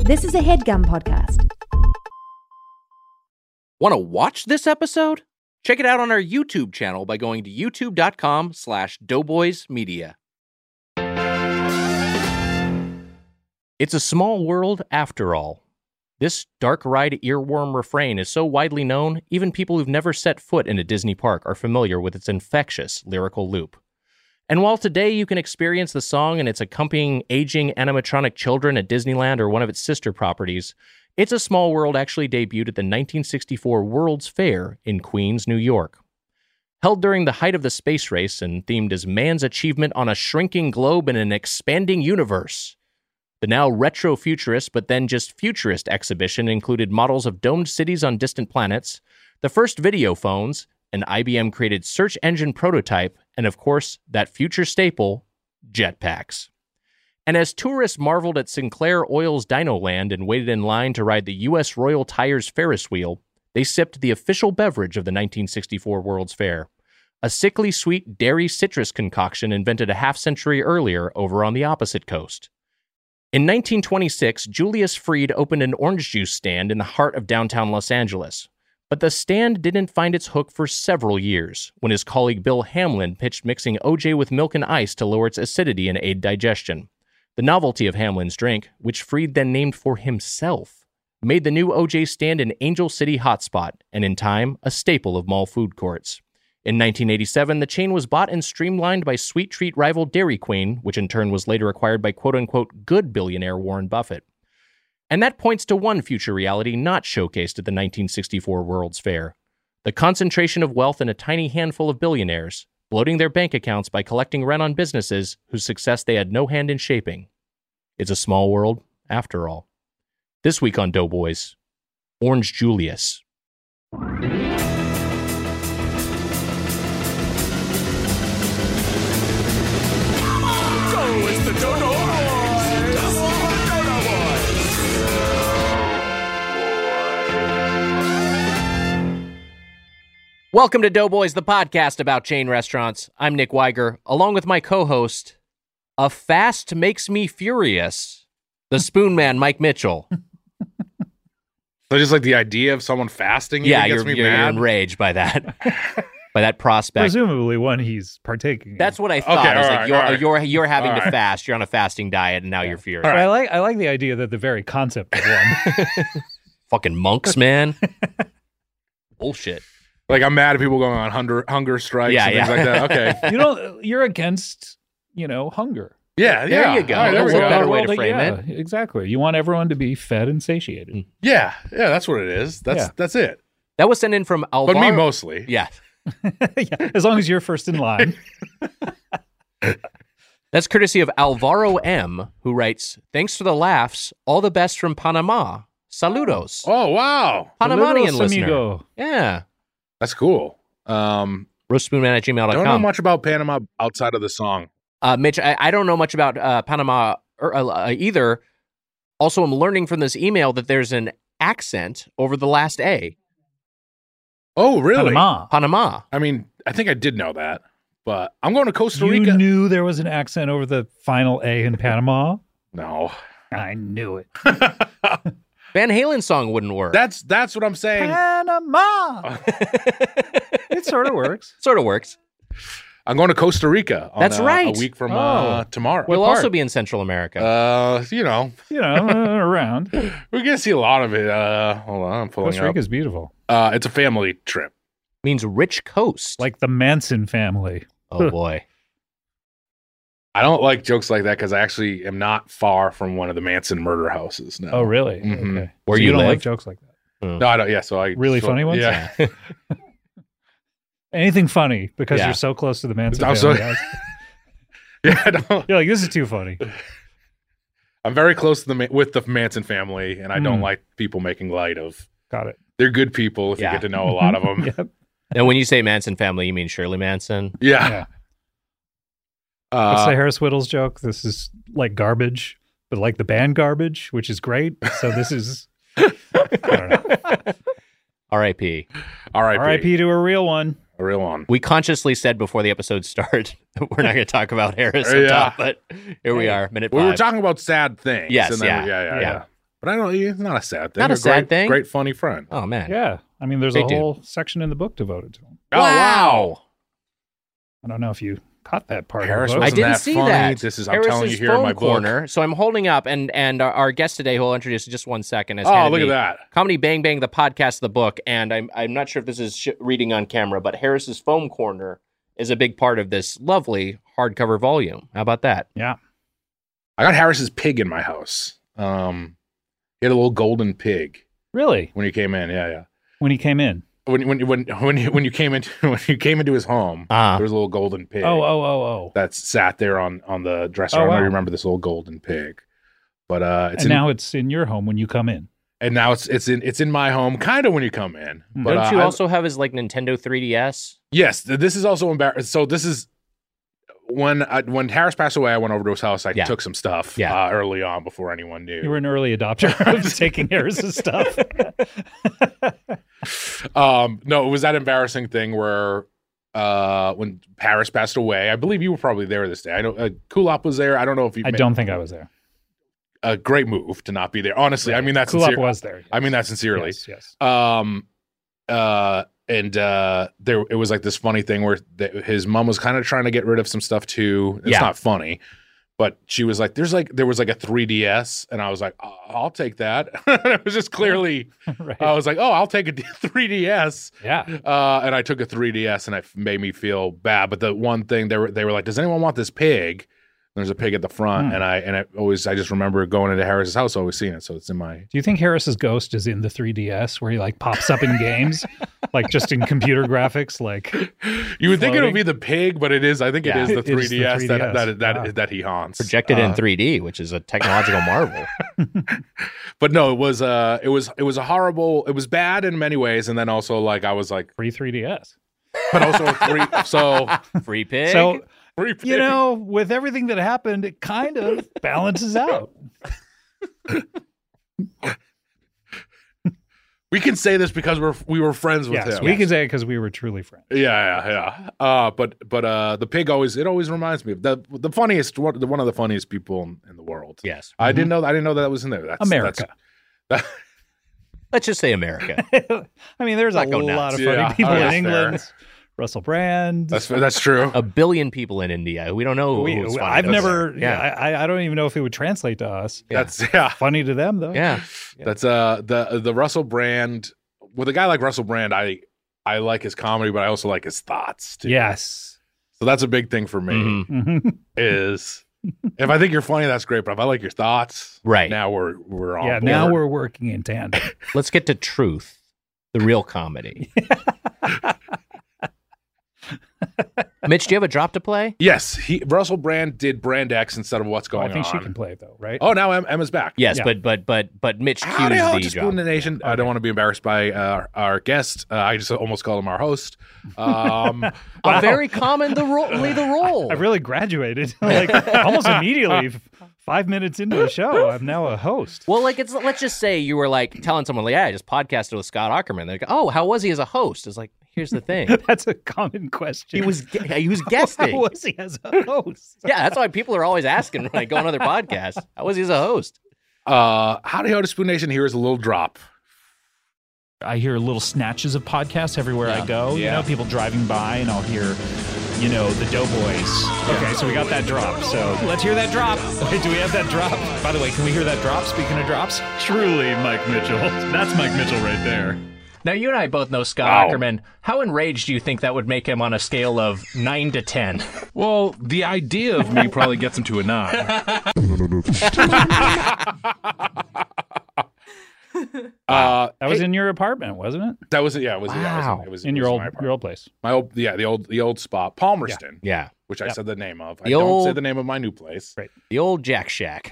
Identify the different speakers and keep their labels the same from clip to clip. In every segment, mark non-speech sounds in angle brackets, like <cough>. Speaker 1: This is a headgum podcast.
Speaker 2: Want to watch this episode? Check it out on our YouTube channel by going to youtube.com slash doughboysmedia. It's a small world after all. This dark ride earworm refrain is so widely known, even people who've never set foot in a Disney park are familiar with its infectious lyrical loop. And while today you can experience the song and its accompanying aging animatronic children at Disneyland or one of its sister properties, It's a Small World actually debuted at the 1964 World's Fair in Queens, New York. Held during the height of the space race and themed as man's achievement on a shrinking globe in an expanding universe. The now retro futurist, but then just futurist exhibition included models of domed cities on distant planets, the first video phones, an IBM created search engine prototype, and of course, that future staple, jetpacks. And as tourists marveled at Sinclair Oil's Dino Land and waited in line to ride the U.S. Royal Tires Ferris wheel, they sipped the official beverage of the 1964 World's Fair, a sickly sweet dairy citrus concoction invented a half century earlier over on the opposite coast. In 1926, Julius Freed opened an orange juice stand in the heart of downtown Los Angeles, but the stand didn't find its hook for several years when his colleague Bill Hamlin pitched mixing OJ with milk and ice to lower its acidity and aid digestion. The novelty of Hamlin's drink, which Freed then named for himself, made the new OJ stand an Angel City hotspot and, in time, a staple of mall food courts. In 1987, the chain was bought and streamlined by sweet treat rival Dairy Queen, which in turn was later acquired by quote unquote good billionaire Warren Buffett. And that points to one future reality not showcased at the 1964 World's Fair the concentration of wealth in a tiny handful of billionaires, bloating their bank accounts by collecting rent on businesses whose success they had no hand in shaping. It's a small world, after all. This week on Doughboys, Orange Julius.
Speaker 3: Oh, it's the Dodo Boys! The Dodo Boys!
Speaker 2: Welcome to Doughboys, the podcast about chain restaurants. I'm Nick Weiger, along with my co host, A Fast Makes Me Furious, the Spoon Man, Mike Mitchell.
Speaker 4: So just like the idea of someone fasting, even
Speaker 2: Yeah,
Speaker 4: gets
Speaker 2: you're,
Speaker 4: me
Speaker 2: you're, you're
Speaker 4: mad.
Speaker 2: enraged by
Speaker 4: <laughs>
Speaker 2: that, by that prospect.
Speaker 5: Presumably one he's partaking. in.
Speaker 2: That's what I thought. I was
Speaker 4: all
Speaker 2: like,
Speaker 4: right,
Speaker 2: you're,
Speaker 4: all right.
Speaker 2: you're you're having
Speaker 4: All
Speaker 2: to
Speaker 4: right.
Speaker 2: fast. You're on a fasting diet, and now you're furious.
Speaker 5: But I like I like the idea that the very concept of one. <laughs>
Speaker 2: Fucking monks,
Speaker 4: <laughs>
Speaker 2: man. Bullshit.
Speaker 4: like I'm mad at people going on hunger hunger strikes
Speaker 2: Yeah,
Speaker 4: and things
Speaker 2: yeah.
Speaker 4: like that.
Speaker 2: <laughs>
Speaker 4: Okay,
Speaker 5: you don't. You're against you know hunger.
Speaker 4: yeah,
Speaker 2: There
Speaker 4: yeah.
Speaker 2: you go.
Speaker 4: All right, there
Speaker 2: That's
Speaker 4: we
Speaker 2: a
Speaker 4: go.
Speaker 2: better way to
Speaker 5: Well,
Speaker 2: frame Mm.
Speaker 5: yeah, Exactly. You want everyone to be fed and satiated.
Speaker 4: Yeah, yeah. That's what it is. That's
Speaker 5: Yeah.
Speaker 4: that's it.
Speaker 2: That was sent in from Alvaro.
Speaker 4: But me mostly.
Speaker 2: Yeah,
Speaker 5: <laughs> yeah, as long as you're first in line.
Speaker 2: <laughs> that's courtesy of Alvaro M, who writes, "Thanks for the laughs. All the best from Panama. Saludos,
Speaker 4: Oh wow,
Speaker 2: Panamanian
Speaker 5: Saludos,
Speaker 2: listener.
Speaker 5: amigo.
Speaker 2: Yeah,
Speaker 4: that's cool. Um,
Speaker 2: roastspoonman at gmail.com.
Speaker 4: don't know much about Panama outside of the song.
Speaker 2: Uh, Mitch, I, I don't know much about uh, Panama or, uh, either. Also, I'm learning from this email that there's an accent over the last A.
Speaker 4: Oh really?
Speaker 5: Panama.
Speaker 2: Panama.
Speaker 4: I mean, I think I did know that, but I'm going to Costa
Speaker 5: You
Speaker 4: Rica.
Speaker 5: knew there was an accent over the final A in Panama.
Speaker 4: no,
Speaker 5: I knew it.
Speaker 2: Van Halen song wouldn't work. <laughs>
Speaker 4: that's that's what I'm saying.
Speaker 5: Panama. It sort of works.
Speaker 2: sort of works.
Speaker 4: I'm going to Costa Rica. On
Speaker 2: That's
Speaker 4: uh,
Speaker 2: right.
Speaker 4: A week from
Speaker 5: Oh.
Speaker 4: uh, tomorrow.
Speaker 2: We'll
Speaker 5: part?
Speaker 2: also be in Central America.
Speaker 4: Uh, you know,
Speaker 5: You know, <laughs> around.
Speaker 4: We're gonna see a lot of it. Uh, hold on, I'm pulling
Speaker 5: Costa
Speaker 4: up.
Speaker 5: Rica's beautiful.
Speaker 4: Uh, it's a family trip.
Speaker 2: means rich coast.
Speaker 5: Like the Manson family.
Speaker 2: oh boy.
Speaker 4: I don't like jokes like that because I actually am not far from one of the Manson murder houses. No,
Speaker 5: Oh, really?
Speaker 4: Mhm.
Speaker 5: Okay.
Speaker 2: Where
Speaker 5: So
Speaker 2: you
Speaker 5: don't
Speaker 2: live?
Speaker 5: like jokes like that.
Speaker 4: no, I don't. Yeah, so I
Speaker 5: Really
Speaker 4: so-
Speaker 5: funny ones?
Speaker 4: Yeah,
Speaker 5: Anything funny because
Speaker 2: Yeah.
Speaker 5: you're so close to the Manson
Speaker 4: I'm
Speaker 5: family.
Speaker 4: so-
Speaker 5: house.
Speaker 4: <laughs> yeah. I don't-
Speaker 5: You're like, this is too funny.
Speaker 4: I'm very close to the Ma- with the Manson family, and I don't
Speaker 5: Mm.
Speaker 4: like people making light of.
Speaker 5: Got it.
Speaker 4: They're good people if
Speaker 2: Yeah.
Speaker 4: you get to know a lot of them. yeah.
Speaker 5: yep.
Speaker 2: And when you say Manson family, you mean Shirley Manson?
Speaker 5: Yeah. What's
Speaker 4: Uh,
Speaker 5: the Harris Whittles joke? This is like garbage, but like the band garbage, which is great. So this is <laughs> I don't know.
Speaker 2: R.I.P.
Speaker 4: R.I.P.
Speaker 5: R.I.P. to a real one.
Speaker 4: A real one.
Speaker 2: We consciously said before the episode started <laughs> that we're not going to talk about Harris on
Speaker 4: Yeah.
Speaker 2: top, but here we are, minute five.
Speaker 4: We were talking about sad things.
Speaker 2: Yes,
Speaker 4: and then we-
Speaker 2: yeah,
Speaker 4: yeah, yeah,
Speaker 2: yeah.
Speaker 4: yeah. But But I don't. It's not a sad thing.
Speaker 2: Not a
Speaker 4: You're
Speaker 2: sad
Speaker 4: great-
Speaker 2: thing.
Speaker 4: Great funny friend.
Speaker 2: Oh man.
Speaker 5: Yeah. I mean, there's a
Speaker 2: Great dude.
Speaker 5: whole section in the book devoted to him.
Speaker 4: Oh wow.
Speaker 5: I don't know if you caught that part. of the
Speaker 4: Harris
Speaker 5: book.
Speaker 2: I
Speaker 4: wasn't
Speaker 2: didn't
Speaker 4: that
Speaker 2: see
Speaker 4: funny?
Speaker 2: that.
Speaker 4: This is- I'm
Speaker 2: Harris's
Speaker 4: telling you here in
Speaker 2: phone
Speaker 4: my book.
Speaker 2: corner. So I'm holding up, and and our, our guest today, who I'll introduce in just one second, has
Speaker 4: Oh,
Speaker 2: handed
Speaker 4: look at
Speaker 2: me
Speaker 4: that.
Speaker 2: Comedy Bang Bang, the podcast, the book, and I'm I'm not sure if this is sh- reading on camera, but Harris's foam corner is a big part of this lovely hardcover volume. How about that?
Speaker 4: I got Harris's pig in my house. Um, he had a little golden pig
Speaker 5: Really?
Speaker 4: when he came in. Yeah, yeah.
Speaker 5: When he came in.
Speaker 4: When when when when you, when you came into <laughs> when you came into his home,
Speaker 2: Ah,
Speaker 4: there was a little golden pig.
Speaker 5: Oh, oh, oh, oh.
Speaker 4: that sat there on on the dresser. I
Speaker 5: Oh,
Speaker 4: don't know if
Speaker 5: wow.
Speaker 4: you remember this little golden pig, but uh, it's
Speaker 5: and
Speaker 4: in,
Speaker 5: now it's in your home when you come in.
Speaker 4: and now it's it's in it's in my home, kind of when you come in.
Speaker 5: Hmm.
Speaker 4: But
Speaker 2: don't
Speaker 4: uh,
Speaker 2: you
Speaker 4: I-
Speaker 2: also have his like Nintendo 3DS?
Speaker 4: Yes, th- this is also embarrassing. So this is when I, when Harris passed away, I went over to his house. I
Speaker 2: Yeah.
Speaker 4: took some stuff
Speaker 2: Yeah.
Speaker 4: uh, early on before anyone knew.
Speaker 5: You were an early adopter <laughs> of taking Harris's stuff.
Speaker 4: um, no, it was that embarrassing thing where uh, when Harris passed away, I believe you were probably there this day. I know uh, Kulop was there. I don't know if you.
Speaker 5: I don't think I was there.
Speaker 4: A great move to not be there. Honestly, I mean that's
Speaker 5: Kulop
Speaker 4: sincere.
Speaker 5: was there.
Speaker 4: I mean that sincerely. <laughs>
Speaker 5: Yes, yes. <laughs>
Speaker 4: um uh and uh there it was like this funny thing where th- his mom was kind of trying to get rid of some stuff too it's
Speaker 2: Yeah.
Speaker 4: not funny but she was like there's like there was like a 3ds and i was like "I- i'll take that <laughs> it was just clearly
Speaker 5: right.
Speaker 4: i was like oh i'll take a <laughs> 3ds
Speaker 5: yeah.
Speaker 4: uh and i took a 3ds and it made me feel bad but the one thing they were they were like does anyone want this pig there's a pig at the front
Speaker 5: Hmm.
Speaker 4: and i and i always i just remember going into harris's house always seeing it so it's in my
Speaker 5: Do you think Harris's ghost is in the 3DS where he like pops
Speaker 4: <laughs>
Speaker 5: up in games, like just in computer graphics? Like,
Speaker 4: You would think it
Speaker 5: Floating.
Speaker 4: would be the pig, but it is. I think
Speaker 2: Yeah.
Speaker 4: it is the
Speaker 5: It is the
Speaker 4: 3ds, that
Speaker 5: 3DS.
Speaker 4: that that,
Speaker 5: Wow.
Speaker 4: that he haunts.
Speaker 2: Projected in
Speaker 4: Uh,
Speaker 2: 3D, which is a technological marvel.
Speaker 4: <laughs> But no, it was uh, it was it was a horrible. It was bad in many ways, and then also like I was like,
Speaker 5: free 3DS.
Speaker 4: but also a three. so
Speaker 2: Free pig.
Speaker 5: So,
Speaker 4: free
Speaker 5: you
Speaker 4: pig.
Speaker 5: know, with everything that happened, it kind of
Speaker 4: <laughs>
Speaker 5: balances out.
Speaker 4: we can say this because we're we were friends with
Speaker 5: Yes,
Speaker 4: him.
Speaker 5: we can say it because we were truly friends.
Speaker 4: Yeah, yeah, yeah. Uh, but but uh, the pig always it always reminds me of the the funniest one, the one of the funniest people in, in the world.
Speaker 2: yes.
Speaker 4: I didn't know I didn't know that, that was in there. That's
Speaker 5: America. <laughs>
Speaker 4: That's,
Speaker 2: Let's just say America.
Speaker 5: I mean, there's a
Speaker 2: Not go nuts.
Speaker 5: lot of funny
Speaker 4: Yeah,
Speaker 5: people
Speaker 4: oh,
Speaker 5: in
Speaker 4: that's
Speaker 5: England.
Speaker 4: fair.
Speaker 5: Russell Brand.
Speaker 4: that's
Speaker 2: <laughs>
Speaker 4: that's true.
Speaker 2: a billion people in India. We don't know.
Speaker 5: We-
Speaker 2: who's funny
Speaker 5: I've
Speaker 2: to us.
Speaker 5: never. Yeah,
Speaker 2: Yeah.
Speaker 5: I, I don't even know if it would translate to us.
Speaker 4: That's yeah.
Speaker 5: Funny to them though.
Speaker 2: Yeah.
Speaker 4: That's uh the the Russell Brand with a guy like Russell Brand, I I like his comedy, but I also like his thoughts too.
Speaker 5: Yes.
Speaker 4: So that's a big thing for me
Speaker 2: Mhm.
Speaker 5: Mhm. <laughs>
Speaker 4: is if I think you're funny, that's great. But if I like your thoughts,
Speaker 2: Right.
Speaker 4: now we're we're on.
Speaker 5: Yeah.
Speaker 4: board.
Speaker 5: Now we're working in tandem.
Speaker 2: Let's get to truth, the real
Speaker 5: <laughs>
Speaker 2: comedy. Mitch, do you have a drop to play?
Speaker 4: yes. He Russell Brand did Brand X instead of what's going
Speaker 5: Oh, I think
Speaker 4: on.
Speaker 5: she can play it though, right?
Speaker 4: Oh, now Em- Emma's back.
Speaker 2: Yes,
Speaker 5: Yeah.
Speaker 2: but but but but Mitch cues
Speaker 4: Howdy, ho,
Speaker 2: the
Speaker 4: just
Speaker 2: drop.
Speaker 4: ruined the nation. I don't want to be embarrassed by uh, our, our guest. Uh, I just almost called him our
Speaker 5: <laughs>
Speaker 4: host. Um,
Speaker 2: A very common the role, the role.
Speaker 5: <laughs> I really graduated
Speaker 6: <laughs>
Speaker 5: like almost immediately. f- Five minutes into the show, I'm now a host. <laughs>
Speaker 2: well, like it's let's just say you were like telling someone like, yeah, I just podcasted with Scott Ackerman. They're like, oh, how was he as a host? It's like, here's the thing,
Speaker 5: That's a common question.
Speaker 2: he was ge- he was
Speaker 5: <laughs> How
Speaker 2: guesting.
Speaker 5: was he as a host?
Speaker 2: yeah, that's why people are always asking when I go on other podcasts. How was he as a host?
Speaker 4: uh, howdy, ho, Spoon Nation. Here is a little drop.
Speaker 6: <laughs> I hear little snatches of podcasts everywhere I go. You know, people driving by, and I'll hear, you know, the Doughboys. Okay, so we got that drop. So let's hear that
Speaker 5: <laughs>
Speaker 6: drop. Wait, do we have that drop? By the way, can we hear that drop? Speaking of drops,
Speaker 5: Truly, Mike Mitchell. That's Mike Mitchell right there.
Speaker 6: now you and I both know Scott
Speaker 4: Wow.
Speaker 6: Ackerman. How enraged do you think that would make him on a scale
Speaker 2: <laughs>
Speaker 6: of nine to ten?
Speaker 7: Well, the idea of me probably gets him to a nine.
Speaker 4: <laughs> Uh,
Speaker 5: That was in your apartment, wasn't it?
Speaker 4: that was yeah. It was yeah.
Speaker 2: Wow.
Speaker 4: It was, it was,
Speaker 5: In
Speaker 4: it
Speaker 5: your
Speaker 4: was
Speaker 5: old
Speaker 4: my apartment.
Speaker 5: your old place.
Speaker 4: My old, yeah, the old, the old spot, Palmerston,
Speaker 2: Yeah,
Speaker 4: which I
Speaker 5: Yeah.
Speaker 4: said the name of. I
Speaker 2: The
Speaker 4: don't say
Speaker 2: old-
Speaker 4: the name of my new place.
Speaker 5: Right.
Speaker 2: the old Jack Shack.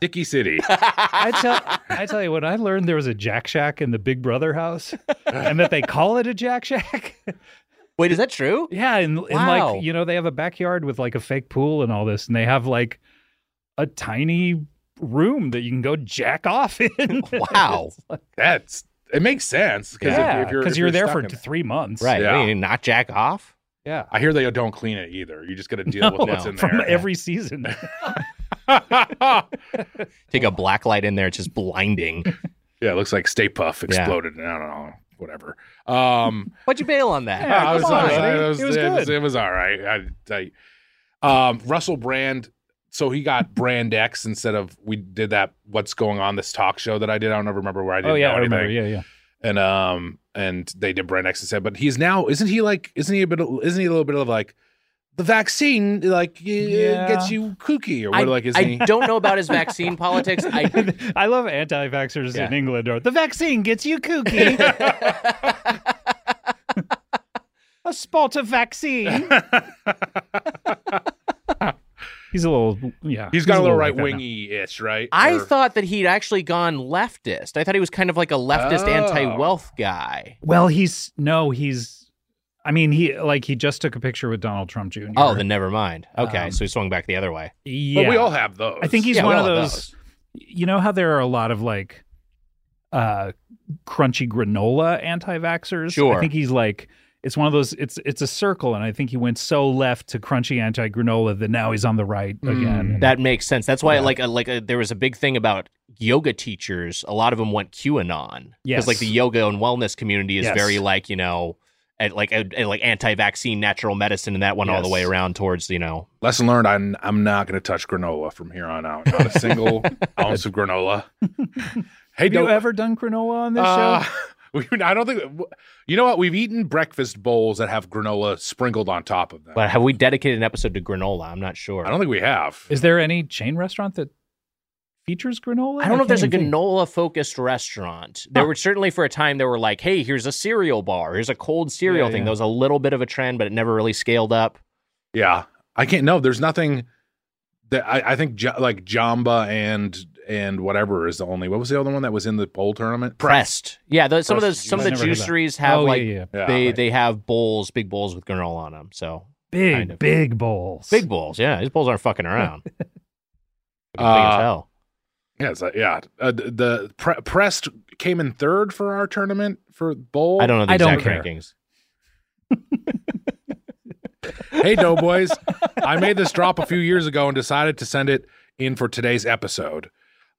Speaker 4: Dickey City. <laughs>
Speaker 5: I tell I tell you when I learned there was a Jack Shack in the Big Brother house, and that they call it a Jack Shack. <laughs>
Speaker 2: Wait, is that
Speaker 6: <laughs>
Speaker 2: true?
Speaker 5: Yeah, and, and
Speaker 2: Wow.
Speaker 5: like you know, they have a backyard with like a fake pool and all this, and they have like a tiny room that you can go jack off <laughs>
Speaker 4: <laughs>
Speaker 5: in.
Speaker 2: Wow.
Speaker 4: That's it makes sense because
Speaker 5: yeah,
Speaker 4: if, you're
Speaker 5: because
Speaker 4: if
Speaker 5: you're, there
Speaker 4: stuck
Speaker 5: for
Speaker 4: in
Speaker 5: t-
Speaker 4: that-
Speaker 5: three months,
Speaker 2: Right.
Speaker 4: Yeah.
Speaker 2: What, you not jack off?
Speaker 5: Yeah, <laughs>
Speaker 4: I hear they don't clean it either. You just got to deal with what's <laughs>
Speaker 2: no.
Speaker 4: in there.
Speaker 5: from every season.
Speaker 2: Take a black light in there, it's just blinding.
Speaker 4: Yeah, it looks like Stay Puff exploded. I don't know, whatever. Um,
Speaker 2: Why'd you bail on that?
Speaker 4: I was, I was-
Speaker 6: on,
Speaker 4: I
Speaker 6: buddy.
Speaker 4: was-
Speaker 6: It was
Speaker 4: it was-
Speaker 6: good.
Speaker 4: it was all right. I, I, um, Russell Brand. So he got Brand X instead of we did that. What's going on? This talk show that I did. I don't remember where I did.
Speaker 6: Oh yeah,
Speaker 4: know
Speaker 6: I remember.
Speaker 4: anything.
Speaker 6: Yeah, yeah.
Speaker 4: and um and they did Brand X instead. But he's now isn't he like isn't he a bit of- isn't he a little bit of like the vaccine like y-
Speaker 6: Yeah.
Speaker 4: gets you kooky or what
Speaker 2: I,
Speaker 4: like is
Speaker 2: <laughs> I
Speaker 4: he?
Speaker 2: don't know about his
Speaker 4: <laughs>
Speaker 2: vaccine politics. I,
Speaker 5: <laughs> I love anti-vaxxers
Speaker 2: Yeah.
Speaker 5: in England. Or the vaccine gets you
Speaker 4: <laughs>
Speaker 5: kooky. a spot
Speaker 4: <laughs>
Speaker 5: of vaccine. He's a little, yeah.
Speaker 4: He's got a little right
Speaker 5: like that now.
Speaker 4: wingy ish, right?
Speaker 2: I
Speaker 4: Or-
Speaker 2: thought that he'd actually gone leftist. I thought he was kind of like a leftist
Speaker 4: Oh.
Speaker 2: anti-wealth guy.
Speaker 5: Well, he's no, he's. I mean, he like he just took a picture with Donald Trump Jr.
Speaker 2: Oh, then never mind. Okay,
Speaker 5: Um,
Speaker 2: so he swung back the other way.
Speaker 5: yeah.
Speaker 4: but we all have those.
Speaker 5: I think he's
Speaker 2: Yeah,
Speaker 5: one
Speaker 2: we
Speaker 5: of
Speaker 2: all have
Speaker 5: those, You know how there are a lot of like, uh, crunchy granola anti-vaxxers.
Speaker 2: Sure.
Speaker 5: I think he's like. It's one of those. It's it's a circle, and I think he went so left to crunchy anti granola that now he's on the right
Speaker 4: Hmm.
Speaker 5: again.
Speaker 2: That makes sense. That's why,
Speaker 5: Yeah.
Speaker 2: like, a, like a, there was a big thing about yoga teachers. A lot of them went QAnon because,
Speaker 5: Yes.
Speaker 2: like, the yoga and wellness community is
Speaker 5: Yes.
Speaker 2: very like you know, at, like at, like anti-vaccine natural medicine, and that went all the
Speaker 5: Yes.
Speaker 2: way around towards you know.
Speaker 4: lesson learned. I'm I'm not going to touch granola from here on out. Not a single
Speaker 5: <laughs>
Speaker 4: ounce of granola. hey,
Speaker 5: Have you
Speaker 4: don't-
Speaker 5: ever done granola on this
Speaker 4: Uh, <laughs>
Speaker 5: show?
Speaker 4: we, I don't think you know what we've eaten breakfast bowls that have granola sprinkled on top of them.
Speaker 2: But have we dedicated an episode to granola? I'm not sure.
Speaker 4: I don't think we have.
Speaker 5: Is there any chain restaurant that features granola?
Speaker 2: I don't know if
Speaker 5: can't
Speaker 2: there's a
Speaker 5: even think.
Speaker 2: granola focused restaurant. There were certainly for a time there were like, hey, here's a cereal bar, here's a cold cereal
Speaker 5: Yeah,
Speaker 2: thing.
Speaker 5: yeah.
Speaker 2: There was a little bit of a trend, but it never really scaled up.
Speaker 4: Yeah, I can't. No, there's nothing that I, I think Ja- like Jamba and and whatever is the only. What was the other one that was in the bowl tournament?
Speaker 2: Pressed. Yeah, those, some of those
Speaker 4: Pressed
Speaker 2: some of the
Speaker 5: juice. I never heard that.
Speaker 2: juiceries have
Speaker 5: Oh, yeah,
Speaker 2: like
Speaker 5: yeah.
Speaker 4: Yeah,
Speaker 2: they
Speaker 4: right.
Speaker 2: they have bowls, big bowls with granola on them. So
Speaker 5: big
Speaker 2: kind of.
Speaker 5: big bowls.
Speaker 2: big bowls, yeah. These bowls aren't fucking
Speaker 5: <laughs>
Speaker 2: around. They're big as
Speaker 4: Uh,
Speaker 2: hell.
Speaker 4: yeah, it's like, yeah. Uh, the the pre- pressed came in third for our tournament for bowl.
Speaker 2: I don't know the
Speaker 5: I don't
Speaker 2: exact
Speaker 5: care.
Speaker 2: rankings.
Speaker 4: Hey, Doughboys. I made this drop a few years ago and decided to send it in for today's episode.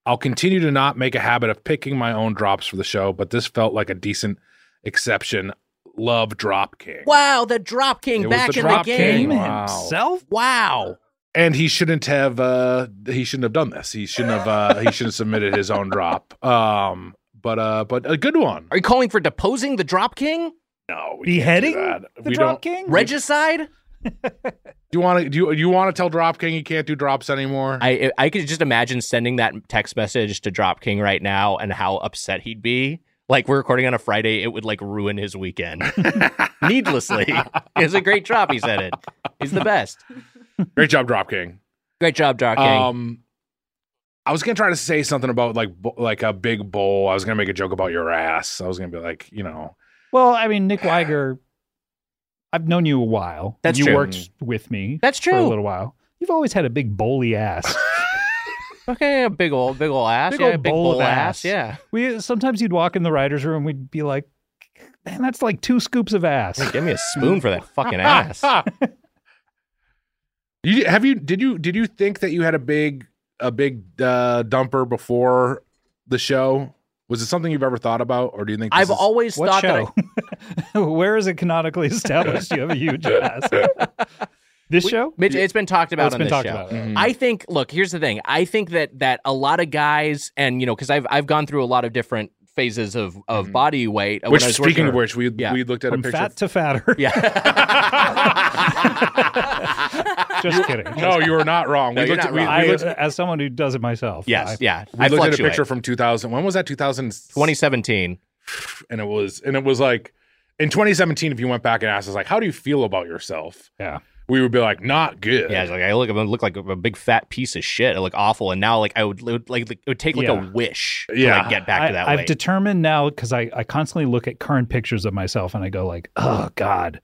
Speaker 4: I'll continue to not make a habit of picking my own drops for the show, but this felt like a decent exception. Love Drop King.
Speaker 2: Wow, the drop king
Speaker 4: It was
Speaker 2: back
Speaker 4: the
Speaker 2: in the
Speaker 4: drop
Speaker 2: game.
Speaker 4: king.
Speaker 5: Him
Speaker 4: Wow.
Speaker 5: himself.
Speaker 2: Wow.
Speaker 4: And he shouldn't have uh he shouldn't have done this. He shouldn't have uh he should have submitted his own drop. Um but uh but a good one.
Speaker 2: Are you calling for deposing the drop king?
Speaker 4: No, we can't do
Speaker 5: Beheading
Speaker 4: that.
Speaker 5: the
Speaker 4: we don't,
Speaker 5: drop king.
Speaker 2: Regicide?
Speaker 4: Do you want to do you, you want to tell Drop King he can't do drops anymore?
Speaker 2: I I could just imagine sending that text message to Drop King right now and how upset he'd be. Like we're recording on a Friday, it would like ruin his weekend needlessly. It was a great drop. He said it. He's the best.
Speaker 4: Great job, Drop King.
Speaker 2: Great job, Drop King.
Speaker 4: Um, I was gonna try to say something about like bo- like a big bowl. I was gonna make a joke about your ass. I was gonna be like, you know,
Speaker 5: Well, I mean, Nick Weiger. I've known you a while.
Speaker 2: That's
Speaker 5: you
Speaker 2: true.
Speaker 5: worked with me
Speaker 2: That's
Speaker 5: for a
Speaker 2: true.
Speaker 5: little while. You've always had a big bowly
Speaker 2: <laughs>
Speaker 5: ass.
Speaker 2: okay, a big old big old ass.
Speaker 5: Big
Speaker 2: yeah,
Speaker 5: old
Speaker 2: big
Speaker 5: bowl of
Speaker 2: bowl ass.
Speaker 5: ass.
Speaker 2: Yeah.
Speaker 5: we sometimes you'd walk in the writers' room. We'd be like, "Man, that's like two scoops of ass." <laughs>
Speaker 2: Give me a spoon for <laughs> that fucking ass.
Speaker 4: you have you did you did you think that you had a big a big uh, dumper before the show? Was it something you've ever thought about, or do you think this
Speaker 2: I've
Speaker 4: is-
Speaker 2: always
Speaker 5: What
Speaker 2: thought that I-
Speaker 5: show? <laughs> Where is it canonically established you have
Speaker 2: <laughs>
Speaker 5: a huge ass? <laughs> this show?
Speaker 2: <laughs> Mitch, it's been talked
Speaker 5: Oh,
Speaker 2: about
Speaker 5: it's
Speaker 2: on
Speaker 5: been
Speaker 2: this
Speaker 5: talked
Speaker 2: show.
Speaker 5: about.
Speaker 4: Mhm.
Speaker 2: I think look, here's the thing. I think that that a lot of guys and you know cuz I've I've gone through a lot of different phases of of
Speaker 4: Mhm.
Speaker 2: body weight uh, when
Speaker 4: which
Speaker 2: I was working-
Speaker 4: speaking
Speaker 2: <laughs>
Speaker 4: of which, we
Speaker 2: Yeah.
Speaker 4: we looked at
Speaker 5: From
Speaker 4: a picture.
Speaker 5: fat to fatter.
Speaker 2: Yeah.
Speaker 5: <laughs> Just kidding.
Speaker 4: no, you were not wrong.
Speaker 2: No,
Speaker 4: we
Speaker 2: you're
Speaker 4: looked
Speaker 2: not
Speaker 4: at, we,
Speaker 2: wrong.
Speaker 4: we
Speaker 5: I,
Speaker 4: looked,
Speaker 5: as someone who does it
Speaker 2: <laughs>
Speaker 5: myself,
Speaker 2: yes,
Speaker 5: I-
Speaker 2: yeah.
Speaker 4: we
Speaker 2: I
Speaker 4: looked at a
Speaker 2: fluctuate.
Speaker 4: picture from 2000. When was that? 2000
Speaker 2: 2017.
Speaker 4: and it was and it was like in 2017 if you went back and asked us like how do you feel about yourself
Speaker 5: Yeah.
Speaker 4: we would be like not good
Speaker 2: Yeah, it's like I look, I look like a big fat piece of shit. I look awful, and now like I would, it would like it would take like
Speaker 5: Yeah.
Speaker 2: a wish to
Speaker 4: Yeah.
Speaker 2: like, get back to that
Speaker 5: I,
Speaker 2: weight.
Speaker 5: I've determined now because I, I constantly look at current pictures of myself and I go like, oh God.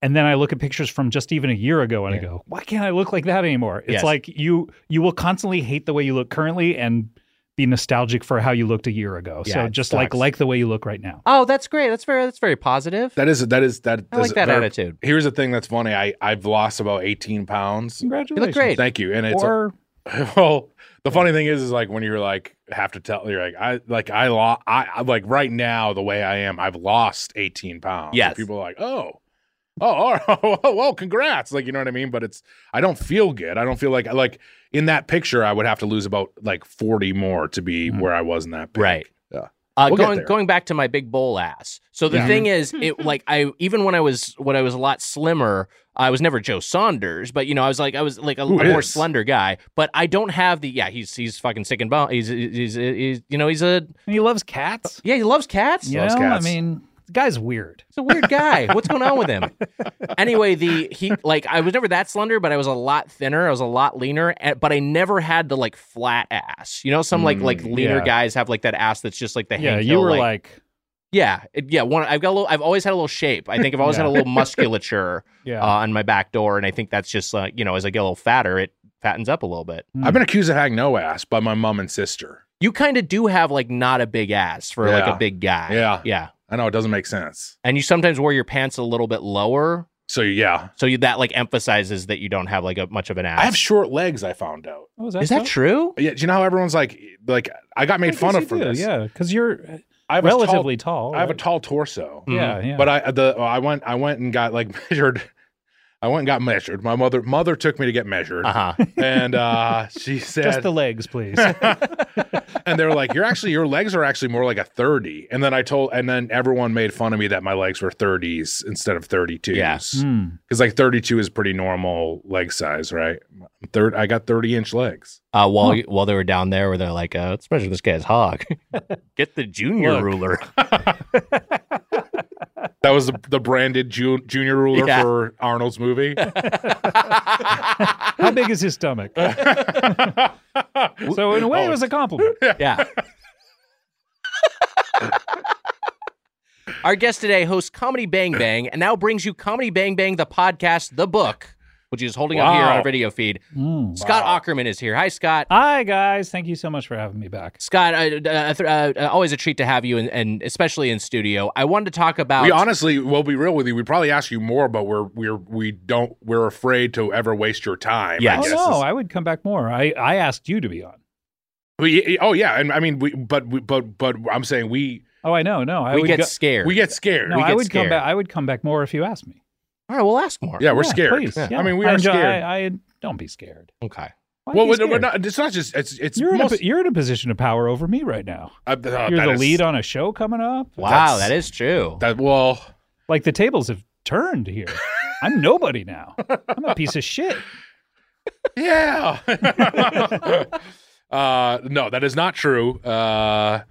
Speaker 5: And then I look at pictures from just even a year ago and I go, why can't I look like that anymore? It's
Speaker 2: Yes.
Speaker 5: like you you will constantly hate the way you look currently and be nostalgic for how you looked a year ago.
Speaker 2: Yeah,
Speaker 5: so
Speaker 2: it
Speaker 5: just like
Speaker 2: sucks.
Speaker 5: like the way you look right now.
Speaker 2: oh, that's great. That's very that's very positive.
Speaker 4: that is that is that
Speaker 2: I like
Speaker 4: is
Speaker 2: that
Speaker 4: very-
Speaker 2: attitude.
Speaker 4: here's the thing that's funny i i've lost about 18 pounds
Speaker 5: Congratulations.
Speaker 2: great.
Speaker 4: thank you and it's
Speaker 5: Or
Speaker 4: <laughs> well, the funny thing is, is like when you're like have to tell you're like I like I lost I I- like right now the way I am I've lost 18 pounds. Yeah,
Speaker 2: Yes.
Speaker 4: people are like oh. Oh, all right. <laughs> oh, well, congrats. Like, you know what I mean? But it's, I don't feel good. I don't feel like, like in that picture, I would have to lose about like 40 more to be where I was in that pic.
Speaker 2: Mm. Right.
Speaker 4: Yeah.
Speaker 2: Uh,
Speaker 4: We'll get
Speaker 2: going
Speaker 4: there.
Speaker 2: going back to my big bowl ass. So the
Speaker 4: Yeah.
Speaker 2: thing is, <laughs> it like I even when I was when I was a lot slimmer, I was never Joe Saunders, but you know I was like I was like a,
Speaker 4: Who
Speaker 2: a more
Speaker 4: is?
Speaker 2: slender guy. But I don't have the yeah he's he's fucking sick and bone. He's, he's he's he's you know he's a
Speaker 5: And he loves cats.
Speaker 2: yeah he loves cats.
Speaker 5: You
Speaker 4: Loves
Speaker 5: know,
Speaker 4: cats.
Speaker 5: I mean, the guy's weird.
Speaker 2: He's a weird guy. What's going on with him? Anyway, the he like I was never that slender, but I was a lot thinner. I was a lot leaner, and, but I never had the like flat ass. You know, some like like leaner
Speaker 5: Mm, yeah.
Speaker 2: guys have like that ass that's just like the
Speaker 5: Yeah,
Speaker 2: Hank
Speaker 5: you
Speaker 2: Hill,
Speaker 5: were like,
Speaker 2: yeah it- yeah one I've got a little I've always had a little shape. I think I've always had a
Speaker 5: Yeah.
Speaker 2: little musculature
Speaker 5: <laughs> yeah.
Speaker 2: uh, on my back door, and I think that's just uh, you know as I get a little fatter, it fattens up a little bit.
Speaker 4: I've been accused of having no ass by my mom and sister.
Speaker 2: You kind of do have like not a big ass for like
Speaker 4: Yeah.
Speaker 2: a big guy.
Speaker 4: Yeah.
Speaker 2: yeah,
Speaker 4: I know it doesn't make sense.
Speaker 2: and you sometimes wear your pants a little bit lower.
Speaker 4: So yeah,
Speaker 2: So you, that like emphasizes that you don't have like a much of an ass.
Speaker 4: I have short legs. I found out.
Speaker 5: Oh,
Speaker 2: Is that true?
Speaker 4: Yeah, do you know how everyone's like, like I got made fun of for this.
Speaker 5: Yeah, because you're
Speaker 4: I have
Speaker 5: relatively
Speaker 4: A
Speaker 5: tall.
Speaker 4: tall, I have a
Speaker 5: right?
Speaker 4: tall torso,
Speaker 5: Yeah, yeah.
Speaker 4: but I the I went I went and got like <laughs> measured. I went and got measured. My mother mother took me to get measured,
Speaker 2: Uh huh.
Speaker 4: <laughs> and uh, she said,
Speaker 5: Ah. <laughs> just
Speaker 4: <laughs>
Speaker 5: the legs, please. Hmm.
Speaker 4: and they were like, "You're actually your legs are actually more like a 30. And then I told, and then everyone made fun of me that my legs were thirties instead of thirty twos.
Speaker 2: Yeah.
Speaker 5: Mm.
Speaker 4: because like 32 is pretty normal leg size, right? Third, I got 30 inch legs.
Speaker 2: Uh, while while they were down there, where they're like, uh, "Let's measure this guy's hog." <laughs> Get the junior
Speaker 5: Look.
Speaker 2: <laughs> ruler.
Speaker 4: That was the, the branded ju- junior ruler
Speaker 2: Yeah.
Speaker 4: for Arnold's
Speaker 5: <laughs>
Speaker 4: movie.
Speaker 5: How big is
Speaker 4: <laughs>
Speaker 5: his stomach? so in a
Speaker 4: Oh.
Speaker 5: way, it was
Speaker 4: <laughs>
Speaker 5: a compliment.
Speaker 2: yeah. <laughs> Our guest today hosts Comedy Bang Bang, and now brings you Comedy Bang Bang, the podcast, the book, which is holding up here on
Speaker 4: Wow.
Speaker 2: our video feed.
Speaker 5: Mm.
Speaker 2: Scott Ackerman is here. Hi, Scott.
Speaker 5: Hi guys, thank you so much for having me back.
Speaker 2: Scott, I, uh, th- uh, always a treat to have you, and, and especially in studio. I wanted to talk about.
Speaker 4: we honestly, we'll be real with you. We probably ask you more, but we're we're we don't we're afraid to ever waste your time. I
Speaker 2: Yes.
Speaker 5: Oh
Speaker 4: guess
Speaker 5: no,
Speaker 4: is-
Speaker 5: I would come back more. I, I asked you to be on.
Speaker 4: We- oh yeah, and I mean, we but we, but but I'm saying we
Speaker 5: Oh, I know. No, I
Speaker 2: we
Speaker 5: would
Speaker 2: get
Speaker 5: go-
Speaker 2: scared.
Speaker 4: we get scared.
Speaker 5: no.
Speaker 2: we
Speaker 5: I
Speaker 2: get
Speaker 5: would
Speaker 2: scared.
Speaker 5: come back. I would come back more if you asked me.
Speaker 2: All right, we'll ask more.
Speaker 4: yeah, we're scared.
Speaker 5: please,
Speaker 4: Yeah.
Speaker 5: yeah.
Speaker 4: I mean, we
Speaker 5: I
Speaker 4: are
Speaker 5: enjoy-
Speaker 4: scared.
Speaker 5: I, I don't be scared.
Speaker 2: Okay.
Speaker 5: Why
Speaker 4: well,
Speaker 5: be
Speaker 4: we're,
Speaker 5: scared?
Speaker 4: we're not. It's not just. It's it's
Speaker 5: You're,
Speaker 4: most.
Speaker 5: in a, you're in a position of power over me right now.
Speaker 4: uh, uh,
Speaker 5: You're
Speaker 4: that
Speaker 5: the
Speaker 4: is-
Speaker 5: lead on a show coming up.
Speaker 2: Wow,
Speaker 4: That's-
Speaker 2: that is true.
Speaker 4: That well,
Speaker 5: Like the tables have turned here. I'm nobody now. I'm a piece
Speaker 2: <laughs>
Speaker 5: of shit.
Speaker 4: Yeah. <laughs> uh, no, that is not true. Uh,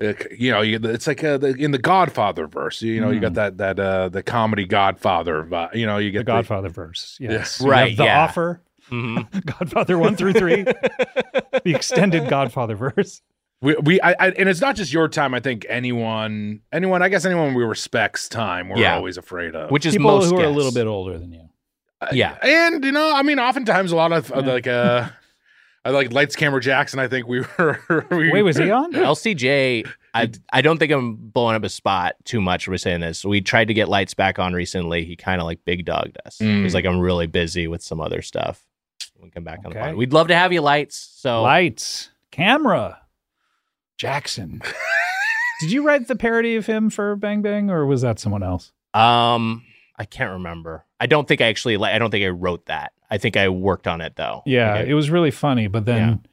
Speaker 4: it- you know, you, it's like uh, the, in the Godfather verse. You know, you got that that uh, the comedy Godfather. vi- You know, you get
Speaker 5: Hmm. The Godfather verse. Yes.
Speaker 4: Yeah.
Speaker 5: You have
Speaker 2: Right,
Speaker 5: The
Speaker 2: yeah.
Speaker 5: offer. <laughs>
Speaker 2: Mhm.
Speaker 5: Godfather one
Speaker 2: <laughs>
Speaker 5: through three. the extended Godfather verse.
Speaker 4: we, we I, I, and it's not just your time. I think anyone, anyone, I guess anyone we respect's time, we're
Speaker 2: Yeah.
Speaker 4: always afraid of.
Speaker 2: Which is
Speaker 5: People
Speaker 2: most
Speaker 5: who are a
Speaker 2: guests.
Speaker 5: little bit older than you.
Speaker 2: yeah.
Speaker 4: and you know, I mean, oftentimes a lot of uh, like uh, I like lights, camera, Jackson. I think we <laughs> were. we,
Speaker 5: Wait, was
Speaker 4: <laughs>
Speaker 5: he on?
Speaker 2: LCJ, I I don't think I'm blowing up a spot too much for saying this. We tried to get lights back on recently. He kind of like big dogged us.
Speaker 4: Mm.
Speaker 2: He's like, I'm really busy with some other stuff. We can come back on the
Speaker 5: Okay.
Speaker 2: pod. We'd love to have you, lights. So
Speaker 5: Lights, camera,
Speaker 2: <laughs>
Speaker 5: Jackson. Did you write the parody of him for Bang Bang, or was that someone else?
Speaker 2: um, I can't remember. I don't think I actually. li- I don't think I wrote that. I think I worked on it though.
Speaker 5: Yeah,
Speaker 2: Like, I-
Speaker 5: it was really funny, but then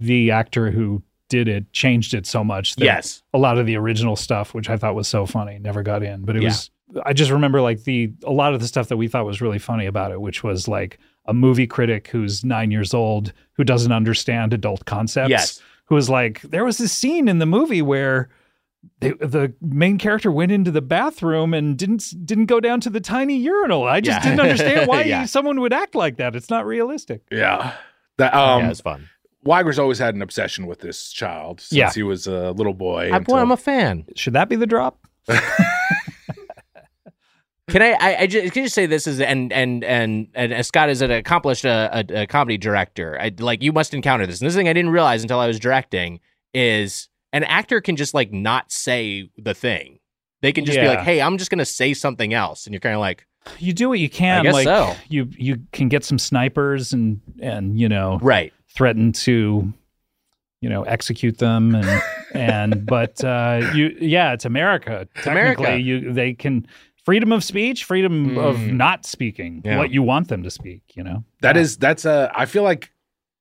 Speaker 5: the actor who did it changed it so much that
Speaker 2: yes.
Speaker 5: a lot of the original stuff, which I thought was so funny, never got in. But it
Speaker 2: Yeah.
Speaker 5: was I just remember like the a lot of the stuff that we thought was really funny about it, which was like a movie critic who's nine years old who doesn't understand adult concepts.
Speaker 2: Yes.
Speaker 5: Who was like, there was this scene in the movie where they, the main character went into the bathroom and didn't didn't go down to the tiny urinal. I just
Speaker 2: Yeah.
Speaker 5: didn't <laughs> understand why
Speaker 2: Yeah.
Speaker 5: someone would act like that. It's not realistic.
Speaker 4: Yeah. That um,
Speaker 2: yeah, it's fun.
Speaker 4: Weiger's always had an obsession with this child since
Speaker 5: Yeah.
Speaker 4: he was a little boy.
Speaker 2: I, well,
Speaker 4: until-
Speaker 2: I'm a fan.
Speaker 5: Should that be the drop?
Speaker 2: Can I? I, I just, can just say this is and and and and uh, Scott is an accomplished uh, a, a comedy director. I, like you must encounter this. And this thing I didn't realize until I was directing is an actor can just like not say the thing. They can just be
Speaker 5: Yeah.
Speaker 2: like, "Hey, I'm just gonna say something else," and you're kind of like,
Speaker 5: you do what you can.
Speaker 2: I guess
Speaker 5: like
Speaker 2: so.
Speaker 5: you you can get some snipers and and you know
Speaker 2: Right.
Speaker 5: threaten to you know execute
Speaker 2: <laughs>
Speaker 5: them and and but uh you yeah it's america
Speaker 2: America.
Speaker 5: technically you they can freedom of speech freedom of
Speaker 2: Mm.
Speaker 5: not speaking
Speaker 2: Yeah.
Speaker 5: what you want them to speak you know
Speaker 4: That is that's a. I feel like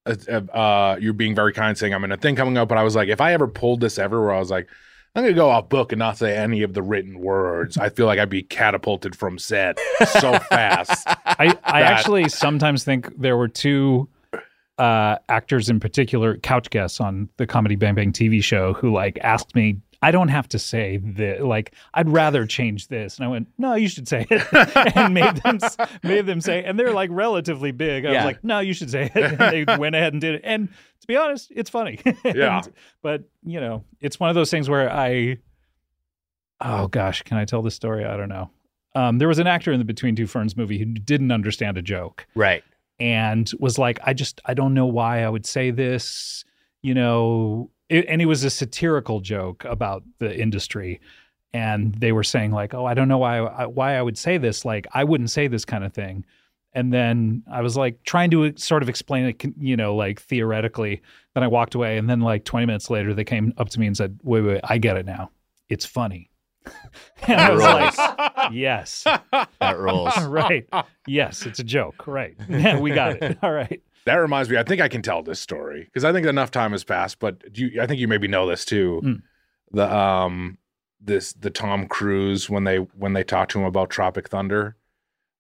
Speaker 4: uh, uh, you're being very kind, saying I'm in a thing coming up. But I was like, if I ever pulled this ever, where I was like, I'm gonna go off book and not say any of the written words. I feel like I'd be catapulted from set so fast.
Speaker 5: i i
Speaker 4: That-
Speaker 5: actually sometimes think there were two uh actors in particular couch guests on the comedy bang bang tv show who like asked me I don't have to say that. Like, I'd rather change this, and I went, "No, you should say it," and made them s- made them say. And they're like relatively big. I
Speaker 2: Yeah.
Speaker 5: was like, "No, you should say it." And they went ahead and did it. And to be honest, it's funny. <laughs>
Speaker 4: Yeah.
Speaker 5: And- but you know, it's one of those things where I, oh gosh, can I tell this story? I don't know. Um, there was an actor in the Between Two Ferns movie who didn't understand a joke
Speaker 2: Right.
Speaker 5: and was like, I just, I don't know why I would say this, you know. It, and it was a satirical joke about the industry. And they were saying, like, oh, I don't know why, I- why I would say this. Like, I wouldn't say this kind of thing. And then I was like trying to sort of explain it, you know, like theoretically. Then I walked away. And then, like, 20 minutes later, they came up to me and said, wait, wait, I get it now. It's funny. <laughs> <laughs> and I was like, yes <laughs>
Speaker 2: That rules.
Speaker 5: right. Yes, it's a joke. Right. <laughs> Yeah, we got it. All right.
Speaker 4: That reminds me. I think I can tell this story because I think enough time has passed. But do you, I think you maybe know this too.
Speaker 2: Hmm.
Speaker 5: Mm.
Speaker 4: The um this the Tom Cruise when they when they talk to him about Tropic Thunder.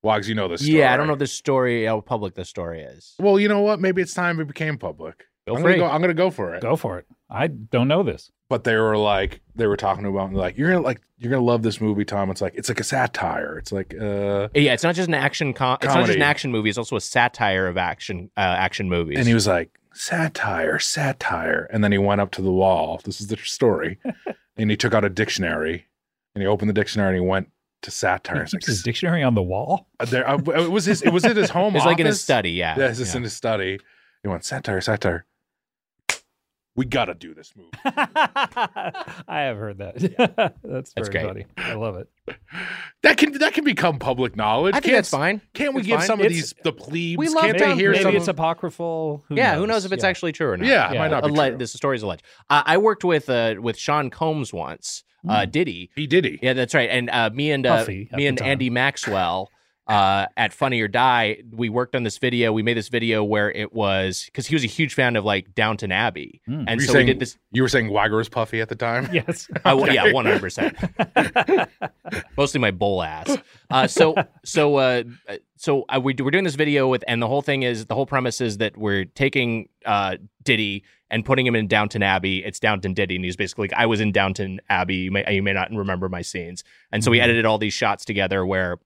Speaker 4: Wags, you know this. Story.
Speaker 2: Yeah, I don't know if this story how public the story is.
Speaker 4: Well, you know what? Maybe it's time it became public.
Speaker 2: Feel
Speaker 4: I'm
Speaker 2: free.
Speaker 4: gonna go. I'm gonna go for it.
Speaker 5: Go for it. I don't know this.
Speaker 4: but they were like they were talking about like you're gonna like you're gonna love this movie tom it's like it's like a satire it's like uh
Speaker 2: Yeah, it's not just an action. Com- it's not just
Speaker 4: Comedy.
Speaker 2: an action movie. It's also a satire of action uh, action movies.
Speaker 4: and he was like satire satire and then he went up to the wall this is the
Speaker 2: <laughs>
Speaker 4: story and he took out a dictionary and he opened the dictionary and he went to satire
Speaker 5: He
Speaker 4: It's
Speaker 5: keeps his
Speaker 4: like,
Speaker 5: dictionary on the
Speaker 2: <laughs>
Speaker 5: wall. <laughs>
Speaker 4: "S- there, uh, it was his it was at his home
Speaker 2: it's like in his
Speaker 4: office?
Speaker 2: study. Yeah.
Speaker 4: yeah it's just
Speaker 2: Yeah.
Speaker 4: in his study he went satire satire we gotta do this
Speaker 2: <laughs>
Speaker 4: movie
Speaker 5: I have heard that. <laughs> That's
Speaker 2: That's
Speaker 5: very
Speaker 2: great.
Speaker 5: funny. I love it.
Speaker 4: that can that can become public knowledge
Speaker 2: I think
Speaker 4: Can't-
Speaker 2: that's fine.
Speaker 4: can't we
Speaker 2: It's
Speaker 4: give
Speaker 2: fine.
Speaker 4: some of
Speaker 2: It's-
Speaker 4: these the plebes
Speaker 2: We love
Speaker 4: can't
Speaker 2: them.
Speaker 4: they hear
Speaker 5: maybe
Speaker 4: some
Speaker 5: it's apocryphal.
Speaker 2: yeah, who knows if it's
Speaker 5: Yeah.
Speaker 2: actually true or not?
Speaker 4: Yeah, it might not be
Speaker 2: Alle-
Speaker 4: true.
Speaker 2: This story's alleged. Uh, I worked with uh, with Sean Combs once. Uh, Diddy.
Speaker 4: P Diddy.
Speaker 2: Yeah, that's right. And uh, me and uh,
Speaker 5: Puffy Mm. at
Speaker 2: me
Speaker 5: the
Speaker 2: and
Speaker 5: time.
Speaker 2: Andy Maxwell uh, at Funny or Die, we worked on this video. We made this video where it was because he was a huge fan of like Downton Abbey,
Speaker 5: Mm.
Speaker 2: and
Speaker 4: Were you
Speaker 2: so
Speaker 4: saying-
Speaker 2: we did this.
Speaker 4: You were saying Wagger was puffy at
Speaker 2: <laughs>
Speaker 4: the time.
Speaker 5: <laughs> Yes.
Speaker 2: I- Oh,
Speaker 5: <laughs>
Speaker 2: yeah, Uh, one hundred percent. Mostly my bull ass. Uh,
Speaker 4: <laughs>
Speaker 2: so so uh, so uh, we do- we're doing this video with, and the whole thing is the whole premise is that we're taking uh, Diddy and putting him in Downton Abbey. It's Downton Diddy, and he's basically like, I was in Downton Abbey. You may you may not remember my scenes, and so we
Speaker 4: Mm-hmm.
Speaker 2: edited all these shots together where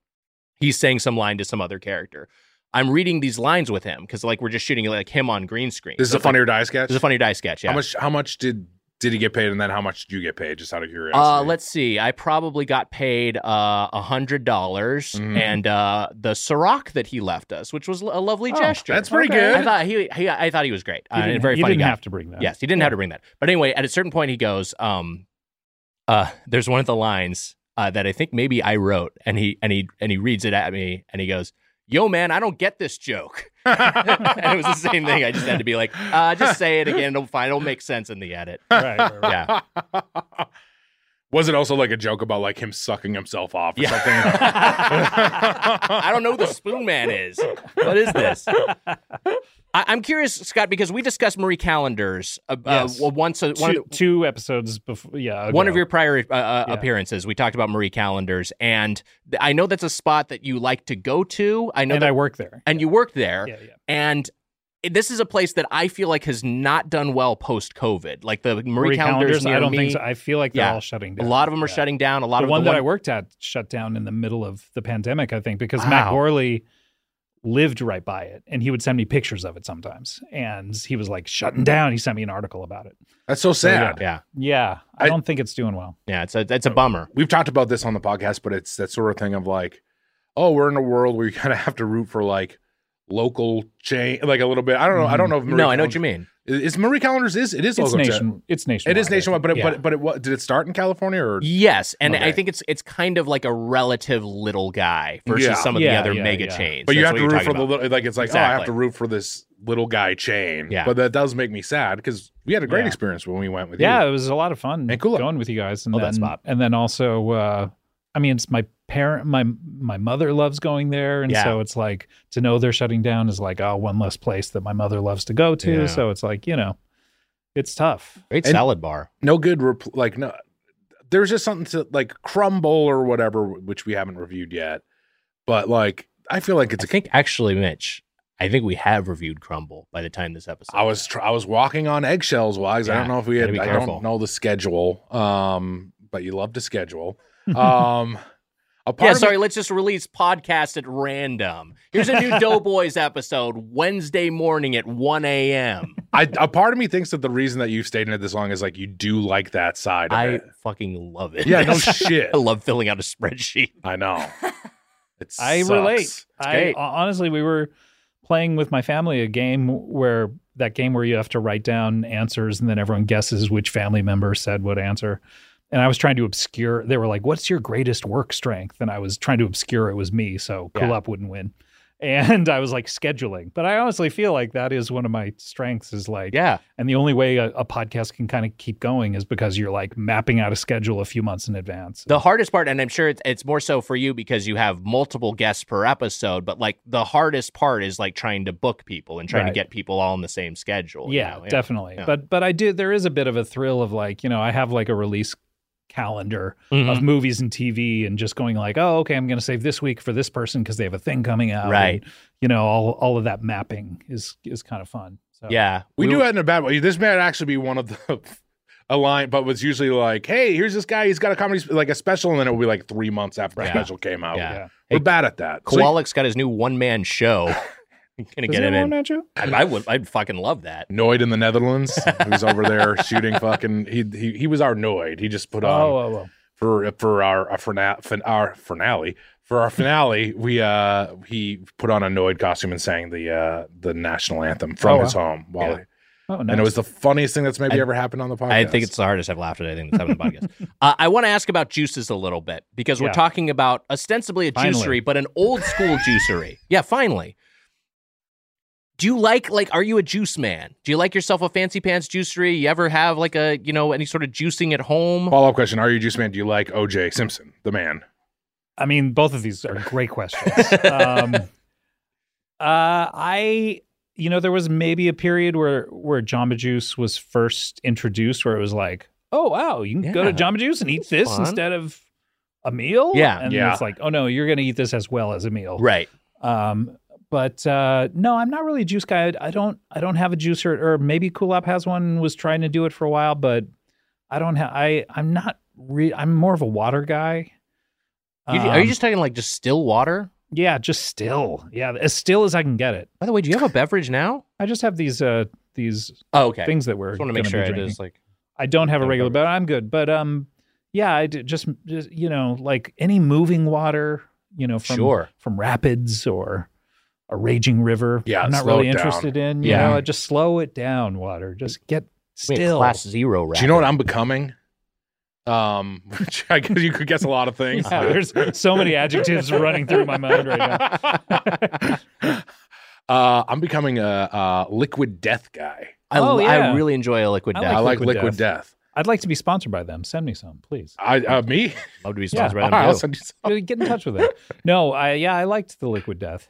Speaker 2: he's saying some line to some other character. I'm reading these lines with him because like we're just shooting like him on green screen.
Speaker 4: This is
Speaker 2: So
Speaker 4: a
Speaker 2: it's like-
Speaker 4: funny or die sketch.
Speaker 2: This is a funny die sketch. Yeah.
Speaker 4: How much? How much did did he get paid, and then how much did you get paid? Just out of curiosity.
Speaker 2: Uh,
Speaker 4: <laughs>
Speaker 2: let's see. I probably got paid uh, a hundred dollars,
Speaker 4: Mhm.
Speaker 2: and uh, the Ciroc that he left us, which was a lovely
Speaker 5: Oh,
Speaker 2: gesture.
Speaker 4: that's pretty good.
Speaker 2: I thought he, he, I thought he was great. Uh,
Speaker 5: You
Speaker 2: and a
Speaker 5: didn't,
Speaker 2: very
Speaker 5: you
Speaker 2: funny
Speaker 5: didn't
Speaker 2: guy.
Speaker 5: have to bring that.
Speaker 2: Yes, he didn't have to bring that. But anyway, at a certain point, he goes, um, uh, "There's one of the lines uh, that I think maybe I wrote," and he and he and he reads it at me, and he goes, "Yo, man, I don't get this joke." <laughs> and <laughs> it was the same thing. I just had to be like, uh, "Just say it again. It'll fine. It'll make sense in the edit."
Speaker 5: <laughs> Right, right, right.
Speaker 2: Yeah,
Speaker 4: Was it also like a joke about like him sucking himself off or
Speaker 2: Yeah.
Speaker 4: something?
Speaker 2: <laughs> I don't know who the Spoon Man is. What is this? I, I'm curious, Scott, because we discussed Marie Callender's uh,
Speaker 5: Yes.
Speaker 2: uh, well, once uh, one,
Speaker 5: Two, two episodes before. Yeah.
Speaker 2: of, one of
Speaker 5: ago.
Speaker 2: your prior uh, uh,
Speaker 5: Yeah.
Speaker 2: appearances. We talked about Marie Callender's, and th- I know that's a spot that you like to go to. I know
Speaker 5: And
Speaker 2: that,
Speaker 5: I work there.
Speaker 2: and you worked there,
Speaker 5: Yeah, yeah.
Speaker 2: and. it- This is a place that I feel like has not done well post COVID. Like the Marie,
Speaker 5: Marie
Speaker 2: Callender's,
Speaker 5: calendars.
Speaker 2: near
Speaker 5: I don't
Speaker 2: me,
Speaker 5: think so. I feel like they're
Speaker 2: Yeah.
Speaker 5: all shutting
Speaker 2: a
Speaker 5: down.
Speaker 2: lot of them are
Speaker 5: Yeah.
Speaker 2: shutting down. A lot
Speaker 5: the
Speaker 2: of
Speaker 5: one
Speaker 2: the
Speaker 5: that I worked at shut down in the middle of the pandemic, I think, because Matt
Speaker 2: Wow.
Speaker 5: Gorley lived right by it and he would send me pictures of it sometimes. And he was like, shutting down. He sent me an article about it.
Speaker 4: That's so sad.
Speaker 2: Yeah,
Speaker 5: Yeah. I,
Speaker 4: I-
Speaker 5: don't think it's doing well.
Speaker 2: yeah, it's a it's a bummer.
Speaker 4: We've talked about this <laughs> on the podcast, but it's that sort of thing of like, oh, we're in a world where you kind of have to root for like local chain, like a little bit. I don't know. I don't know. If Marie
Speaker 2: no, I know what
Speaker 4: Callender's-
Speaker 2: you mean.
Speaker 4: Is Marie Callender's is it is
Speaker 5: It's
Speaker 4: local chain?
Speaker 5: nation. It's nationwide.
Speaker 4: It is nationwide, but it,
Speaker 5: Yeah.
Speaker 4: but but it, what, did it start in California or?
Speaker 2: Yes, and
Speaker 4: Okay.
Speaker 2: I think it's it's kind of like a relative little guy versus
Speaker 4: Yeah.
Speaker 2: some of the
Speaker 5: Yeah,
Speaker 2: other
Speaker 5: yeah,
Speaker 2: mega
Speaker 5: yeah.
Speaker 2: chains.
Speaker 4: But you
Speaker 2: That's
Speaker 4: have to
Speaker 2: what
Speaker 4: root
Speaker 2: you're
Speaker 4: for
Speaker 2: talking
Speaker 4: the
Speaker 2: about.
Speaker 4: little, like it's like oh I have to
Speaker 2: Exactly.
Speaker 4: root for this little guy chain.
Speaker 2: Yeah.
Speaker 4: But that does make me sad because we had a great
Speaker 5: Yeah.
Speaker 4: experience when we went with
Speaker 5: yeah,
Speaker 4: you.
Speaker 5: it was a lot of fun
Speaker 4: And cool.
Speaker 5: going with you guys. And
Speaker 2: Oh,
Speaker 5: then,
Speaker 2: that's Bob.
Speaker 5: And then also, uh, I mean, it's my parent, my my mother loves going there, and
Speaker 2: Yeah.
Speaker 5: so it's like to know they're shutting down is like oh one less place that my mother loves to go to.
Speaker 2: Yeah.
Speaker 5: So it's like you know, it's tough.
Speaker 2: great
Speaker 4: And-
Speaker 2: salad bar.
Speaker 4: No good. Repl- like no, there's just something to like crumble or whatever, which we haven't reviewed yet. But like I feel like it's
Speaker 2: I
Speaker 4: a
Speaker 2: think actually, Mitch, I think we have reviewed Crumble by the time this episode.
Speaker 4: I was tr- I was walking on eggshells, wise. I
Speaker 2: Yeah,
Speaker 4: don't know if we
Speaker 2: gotta
Speaker 4: had.
Speaker 2: be
Speaker 4: I
Speaker 2: careful.
Speaker 4: don't know the schedule. Um, but you love to schedule.
Speaker 2: <laughs>
Speaker 4: Um, a part
Speaker 2: yeah,
Speaker 4: of
Speaker 2: sorry.
Speaker 4: it-
Speaker 2: Let's just release podcast at random. Here's a
Speaker 4: <laughs>
Speaker 2: new Doughboys episode Wednesday morning at 1 a.m.
Speaker 4: I, a part of me thinks that the reason that you've stayed in it this long is like you do like that side. Of
Speaker 2: I
Speaker 4: <laughs> it.
Speaker 2: fucking love it. <laughs>
Speaker 4: Yeah, no shit.
Speaker 2: I love filling out a spreadsheet.
Speaker 4: I know. It
Speaker 5: I
Speaker 4: sucks.
Speaker 5: relate. I
Speaker 2: great.
Speaker 5: honestly, we were playing with my family a game where that game where you have to write down answers and then everyone guesses which family member said what answer. And I was trying to obscure. They were like, "What's your greatest work strength?" And I was trying to obscure it was me, so
Speaker 2: Yeah.
Speaker 5: Cool Up wouldn't win. And <laughs> I was like scheduling, but I honestly feel like that is one of my strengths. Is like,
Speaker 2: Yeah.
Speaker 5: and the only way a, a podcast can kind of keep going is because you're like mapping out a schedule a few months in advance.
Speaker 2: The hardest part, and I'm sure it's, it's more so for you because you have multiple guests per episode, but like the hardest part is like trying to book people and trying
Speaker 5: Right.
Speaker 2: to get people all on the same schedule. you
Speaker 5: yeah,
Speaker 2: know?
Speaker 5: definitely.
Speaker 2: Yeah.
Speaker 5: But but I do. There is a bit of a thrill of like you know I have like a release calendar
Speaker 2: Mhm.
Speaker 5: of movies and TV and just going like oh okay I'm going to save this week for this person because they have a thing coming out.
Speaker 2: Right.
Speaker 5: And, you know all all of that mapping is is kind of fun. So.
Speaker 2: Yeah.
Speaker 4: We, do
Speaker 2: were-
Speaker 4: it in a bad way. This may actually be one of the <laughs> a line, but was usually like, "Hey, here's this guy. He's got a comedy sp- like a special," and then it will be like three months after
Speaker 2: Yeah.
Speaker 4: the special came out.
Speaker 2: Yeah.
Speaker 5: Yeah.
Speaker 4: We're bad at that. So-
Speaker 2: Koalik's got his new one man
Speaker 5: <laughs>
Speaker 2: show. I'm gonna
Speaker 5: Does
Speaker 2: get him
Speaker 5: anyone
Speaker 2: in.
Speaker 5: at you?
Speaker 2: I, I would. I'd fucking love that.
Speaker 4: Noid in the Netherlands,
Speaker 5: <laughs>
Speaker 4: who's over there shooting fucking. He, he he was our Noid. He just put
Speaker 5: Oh,
Speaker 4: on
Speaker 5: oh, oh.
Speaker 4: for for our uh, for na- fin- our finale for our finale. we uh he put on a Noid costume and sang the uh the national anthem from
Speaker 5: Oh,
Speaker 4: his home
Speaker 2: Yeah.
Speaker 4: while
Speaker 5: oh
Speaker 4: and
Speaker 5: nice.
Speaker 4: it was the funniest thing that's maybe
Speaker 2: I-
Speaker 4: ever happened on the podcast.
Speaker 2: I think it's the hardest I've laughed at anything that's happened in the
Speaker 5: <laughs>
Speaker 2: podcast. Uh, I want to ask about juices a little bit because
Speaker 5: Yeah.
Speaker 2: we're talking about ostensibly a
Speaker 5: Finally.
Speaker 2: juicery, but an old
Speaker 5: <laughs>
Speaker 2: school juicery. Yeah, finally. Do you like like are you a juice man? Do you like yourself a fancy pants juicery? You ever have like a you know any sort of juicing at home?
Speaker 5: Oh,
Speaker 4: Follow up question: Are you a juice man? Do you like OJ Simpson, the man?
Speaker 5: I mean, both of these are
Speaker 2: <laughs>
Speaker 5: great questions. um, uh, I, you know, there was maybe a period where where Jamba Juice was first introduced, where it was like, oh wow, you can go to
Speaker 2: Yeah.
Speaker 5: Jamba Juice and eat this
Speaker 2: fun.
Speaker 5: instead of a meal.
Speaker 2: Yeah.
Speaker 5: and
Speaker 4: Yeah.
Speaker 5: it's like, oh no, you're going to eat this as well as a meal.
Speaker 2: Right.
Speaker 5: Um, but uh, no, I'm not really a juice guy. I don't. I don't have a juicer, or maybe Cool Up has one. Was trying to do it for a while, but I don't have. I I'm not. Re- I'm more of a water guy.
Speaker 2: You- are you
Speaker 5: Um,
Speaker 2: just talking like just still water?
Speaker 5: yeah, just still. Yeah, as still as I can get it.
Speaker 2: By the way, do you have a beverage now?
Speaker 5: I just have these uh these
Speaker 2: Oh, okay.
Speaker 5: things that we're
Speaker 2: just want to make
Speaker 5: gonna
Speaker 2: sure
Speaker 5: be
Speaker 2: it
Speaker 5: drinking.
Speaker 2: is like
Speaker 5: I don't have a
Speaker 2: No
Speaker 5: regular,
Speaker 2: problem.
Speaker 5: but I'm good. But um, yeah, I d- just, just you know like any moving water, you know from
Speaker 2: sure.
Speaker 5: from rapids or a raging river.
Speaker 4: Yeah,
Speaker 5: I'm not
Speaker 4: slow
Speaker 5: really
Speaker 4: it down.
Speaker 5: interested in. You
Speaker 2: Yeah.
Speaker 5: know, just slow it down, water. Just get
Speaker 2: I mean,
Speaker 5: still.
Speaker 2: class zero.
Speaker 4: Do you know what I'm becoming? Um, <laughs> which I guess you could guess a lot of things.
Speaker 5: <laughs> <laughs> Yeah, there's so many adjectives running through my mind right now.
Speaker 4: <laughs> uh, I'm becoming a, a liquid death guy.
Speaker 2: I,
Speaker 5: Oh, yeah.
Speaker 2: I really enjoy a liquid
Speaker 5: I
Speaker 2: death.
Speaker 5: like
Speaker 4: I like
Speaker 5: Liquid
Speaker 4: liquid, death.
Speaker 5: I'd like to be sponsored by them. Send me some,
Speaker 4: <laughs>
Speaker 5: please.
Speaker 4: I uh,
Speaker 5: <laughs>
Speaker 4: me.
Speaker 2: Love to be
Speaker 5: Yeah.
Speaker 2: sponsored by
Speaker 4: All <laughs>
Speaker 2: them
Speaker 4: right, I'll
Speaker 2: too.
Speaker 4: send you some.
Speaker 5: Dude, Get in touch with them. No, I yeah, I liked the Liquid Death.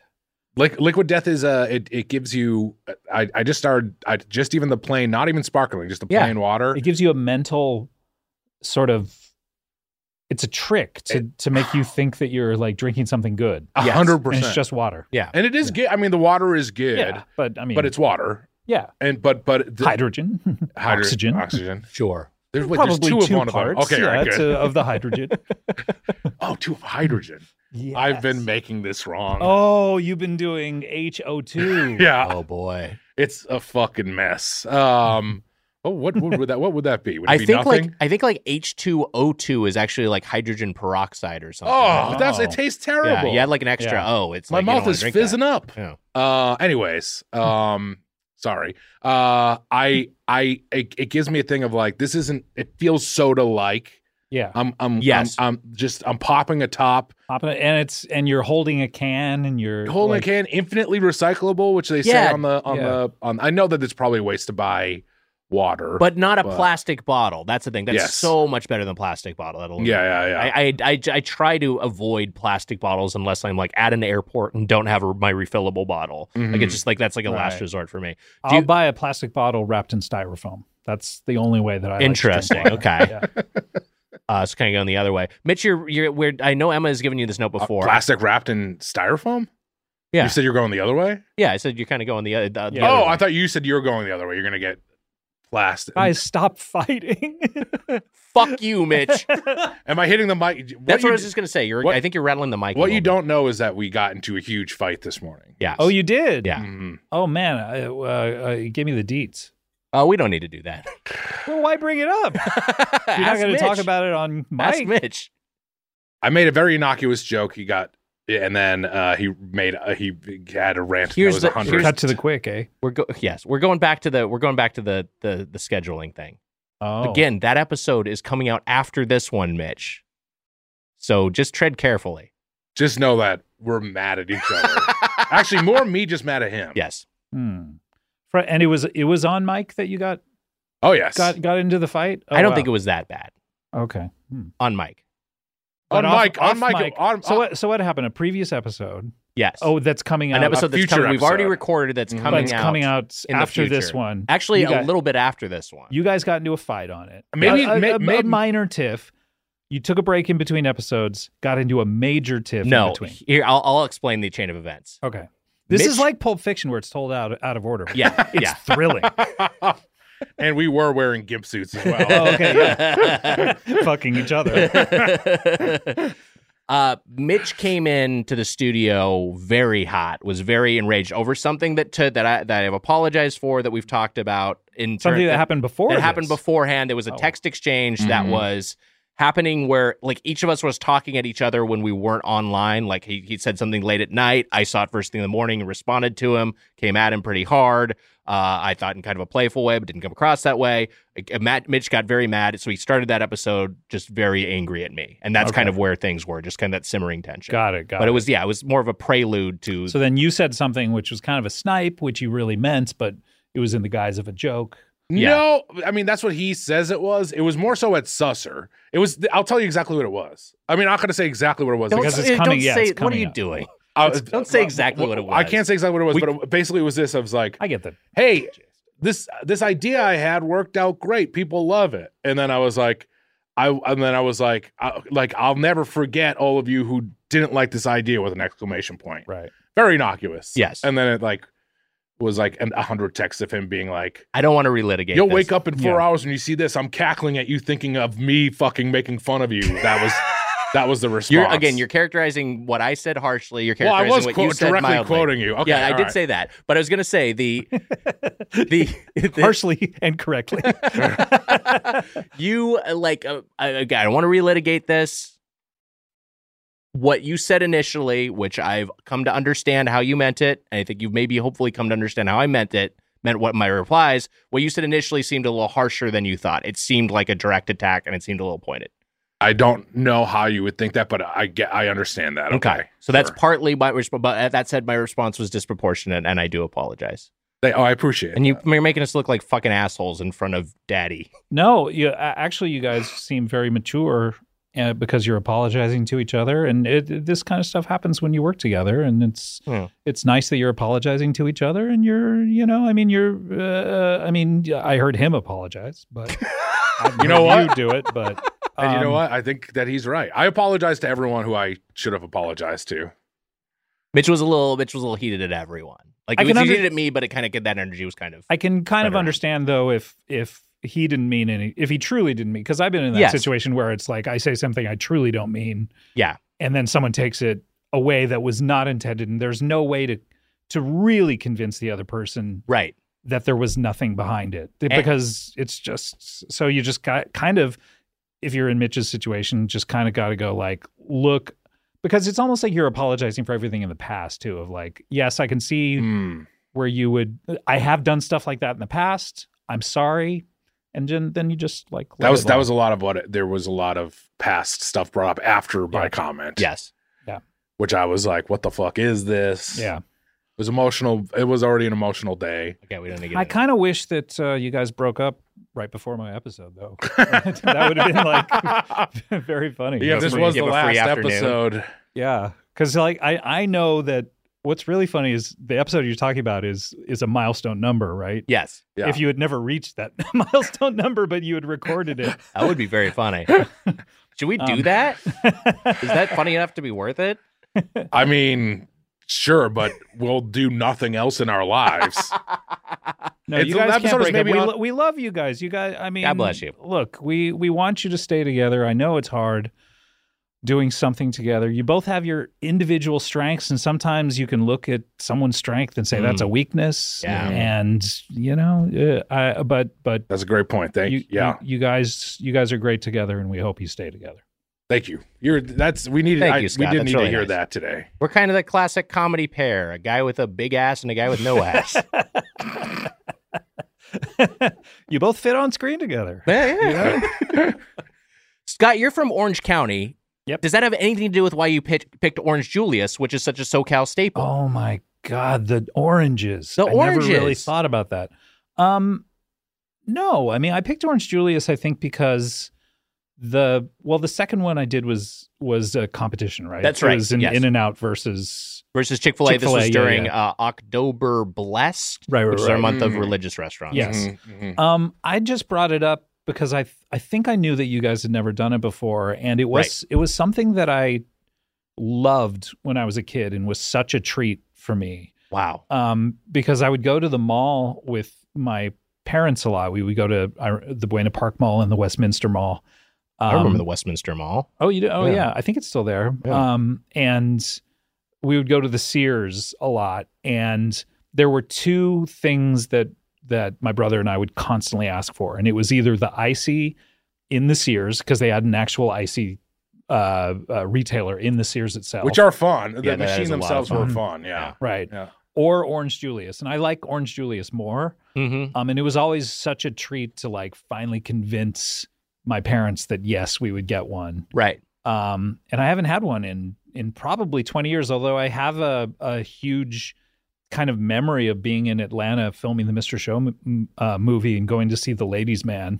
Speaker 4: Like liquid death is uh it, it gives you I, I just started I just even the plain not even sparkling just the
Speaker 2: Yeah.
Speaker 4: plain water
Speaker 5: it gives you a mental sort of it's a trick to to make you think that you're like drinking something good
Speaker 4: a
Speaker 2: yes.
Speaker 4: hundred
Speaker 5: and it's
Speaker 4: percent
Speaker 5: just water
Speaker 4: and it is good I mean the water is good
Speaker 5: yeah but i mean
Speaker 4: but it's water
Speaker 5: yeah
Speaker 4: and but but the,
Speaker 5: hydrogen
Speaker 4: hydro-
Speaker 5: oxygen
Speaker 4: oxygen
Speaker 2: Sure.
Speaker 4: there's, wait, there's
Speaker 5: probably
Speaker 4: two, of one
Speaker 5: parts
Speaker 4: of them okay
Speaker 5: yeah,
Speaker 4: all right,
Speaker 5: it's,
Speaker 4: good.
Speaker 5: uh, of
Speaker 4: <laughs>
Speaker 5: the hydrogen
Speaker 4: Oh, two of hydrogen. I've been making this wrong.
Speaker 5: oh you've been doing ho2
Speaker 4: <laughs> yeah,
Speaker 2: Oh boy.
Speaker 4: it's a fucking mess. Um, what Oh, what would, would that? What would that be? Would it
Speaker 2: I
Speaker 4: be
Speaker 2: think
Speaker 4: nothing?
Speaker 2: like I think like H two O two is actually like hydrogen peroxide or something.
Speaker 4: oh, that's it.
Speaker 6: Oh.
Speaker 4: Tastes
Speaker 2: yeah,
Speaker 4: terrible.
Speaker 2: you had like an extra
Speaker 5: Yeah.
Speaker 2: O. It's
Speaker 4: my
Speaker 2: like, you don't
Speaker 4: mouth
Speaker 2: wanna
Speaker 4: is
Speaker 2: drink
Speaker 4: fizzing up.
Speaker 2: Yeah.
Speaker 4: Uh, anyways, um, sorry. Uh, I, I, it, it gives me a thing of like this isn't. It feels soda like.
Speaker 5: Yeah.
Speaker 4: I'm, I'm,
Speaker 2: Yes.
Speaker 4: I'm, I'm just, I'm popping a top,
Speaker 5: Pop it- And it's and you're holding a can and you're
Speaker 4: holding
Speaker 5: like-
Speaker 4: a can, infinitely recyclable, which they say
Speaker 2: Yeah.
Speaker 4: on the, on
Speaker 5: Yeah.
Speaker 4: the, on. I know that it's probably a waste to buy water,
Speaker 2: But not a
Speaker 4: But-
Speaker 2: plastic bottle. That's the thing. That's
Speaker 4: Yes.
Speaker 2: so much better than plastic bottle. That'll
Speaker 4: yeah, yeah, yeah.
Speaker 2: I, I, I, I try to avoid plastic bottles unless I'm like at an airport and don't have a, my refillable bottle. Like
Speaker 4: Mm-hmm.
Speaker 2: it's just like that's like a last
Speaker 5: Right.
Speaker 2: resort for me. Do
Speaker 5: I'll
Speaker 2: you-
Speaker 5: buy a plastic bottle wrapped in styrofoam. That's the only way that I like to drink
Speaker 2: Interesting.
Speaker 5: water.
Speaker 2: Okay.
Speaker 5: Yeah.
Speaker 2: Uh, it's kind of going the other way. Mitch, you're you're where I know Emma has given you this note
Speaker 4: Uh,
Speaker 2: before.
Speaker 4: plastic wrapped in styrofoam.
Speaker 2: Yeah.
Speaker 4: you said you're going the other way.
Speaker 2: yeah, I said you're kind of going the other. The, the
Speaker 5: Yeah.
Speaker 4: oh,
Speaker 2: other
Speaker 4: I
Speaker 2: way.
Speaker 4: thought you said you were going the other way. You're gonna get plastic.
Speaker 5: Guys,
Speaker 4: <laughs>
Speaker 5: stop fighting.
Speaker 2: fuck you, Mitch.
Speaker 4: Am I hitting the mic? What
Speaker 2: That's what
Speaker 4: you-
Speaker 2: I was just gonna say. You're
Speaker 4: what-
Speaker 2: I think you're rattling the mic. a
Speaker 4: What you
Speaker 2: little
Speaker 4: don't know is that we got into a huge fight this morning.
Speaker 2: bit. Yeah.
Speaker 5: oh, you did.
Speaker 2: Yeah.
Speaker 4: Mhm.
Speaker 5: Oh man, I, uh, uh, you gave me the deets.
Speaker 2: Oh, we don't need to do that.
Speaker 5: Well, why bring
Speaker 2: <laughs>
Speaker 5: it up? <laughs> You're
Speaker 2: Ask
Speaker 5: not going to
Speaker 2: Mitch.
Speaker 5: talk about it on
Speaker 2: Ask
Speaker 5: Mike.
Speaker 2: Mitch.
Speaker 4: I made a very innocuous joke. He got, and then uh, he made a, he had a rant.
Speaker 2: Here's
Speaker 4: that was
Speaker 2: the-
Speaker 4: a hundred.
Speaker 2: here's-
Speaker 5: Cut to the quick, eh?
Speaker 2: We're go- yes, we're going back to the we're going back to the the the scheduling thing.
Speaker 5: Oh,
Speaker 2: Again, that episode is coming out after this one, Mitch. So just tread
Speaker 5: <laughs>
Speaker 2: carefully.
Speaker 4: Just know that we're mad at each
Speaker 2: <laughs>
Speaker 4: other. Actually, more me just mad at him.
Speaker 2: Yes.
Speaker 5: Hmm. Fr- And it was it was on Mike that you got
Speaker 4: Oh yes.
Speaker 5: got got into the fight.
Speaker 2: I don't think it was that bad
Speaker 5: was okay. Hmm.
Speaker 2: on Mike.
Speaker 4: on
Speaker 5: But off-
Speaker 4: Mike.
Speaker 5: off
Speaker 4: On Mike.
Speaker 5: mic.
Speaker 4: On
Speaker 5: So
Speaker 4: on-
Speaker 5: what so what happened? A previous episode.
Speaker 2: Uh, Yes.
Speaker 5: Oh, that's coming out.
Speaker 2: an episode that's
Speaker 4: future
Speaker 2: coming. We've already
Speaker 4: episode.
Speaker 2: recorded. That's
Speaker 4: Mhm.
Speaker 5: but
Speaker 2: coming
Speaker 5: it's
Speaker 2: out.
Speaker 5: Mm-hmm. coming out
Speaker 2: in the
Speaker 5: after this
Speaker 2: future.
Speaker 5: one.
Speaker 2: Actually,
Speaker 5: You
Speaker 2: a
Speaker 5: got-
Speaker 2: little bit after this one.
Speaker 5: You guys got into a fight on it.
Speaker 4: Maybe-
Speaker 5: a, a-
Speaker 4: may-
Speaker 5: a- a
Speaker 4: may-
Speaker 5: minor tiff. You took a break in between episodes. Got into a major tiff. in
Speaker 2: no.
Speaker 5: between.
Speaker 2: Here, I'll, I'll explain the chain of events.
Speaker 5: Okay. This
Speaker 2: Mitch-
Speaker 5: is like Pulp Fiction where it's told out out of order.
Speaker 2: Yeah.
Speaker 5: <laughs> It's
Speaker 2: yeah. <laughs>
Speaker 5: thrilling.
Speaker 4: and we were wearing gimp suits as well.
Speaker 2: <laughs>
Speaker 5: Oh, okay. <laughs> Yeah. Fucking each other.
Speaker 2: <laughs> uh, Mitch came in to the studio very hot, was very enraged over something that to, that I that I've apologized for that we've talked about in turn-
Speaker 5: Something that happened before.
Speaker 2: that happened
Speaker 5: this.
Speaker 2: beforehand. There was a
Speaker 5: Oh. Mm-hmm.
Speaker 2: text exchange that
Speaker 4: Mhm.
Speaker 2: was happening where like each of us was talking at each other when we weren't online. Like he, he said something late at night. I saw it first thing in the morning and responded to him, came at him pretty hard. Uh, I thought in kind of a playful way, but didn't come across that way. Like, uh, Matt Mitch got very mad. So he started that episode just very angry at me. And that's kind
Speaker 5: Okay.
Speaker 2: of where things were, just kind of that simmering tension.
Speaker 5: Got it. Got
Speaker 2: but
Speaker 5: it.
Speaker 2: it was, yeah, it was more of a prelude to
Speaker 5: So then you said something which was kind of a snipe, which you really meant, but it was in the guise of a joke.
Speaker 2: Yeah.
Speaker 4: No, I mean that's what he says it was. It was more so at Susser. It was. I'll tell you exactly what it was. I mean, I'm not gonna say exactly what it was
Speaker 2: Don't
Speaker 5: because it's
Speaker 2: say-
Speaker 5: coming-
Speaker 2: don't
Speaker 5: yeah,
Speaker 2: say-
Speaker 5: it's
Speaker 2: what are
Speaker 5: coming
Speaker 2: you
Speaker 5: up.
Speaker 2: doing?
Speaker 4: I-
Speaker 2: don't say exactly what it
Speaker 4: I
Speaker 2: was.
Speaker 4: can't say exactly what it was,
Speaker 2: We-
Speaker 4: but it, basically it was this. I was like,
Speaker 5: I get the
Speaker 4: hey, this this idea I had worked out great. People love it. And then I was like, I and then I was like, I, like I'll never forget all of you who didn't like this idea with an exclamation point.
Speaker 2: <laughs>
Speaker 5: right.
Speaker 4: Very innocuous.
Speaker 2: Yes.
Speaker 4: And then it like was like an- a hundred texts of him being like.
Speaker 2: I don't want to relitigate.
Speaker 4: You'll
Speaker 2: this.
Speaker 4: wake up in four
Speaker 5: Yeah.
Speaker 4: hours when you see this. I'm cackling at you, thinking of me fucking making fun of you.
Speaker 2: <laughs>
Speaker 4: That was that was the response.
Speaker 2: You're again. You're characterizing what I said harshly. You're
Speaker 4: well, I
Speaker 2: characterizing
Speaker 4: was
Speaker 2: what
Speaker 4: quote-
Speaker 2: you said
Speaker 4: directly
Speaker 2: mildly.
Speaker 4: quoting you. Okay,
Speaker 2: yeah, I
Speaker 4: all
Speaker 2: did
Speaker 4: right.
Speaker 2: say that, but I was gonna say the
Speaker 4: <laughs>
Speaker 2: the, the
Speaker 5: Harshly
Speaker 2: <laughs>
Speaker 5: and correctly.
Speaker 2: you uh, like uh, I, again. I want to relitigate this. What you said initially, which I've come to understand how you meant it, and I think you've maybe hopefully come to understand how I meant it. Meant what my replies. What you said initially seemed a little harsher than you thought. It seemed like a direct attack, and it seemed a little pointed.
Speaker 4: I don't know how you would think that, but I get, I understand that. Okay,
Speaker 2: So that's
Speaker 4: Sure.
Speaker 2: partly my response. But uh, that said, my response was disproportionate, and I do apologize.
Speaker 4: They- oh, I appreciate.
Speaker 2: And
Speaker 4: it.
Speaker 2: you, you're making us look like fucking assholes in front of daddy.
Speaker 5: no, you a- actually you guys seem very mature uh, because you're apologizing to each other, and it, it- this kind of stuff happens when you work together, and it's
Speaker 2: Yeah.
Speaker 5: it's nice that you're apologizing to each other, and you're you know I mean you're uh, I mean I heard him apologize,
Speaker 4: <laughs>
Speaker 5: but I've
Speaker 4: You know
Speaker 5: heard
Speaker 4: what?
Speaker 5: you do it, but
Speaker 4: And you know
Speaker 5: um,
Speaker 4: what? I think that he's right. I apologize to everyone who I should have apologized to.
Speaker 2: Mitch was a little, Mitch was a little heated at everyone. Like
Speaker 5: I
Speaker 2: it was
Speaker 5: can under-
Speaker 2: heated at me, but it kind of that energy was kind of.
Speaker 5: I can kind of
Speaker 2: Right around.
Speaker 5: understand though if if he didn't mean any if he truly didn't mean because I've been in that
Speaker 2: Yes.
Speaker 5: situation where it's like I say something I truly don't mean.
Speaker 2: Yeah.
Speaker 5: And then someone takes it away that was not intended and there's no way to to really convince the other person
Speaker 2: right.
Speaker 5: that there was nothing behind it eh,
Speaker 2: Eh.
Speaker 5: because it's just so you just got kind of if you're in Mitch's situation, just kind of got to go like look because it's almost like you're apologizing for everything in the past too. Of like, yes, I can
Speaker 2: Mm-hmm.
Speaker 5: see
Speaker 4: Hmm.
Speaker 5: where you would I have done stuff like that in the past. I'm sorry. And then then you just like
Speaker 4: That
Speaker 5: let
Speaker 4: was
Speaker 5: it
Speaker 4: that
Speaker 5: all-
Speaker 4: was a lot of what it, there was a lot of past stuff brought up after my comment.
Speaker 2: Yes.
Speaker 4: which I was like, "What the fuck is this?"
Speaker 5: yeah.
Speaker 4: it was emotional. It was already an emotional day.
Speaker 2: Okay, we don't need to get
Speaker 5: I
Speaker 2: into
Speaker 5: kind of wish that uh, you guys broke up right before my
Speaker 4: <laughs>
Speaker 5: episode though. <laughs> that would have been like <laughs> very funny.
Speaker 2: Yeah,
Speaker 4: this
Speaker 2: free-
Speaker 4: was the
Speaker 2: give a free
Speaker 4: last
Speaker 2: afternoon.
Speaker 4: episode.
Speaker 5: Yeah, because like I I know that what's really funny is the episode you're talking about is is a milestone number, right?
Speaker 2: Yes.
Speaker 4: Yeah.
Speaker 5: If you had never reached that <laughs> milestone number, but you had recorded it,
Speaker 2: That would be very
Speaker 5: <laughs>
Speaker 2: funny. Should we do
Speaker 5: Um,
Speaker 2: that?
Speaker 5: <laughs>
Speaker 2: Is that funny enough to be worth it?
Speaker 4: I mean, sure, but we'll do nothing else in our <laughs> lives.
Speaker 5: no,
Speaker 4: It's-
Speaker 5: you
Speaker 4: the
Speaker 5: guys
Speaker 4: episode
Speaker 5: can't
Speaker 4: is
Speaker 5: break up.
Speaker 4: maybe
Speaker 5: We,
Speaker 4: on-
Speaker 5: lo- we love you guys. You guys, I mean,
Speaker 2: God bless you.
Speaker 5: Look, we we want you to stay together. I know it's hard doing something together. You both have your individual strengths, and sometimes you can look at someone's strength and say that's a
Speaker 4: Mm.
Speaker 5: weakness.
Speaker 2: Yeah.
Speaker 5: and you know, uh, I, but but
Speaker 4: That's a great point. Thank you.
Speaker 5: you,
Speaker 4: Yeah,
Speaker 5: you, you guys, you guys are great together, and we hope you
Speaker 4: <laughs>
Speaker 5: stay together. <laughs>
Speaker 4: thank you. You're that's we needed.
Speaker 2: Thank
Speaker 4: I,
Speaker 2: you,
Speaker 4: we
Speaker 2: Scott.
Speaker 4: didn't
Speaker 2: That's
Speaker 4: need
Speaker 2: really
Speaker 4: to hear
Speaker 2: nice.
Speaker 4: that <laughs> today.
Speaker 2: We're kind of the classic comedy pair a guy with a big ass and a guy with no
Speaker 5: <laughs>
Speaker 2: ass.
Speaker 5: you both fit on screen together.
Speaker 4: Mhm,
Speaker 2: Scott, you're from Orange County.
Speaker 5: Yep.
Speaker 2: Does that have anything to do with why you pitch, picked Orange Julius, which is such a SoCal staple?
Speaker 5: Oh my god, the oranges.
Speaker 2: The
Speaker 5: I Never really
Speaker 2: oranges.
Speaker 5: thought about that. Um, no, I mean I picked Orange Julius. I think because the well, the second one I did was was a competition, right?
Speaker 2: That's
Speaker 5: It
Speaker 2: right,
Speaker 5: was an
Speaker 2: yes.
Speaker 5: In and Out versus
Speaker 2: Versus Chick Fil A. This
Speaker 5: Chick-fil-A,
Speaker 2: was
Speaker 5: yeah,
Speaker 2: during
Speaker 5: yeah.
Speaker 2: Uh, October Blessed,
Speaker 5: right,
Speaker 2: which is our month of
Speaker 4: Mhm.
Speaker 2: religious restaurants.
Speaker 5: Yes.
Speaker 4: Mhm,
Speaker 2: Mm-hmm.
Speaker 4: mhm.
Speaker 5: Um, I just brought it up because I th- I think I knew that you guys had never done it before, and it was it was something that I loved when I was a kid, and was such a treat for me.
Speaker 2: Wow.
Speaker 5: um, because I would go to the mall with my parents a lot. We would go to uh, the Buena Park Mall and the Westminster Mall.
Speaker 2: I remember
Speaker 5: Um,
Speaker 2: the Westminster Mall.
Speaker 5: Oh, you do? Oh,
Speaker 2: Yeah.
Speaker 5: yeah. I think it's still there.
Speaker 2: Yeah.
Speaker 5: Um, and we would go to the Sears a lot, and there were two things that that my brother and I would constantly ask for, and it was either the icy in the Sears because they had an actual icy uh, uh, retailer in the Sears itself,
Speaker 4: Which are fun. The
Speaker 2: Yeah, that
Speaker 4: machine
Speaker 2: is a lot of
Speaker 4: themselves were
Speaker 5: fun.
Speaker 4: fun. Yeah.
Speaker 5: right,
Speaker 4: Yeah.
Speaker 5: or Orange Julius, and I like Orange Julius more.
Speaker 2: Mm-hmm.
Speaker 5: Um, and it was always such a treat to like finally convince my parents that yes, we would get one.
Speaker 2: Right.
Speaker 5: Um, and I haven't had one in in probably 20 years, although I have a a huge kind of memory of being in Atlanta filming the Mr. Show m- m- uh, movie and going to see The Ladies Man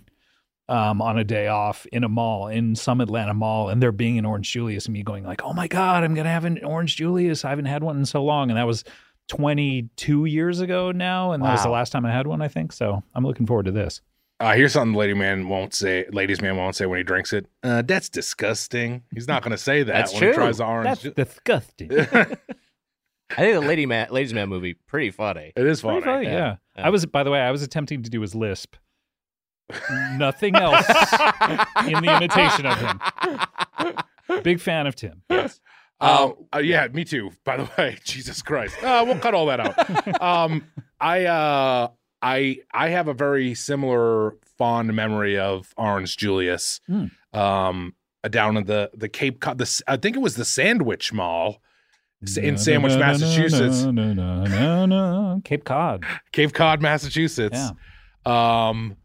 Speaker 5: um, on a day off in a mall in some Atlanta mall, and there being an Orange Julius and me going like, "Oh my God, I'm gonna have an Orange Julius! I haven't had one in so long," and that was. 22 years ago now and that was the
Speaker 2: Wow.
Speaker 5: last time I had one I think so I'm looking forward to this
Speaker 4: Uh, here's something Lady Man won't say. Ladies Man won't say when he drinks it. Uh, that's disgusting. He's not going to say that
Speaker 2: That's
Speaker 4: when
Speaker 2: true.
Speaker 4: he tries the orange. ju-
Speaker 5: disgusting
Speaker 2: I think the Lady Man, Ladies Man movie, pretty funny.
Speaker 4: it is funny.
Speaker 5: Pretty funny,
Speaker 2: Yeah.
Speaker 5: yeah.
Speaker 2: Yeah.
Speaker 5: I was, by the way, I was attempting to do his lisp.
Speaker 2: <laughs>
Speaker 4: <laughs>
Speaker 5: Nothing else <laughs> in the imitation of him. Big fan of Tim.
Speaker 4: Um, uh, yeah, me too. By the <laughs> way, Jesus Christ, uh, we'll cut all that out. um, <laughs> I, uh, I, I have a very similar fond memory of Orange Julius,
Speaker 5: Hmm.
Speaker 4: um, uh, down in the the Cape Cod. The s- I think it was the Sandwich Mall s- in Sandwich, Massachusetts,
Speaker 5: Na, na, na, na, na. Cape Cod.
Speaker 4: Cape Cod, Massachusetts.
Speaker 5: Yeah.
Speaker 4: Um,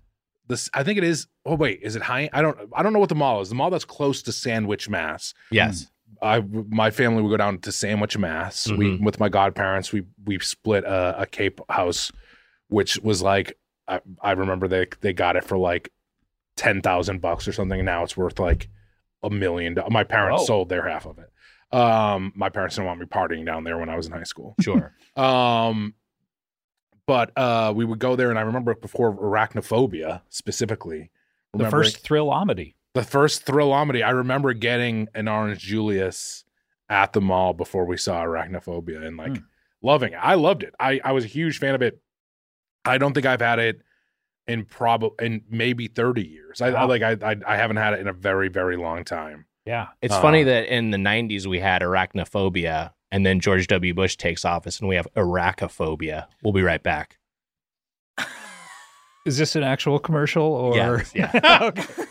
Speaker 4: this I think it is. Oh wait, is it high? I don't. I don't know what the mall is. The mall that's close to Sandwich, Mass.
Speaker 2: Yes.
Speaker 4: I my family would go down to Sandwich, Mass.
Speaker 5: Mm-hmm.
Speaker 4: We with my godparents we we split a, a Cape house, which was like I, I remember they they got it for like ten thousand bucks or something. and Now it's worth like a million. dollars. My parents
Speaker 5: Whoa.
Speaker 4: sold their half of it. Um, my parents didn't want me partying down there when I was in high school.
Speaker 2: Sure.
Speaker 4: <laughs> Um, but uh, we would go there, and I remember before arachnophobia specifically.
Speaker 5: The
Speaker 4: remembering-
Speaker 5: first thrill omedy.
Speaker 4: the first thrillomedy, I remember getting an Orange Julius at the mall before we saw Arachnophobia and like
Speaker 5: Hmm.
Speaker 4: loving it. I loved it. I, I was a huge fan of it. I don't think I've had it in probably in maybe 30 years. I, I
Speaker 5: Wow.
Speaker 4: like I, I I haven't had it in a very very long
Speaker 5: <laughs>
Speaker 4: time.
Speaker 5: Yeah.
Speaker 2: It's
Speaker 4: Uh,
Speaker 2: funny that in the 90s we had arachnophobia and then George W. Bush takes office and we have arachophobia. We'll be right back.
Speaker 5: Is this an actual commercial or?
Speaker 2: Yeah,
Speaker 5: <laughs>
Speaker 2: yeah.
Speaker 5: Okay.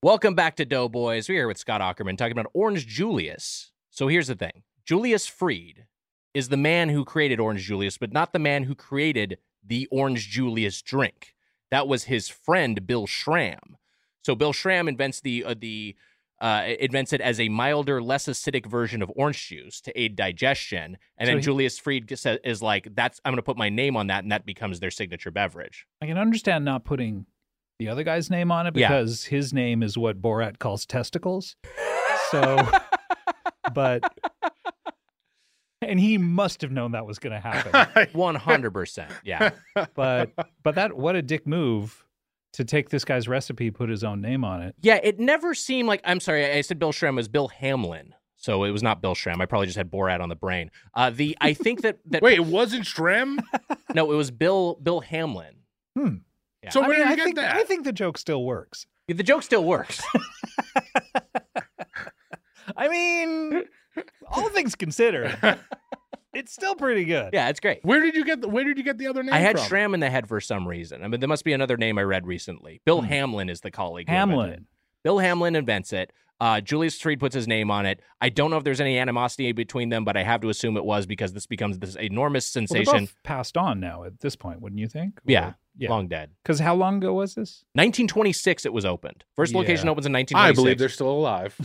Speaker 2: Welcome back to Doughboys. We're here with Scott Ackerman talking about Orange Julius. So here's the thing Julius Freed is the man who created Orange Julius, but not the man who created the Orange Julius drink. That was his friend, Bill Schramm. So Bill Schramm invents the, uh, the uh, invents it as a milder, less acidic version of orange juice to aid digestion. And
Speaker 5: So
Speaker 2: then
Speaker 5: he-
Speaker 2: Julius Freed just sa- is like, that's, I'm going to put my name on that, and that becomes their signature beverage.
Speaker 5: <laughs> I can understand not putting the other guy's name on it
Speaker 2: Yeah.
Speaker 5: because his name is what Borat calls testicles.
Speaker 2: <laughs>
Speaker 5: So, but, and he must have known that was going to happen.
Speaker 2: 100%. Yeah.
Speaker 5: But, but that, what a dick move to take this guy's recipe, put his own name on it.
Speaker 2: Yeah, it never seemed like. I'm sorry, I said Bill Schramm it was Bill Hamlin, so it was not Bill Schramm. I probably just had Borat on the brain. Uh, the I think that
Speaker 5: <laughs>
Speaker 2: that
Speaker 4: Wait, it wasn't Shrem?
Speaker 2: no, it was Bill Bill Hamlin. Yeah.
Speaker 4: So
Speaker 5: I
Speaker 4: where
Speaker 5: mean,
Speaker 4: did
Speaker 5: I
Speaker 4: you get
Speaker 5: think,
Speaker 4: that?
Speaker 5: I think the joke still works.
Speaker 2: The joke still
Speaker 5: <laughs>
Speaker 2: works.
Speaker 5: I mean, all
Speaker 4: <laughs>
Speaker 5: things considered, it's still pretty good.
Speaker 2: yeah, it's great.
Speaker 4: where did you get the, where did you get the other name?
Speaker 2: I had
Speaker 4: from?
Speaker 2: Schramm in the head for some reason. I mean, there must be another name I read recently. Bill Hamlin is the colleague. who invented it.
Speaker 5: Hmm. Hamlin.
Speaker 2: Bill Hamlin invents it. Uh, Julius Freed puts his name on it. I don't know if there's any animosity between them, but I have to assume it was because this becomes this enormous
Speaker 5: Well, they're
Speaker 2: sensation.
Speaker 5: both passed on now at this point, wouldn't you think?
Speaker 2: Yeah,
Speaker 5: Or- yeah.
Speaker 2: Long dead.
Speaker 5: Because how long ago was this?
Speaker 2: 1926 it was opened. First location
Speaker 5: Yeah.
Speaker 2: opens in
Speaker 4: I
Speaker 2: 1926.
Speaker 4: believe they're still alive.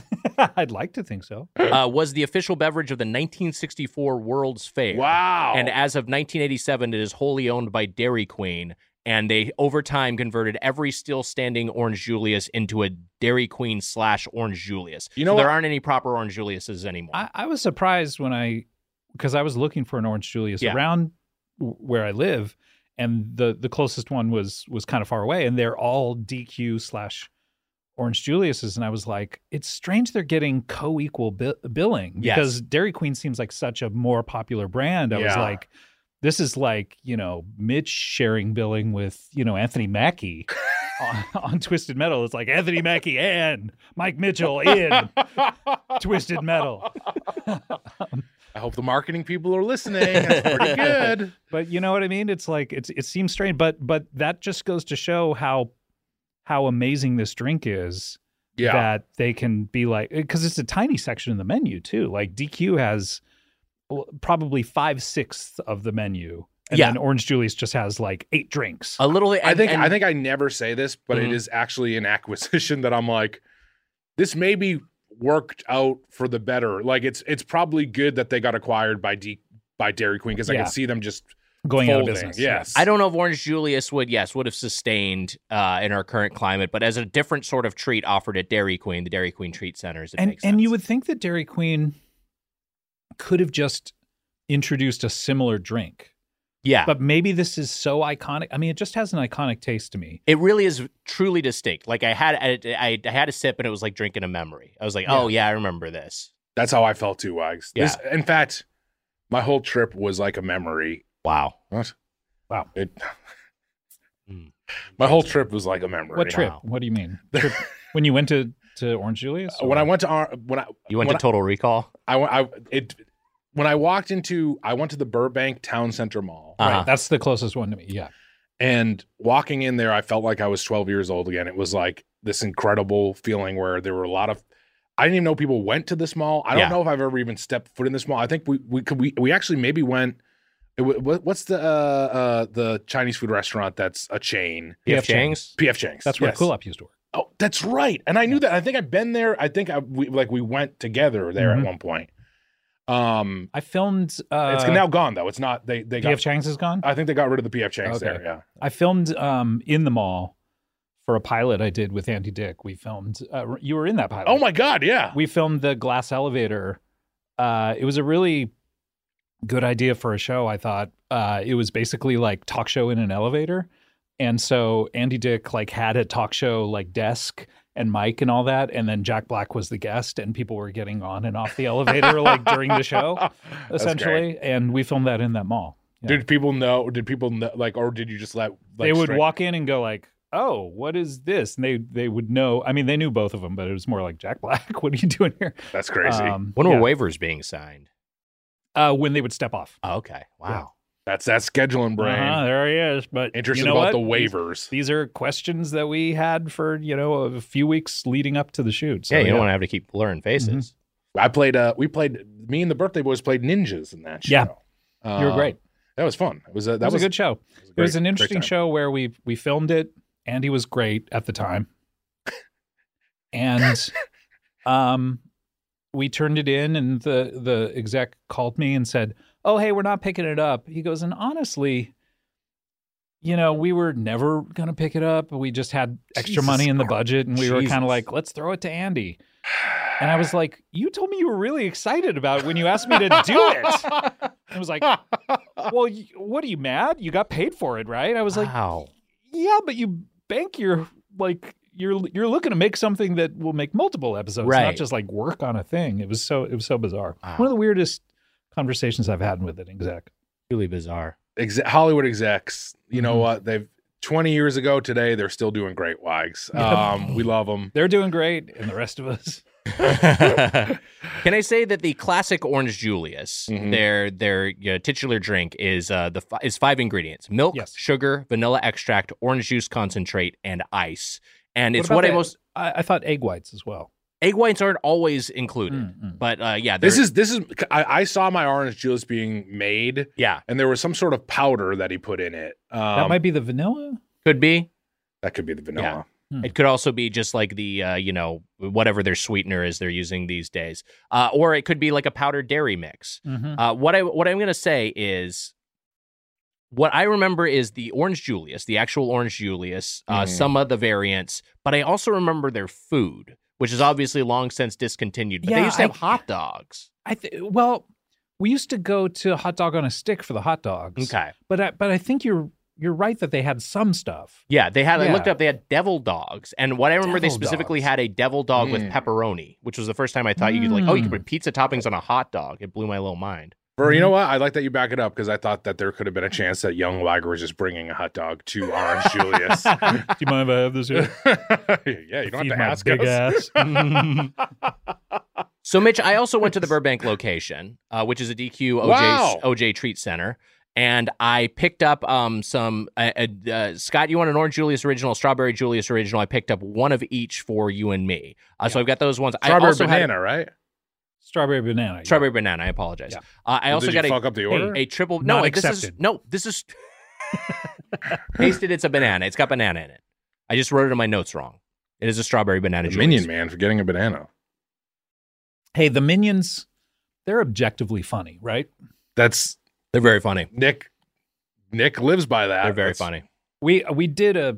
Speaker 5: <laughs> I'd like to think so.
Speaker 2: uh, was the official beverage of the 1964 World's Fair.
Speaker 4: Wow.
Speaker 2: And
Speaker 4: <laughs>
Speaker 2: as of 1987, it is wholly owned by Dairy Queen, and they over time converted every still standing Orange Julius into a Dairy Queen slash Orange Julius.
Speaker 4: You know
Speaker 2: So there
Speaker 4: what?
Speaker 2: aren't any proper Orange Juliuses anymore.
Speaker 5: I, I was surprised when I, because I was looking for an Orange Julius
Speaker 2: Yeah.
Speaker 5: around w- where I live, and the the closest one was was kind of far away, and they're all DQ slash Orange Julius's, and I was like, it's strange they're getting co equal bi- billing
Speaker 2: Yes.
Speaker 5: because Dairy Queen seems like such a more popular brand. I was
Speaker 4: Yeah.
Speaker 5: like. This is like, you know, Mitch sharing billing with, you know,
Speaker 2: <laughs>
Speaker 5: Anthony Mackie on, on Twisted Metal. It's like Anthony Mackie and Mike
Speaker 2: <laughs>
Speaker 5: Mitchell in Twisted Metal.
Speaker 4: I hope the marketing people are listening. That's
Speaker 5: <laughs>
Speaker 4: pretty good.
Speaker 5: but you know what I mean? It's like it's it seems strange, but but that just goes to show how how amazing this drink is
Speaker 4: Yeah.
Speaker 5: that they can be like because it's a tiny section in the menu too. Like DQ has well, probably five sixths of the menu, and
Speaker 2: Yeah.
Speaker 5: then Orange Julius just has like eight drinks.
Speaker 2: a little. And,
Speaker 4: I think
Speaker 2: and-
Speaker 4: I think I never say this, but it
Speaker 5: Mm-hmm.
Speaker 2: Mhm.
Speaker 4: is actually an <laughs> acquisition that I'm like, this may be worked out for the better. Like it's it's probably good that they got acquired by D by Dairy Queen because I
Speaker 5: Yeah.
Speaker 4: can see them just
Speaker 5: going out
Speaker 4: folding.
Speaker 5: of business.
Speaker 4: Yes,
Speaker 2: I don't know if Orange Julius would, yes, would have sustained uh, in our current climate, but as a different sort of treat offered at Dairy Queen, the Dairy Queen treat centers, it
Speaker 5: and
Speaker 2: makes
Speaker 5: and you
Speaker 2: sense.
Speaker 5: would think that Dairy Queen could have just introduced a similar drink.
Speaker 2: yeah,
Speaker 5: But maybe this is so iconic. I mean, it just has an iconic taste to me.
Speaker 2: It really is truly distinct. Like I had, I, I had a sip, and it was like drinking a memory. I was like, oh yeah, I remember this.
Speaker 4: That's how I felt too, Wags. This, in fact, my whole trip was like a memory.
Speaker 2: Wow.
Speaker 4: What?
Speaker 5: Wow. Hmm.
Speaker 4: It,
Speaker 2: Mm.
Speaker 4: my whole trip was like a memory. <laughs>
Speaker 5: What trip?
Speaker 2: Wow.
Speaker 5: What do you mean? Trip- when you went to, to Orange Julius?
Speaker 4: When
Speaker 5: or-
Speaker 4: I went to our, when I
Speaker 2: You went
Speaker 4: when
Speaker 2: to Total Recall.
Speaker 4: I, I I it when I walked into I went to the Burbank Town Center Mall.
Speaker 5: Right,
Speaker 2: Uh-huh.
Speaker 5: that's the closest one to me. Yeah.
Speaker 4: And walking in there, I felt like I was 12 years old again. It was like this incredible feeling where there were a lot of I didn't even know people went to this mall. I don't
Speaker 2: Yeah.
Speaker 4: know if I've ever even stepped foot in this mall. I think we we could we we actually maybe went. It, wa- what, what's the uh, uh the Chinese food restaurant that's a chain?
Speaker 2: PF
Speaker 5: PF
Speaker 2: Chang's.
Speaker 4: PF Chang's.
Speaker 5: That's where
Speaker 4: yes.
Speaker 5: Cool Up used to work.
Speaker 4: Oh, that's right. And I knew that. I think I've been there. I think I we like we went together there
Speaker 5: Mhm.
Speaker 4: at one point. Um,
Speaker 5: I filmed. Uh,
Speaker 4: it's now gone though. It's not they they
Speaker 5: PF
Speaker 4: got.
Speaker 5: Chang's is gone.
Speaker 4: I think they got rid of the PF Chang's
Speaker 5: Okay.
Speaker 4: there. Yeah.
Speaker 5: I filmed um, in the mall for a pilot I did with Andy Dick. We filmed. Uh, you were in that pilot.
Speaker 4: Oh my God. Yeah.
Speaker 5: we filmed the glass elevator. Uh, it was a really good idea for a show. I thought uh, it was basically like talk show in an elevator, and so Andy Dick like had a talk show like desk and mic and all that, and then Jack Black was the guest, and people were getting on and off the elevator like during the <laughs> show,
Speaker 4: <laughs> That's great.
Speaker 5: essentially. And we filmed that in that mall. Yeah.
Speaker 4: Did people know? Did people know? Like, or did you just let? Like,
Speaker 5: they would
Speaker 4: straight-
Speaker 5: walk in and go like, oh, what is this? And they they would know. I mean, they knew both of them, but it was more like Jack Black. <laughs> What are you doing here?
Speaker 4: That's crazy.
Speaker 5: Um,
Speaker 2: When were
Speaker 5: yeah.
Speaker 2: waivers being signed?
Speaker 5: uh, when they would step off.
Speaker 2: Oh, okay. Wow.
Speaker 4: That's that scheduling brain.
Speaker 5: Uh-huh, there he is. But you
Speaker 4: Interested
Speaker 5: know
Speaker 4: about
Speaker 5: what?
Speaker 4: the waivers.
Speaker 5: These are questions that we had for you know a few weeks leading up to the shoot. So,
Speaker 2: yeah, you don't want to have to keep blurring faces.
Speaker 4: I played. Uh, we played. Me and the birthday boys played ninjas in that show.
Speaker 5: Yeah.
Speaker 4: Uh,
Speaker 5: you were great.
Speaker 4: That was fun. It was. A, that
Speaker 5: That was, a good show. It was
Speaker 4: great-
Speaker 5: an
Speaker 4: great
Speaker 5: interesting
Speaker 4: time.
Speaker 5: show where we we filmed it. Andy was great at the
Speaker 4: <laughs>
Speaker 5: time, and um, we turned it in, and the the exec called me and said, "Oh, hey, we're not picking it up." He goes, and honestly. You know, we were never going to pick it up. We just had extra
Speaker 4: Jesus
Speaker 5: money in the
Speaker 4: Christ.
Speaker 5: budget and we were kind
Speaker 4: Jesus.
Speaker 5: of like, let's throw it to Andy. And I was like, you told me you were really excited about it when you asked me to
Speaker 4: <laughs>
Speaker 5: do it. I was like, <laughs> well, y what are you mad? You got paid for it, right? I was <sighs> like,
Speaker 2: wow.
Speaker 5: yeah, but you bank your like you're you're looking to make something that will make multiple episodes,
Speaker 2: Right.
Speaker 5: not just like work on a thing. It was so it was so bizarre.
Speaker 2: Wow.
Speaker 5: One of the weirdest conversations I've had with an exec.
Speaker 2: Really bizarre.
Speaker 4: Exe- Hollywood execs. You
Speaker 5: Mm-hmm.
Speaker 4: know what? They've twenty years ago today. They're still doing great. Wags. Um, we love them.
Speaker 5: They're doing great, and the rest of us.
Speaker 2: <laughs> Can I say that the classic Orange Julius,
Speaker 4: Mhm.
Speaker 2: their their you know, titular drink is uh, the fi- is five ingredients: milk,
Speaker 5: Yes.
Speaker 2: sugar, vanilla extract, orange juice concentrate, and ice. And it's
Speaker 5: about
Speaker 2: what I
Speaker 5: the-
Speaker 2: most
Speaker 5: I, I thought egg whites as well.
Speaker 2: egg whites aren't always included,
Speaker 5: Hmm.
Speaker 2: but uh, yeah,
Speaker 4: This
Speaker 2: they're-
Speaker 4: is this is. I, I saw my orange juice being made,
Speaker 2: yeah
Speaker 4: and there was some sort of powder that he put in it. Um,
Speaker 5: That might be the vanilla.
Speaker 2: could be.
Speaker 4: that could be the vanilla.
Speaker 5: Hmm.
Speaker 2: It could also be just like the uh, you know whatever their sweetener is they're using these days, uh, or it could be like a powdered dairy mix.
Speaker 5: Mhm.
Speaker 2: Uh, what I what I'm gonna say is, what I remember is the Orange Julius, the actual Orange Julius, uh,
Speaker 4: Mhm.
Speaker 2: some of the variants, but I also remember their food, which is obviously long since discontinued. But they
Speaker 5: Yeah,
Speaker 2: used to have
Speaker 5: I-
Speaker 2: hot dogs.
Speaker 5: I th- well, we used to go to hot dog on a stick for the hot dogs.
Speaker 2: Okay,
Speaker 5: but I, but I think you're you're right that they had some stuff.
Speaker 2: yeah, they had. I looked
Speaker 5: Yeah.
Speaker 2: up. They had devil dogs, and what I remember, they
Speaker 5: Devil
Speaker 2: specifically
Speaker 5: dogs.
Speaker 2: had a devil dog with
Speaker 4: Mm.
Speaker 2: pepperoni, which was the first time I thought you could like, oh, you could
Speaker 5: Mm.
Speaker 2: put pizza toppings on a hot dog. It blew my little mind.
Speaker 4: Bro, you know what? I like that you back it up because I thought that there could have been a chance that Young Lager was just bringing a hot dog to Orange Julius. yeah,
Speaker 5: <laughs> Do you mind if I have
Speaker 4: <laughs>
Speaker 5: this
Speaker 4: you don't have to ask us.
Speaker 5: uh,
Speaker 2: <laughs> So, Mitch, I also went to
Speaker 4: <laughs>
Speaker 2: the Burbank location, uh, which is a DQ OJ
Speaker 4: Wow.
Speaker 2: OJ Treat Center, and I picked up um, some. Uh, uh, uh, Scott, you want an orange Julius original, strawberry Julius original? I picked up one of each for you and me. Uh, So I've got those ones. I
Speaker 4: Strawberry
Speaker 2: also had-
Speaker 4: banana, right?
Speaker 5: <laughs> Strawberry banana. yeah.
Speaker 2: strawberry banana. I apologize.
Speaker 5: Yeah.
Speaker 2: Uh, I
Speaker 4: Well,
Speaker 2: also
Speaker 4: Did
Speaker 2: got
Speaker 4: you
Speaker 2: a
Speaker 4: fuck up the order?
Speaker 2: a triple. Mm.
Speaker 5: Not
Speaker 2: No, this is
Speaker 5: accepted.
Speaker 2: no. This <laughs> is tasted. It's a banana. It's got banana in it. I just wrote it in my notes wrong. It is a strawberry banana.
Speaker 4: The
Speaker 2: Julius.
Speaker 4: minion man for getting a banana.
Speaker 5: Hey, the minions, they're objectively funny, right?
Speaker 4: That's
Speaker 2: They're very funny.
Speaker 4: Nick. Nick lives by that.
Speaker 2: They're very
Speaker 4: That's-
Speaker 2: funny.
Speaker 5: We we did a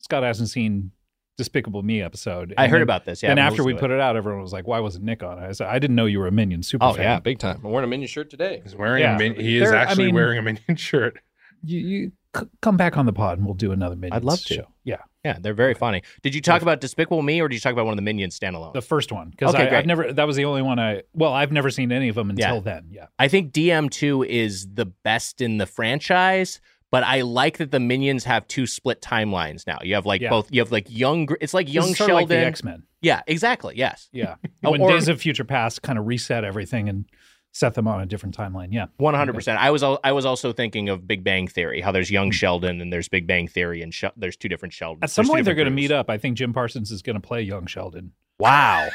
Speaker 5: Scott hasn't seen Despicable Me episode.
Speaker 2: I
Speaker 5: and
Speaker 2: heard
Speaker 5: then-
Speaker 2: about this. Yeah.
Speaker 5: then
Speaker 2: I
Speaker 5: after we
Speaker 2: listened to
Speaker 5: put it out, everyone was like, "Why wasn't Nick on?" it?" I said, "I didn't know you were a minion super
Speaker 2: Oh
Speaker 5: fan."
Speaker 2: yeah, big time. I'm wearing a minion shirt today.
Speaker 4: He's wearing
Speaker 5: Yeah.
Speaker 4: a min- he is
Speaker 5: They're- I
Speaker 4: actually
Speaker 5: mean-
Speaker 4: wearing a minion shirt.
Speaker 5: you, you c- come back on the pod and we'll do another minions.
Speaker 2: love to.
Speaker 5: Show. Yeah,
Speaker 2: Yeah, they're very funny. Did you talk about Despicable Me or did you talk about one of the minions standalone?
Speaker 5: the first one because
Speaker 2: Oh. Okay, great.
Speaker 5: I've never that was the only one I well I've never seen any of them until
Speaker 2: Yeah.
Speaker 5: then. Yeah,
Speaker 2: I think DM2 is the best in the franchise, but I like that the minions have two split timelines now. You have like
Speaker 5: Yeah.
Speaker 2: both you have like young Gr- it's like
Speaker 5: This
Speaker 2: young
Speaker 5: is sort of
Speaker 2: Sheldon.
Speaker 5: like the X Men.
Speaker 2: yeah, exactly. Yes. <laughs>
Speaker 5: Yeah.
Speaker 2: Oh,
Speaker 5: when
Speaker 2: or-
Speaker 5: Days of Future Past kind of reset everything and set them on a different timeline. Yeah.
Speaker 2: 100%. I was al- I was also thinking of Big Bang Theory, how there's young Sheldon and there's Big Bang Theory and Shel there's two different Sheldons.
Speaker 5: Hmm. At some point, they're going to meet up. I think Jim Parsons is going to play young Sheldon. <laughs>
Speaker 2: Wow.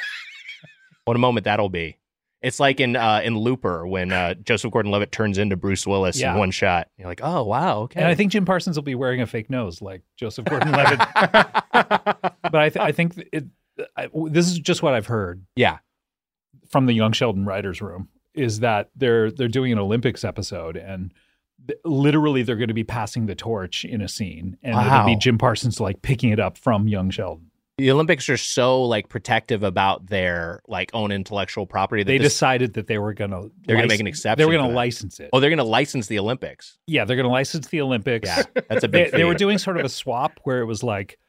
Speaker 2: what a moment that'll be. It's like in uh, in Looper when uh, Joseph Gordon-Levitt turns into Bruce Willis
Speaker 5: Yeah.
Speaker 2: in one shot. You're like, "Oh, wow, okay."
Speaker 5: And I think Jim Parsons will be wearing a fake nose like Joseph
Speaker 2: <laughs>
Speaker 5: Gordon Levitt. but I, th- I think it, I, this is just what I've heard
Speaker 2: yeah.
Speaker 5: from the young Sheldon writers' room is that they're they're doing an Olympics episode and th- literally they're going to be passing the torch in a scene and it'll be
Speaker 2: Wow.
Speaker 5: Jim Parsons like picking it up from young Sheldon.
Speaker 2: The Olympics are so like protective about their like own intellectual property that
Speaker 5: They
Speaker 2: this-
Speaker 5: decided that they were going to
Speaker 2: They're gonna make an
Speaker 5: They
Speaker 2: exception
Speaker 5: were
Speaker 2: for
Speaker 5: going
Speaker 2: that.
Speaker 5: to license it.
Speaker 2: Oh, they're going to license the Olympics.
Speaker 5: Yeah, they're going to license the Olympics.
Speaker 2: Yeah. That's
Speaker 5: <laughs>
Speaker 2: a
Speaker 5: they,
Speaker 2: big
Speaker 5: they were
Speaker 2: feat.
Speaker 5: doing sort of a swap where it was like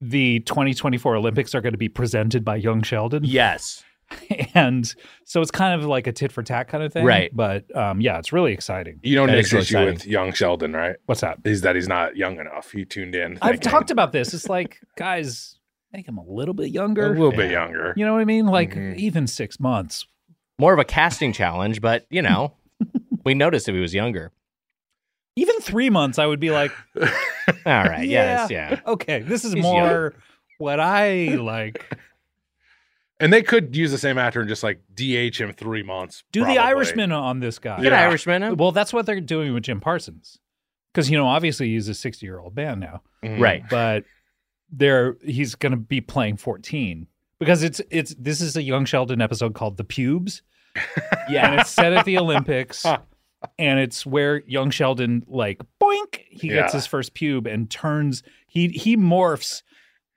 Speaker 5: the 2024 Olympics are going to be presented by Young Sheldon.
Speaker 2: Yes.
Speaker 5: <laughs> and so it's kind of like a tit for tat kind of thing,
Speaker 2: Right.
Speaker 5: But um, yeah, it's really exciting.
Speaker 4: You know
Speaker 2: That
Speaker 4: Nick's
Speaker 2: is really
Speaker 4: issue
Speaker 2: exciting.
Speaker 4: with young Sheldon, right?
Speaker 5: What's that?
Speaker 4: Is that he's not young enough. He tuned in.
Speaker 5: I've
Speaker 4: thinking
Speaker 5: talked about this. It's
Speaker 4: <laughs>
Speaker 5: like, guys, make him a little bit
Speaker 4: a
Speaker 5: younger.
Speaker 4: little bit younger.
Speaker 5: You know what I mean? Like
Speaker 4: Mhm.
Speaker 5: even six months.
Speaker 2: More of a casting challenge, but you know,
Speaker 5: <laughs>
Speaker 2: we noticed if he was younger.
Speaker 5: Even three months, I would
Speaker 4: <sighs>
Speaker 5: be like,
Speaker 2: All right. Yes. Yeah.
Speaker 5: okay, this is
Speaker 2: He's
Speaker 5: more what I like.
Speaker 4: And they could use the same actor and just like DH him three months.
Speaker 5: Do
Speaker 4: probably.
Speaker 5: the Irishman on this guy.
Speaker 2: Good
Speaker 4: Yeah.
Speaker 2: Irishman. huh?
Speaker 5: Well, that's what they're doing with Jim Parsons. Because, you know, obviously he's a 60 year old man now,
Speaker 4: Mhm.
Speaker 2: Right.
Speaker 5: but there he's going to be playing 14 because it's, it's, this is a Young Sheldon episode called The Pubes.
Speaker 2: Yeah.
Speaker 5: And it's set at the Olympics. And it's where young Sheldon, like, boink, he
Speaker 4: Yeah.
Speaker 5: gets his first pube and turns, he, he morphs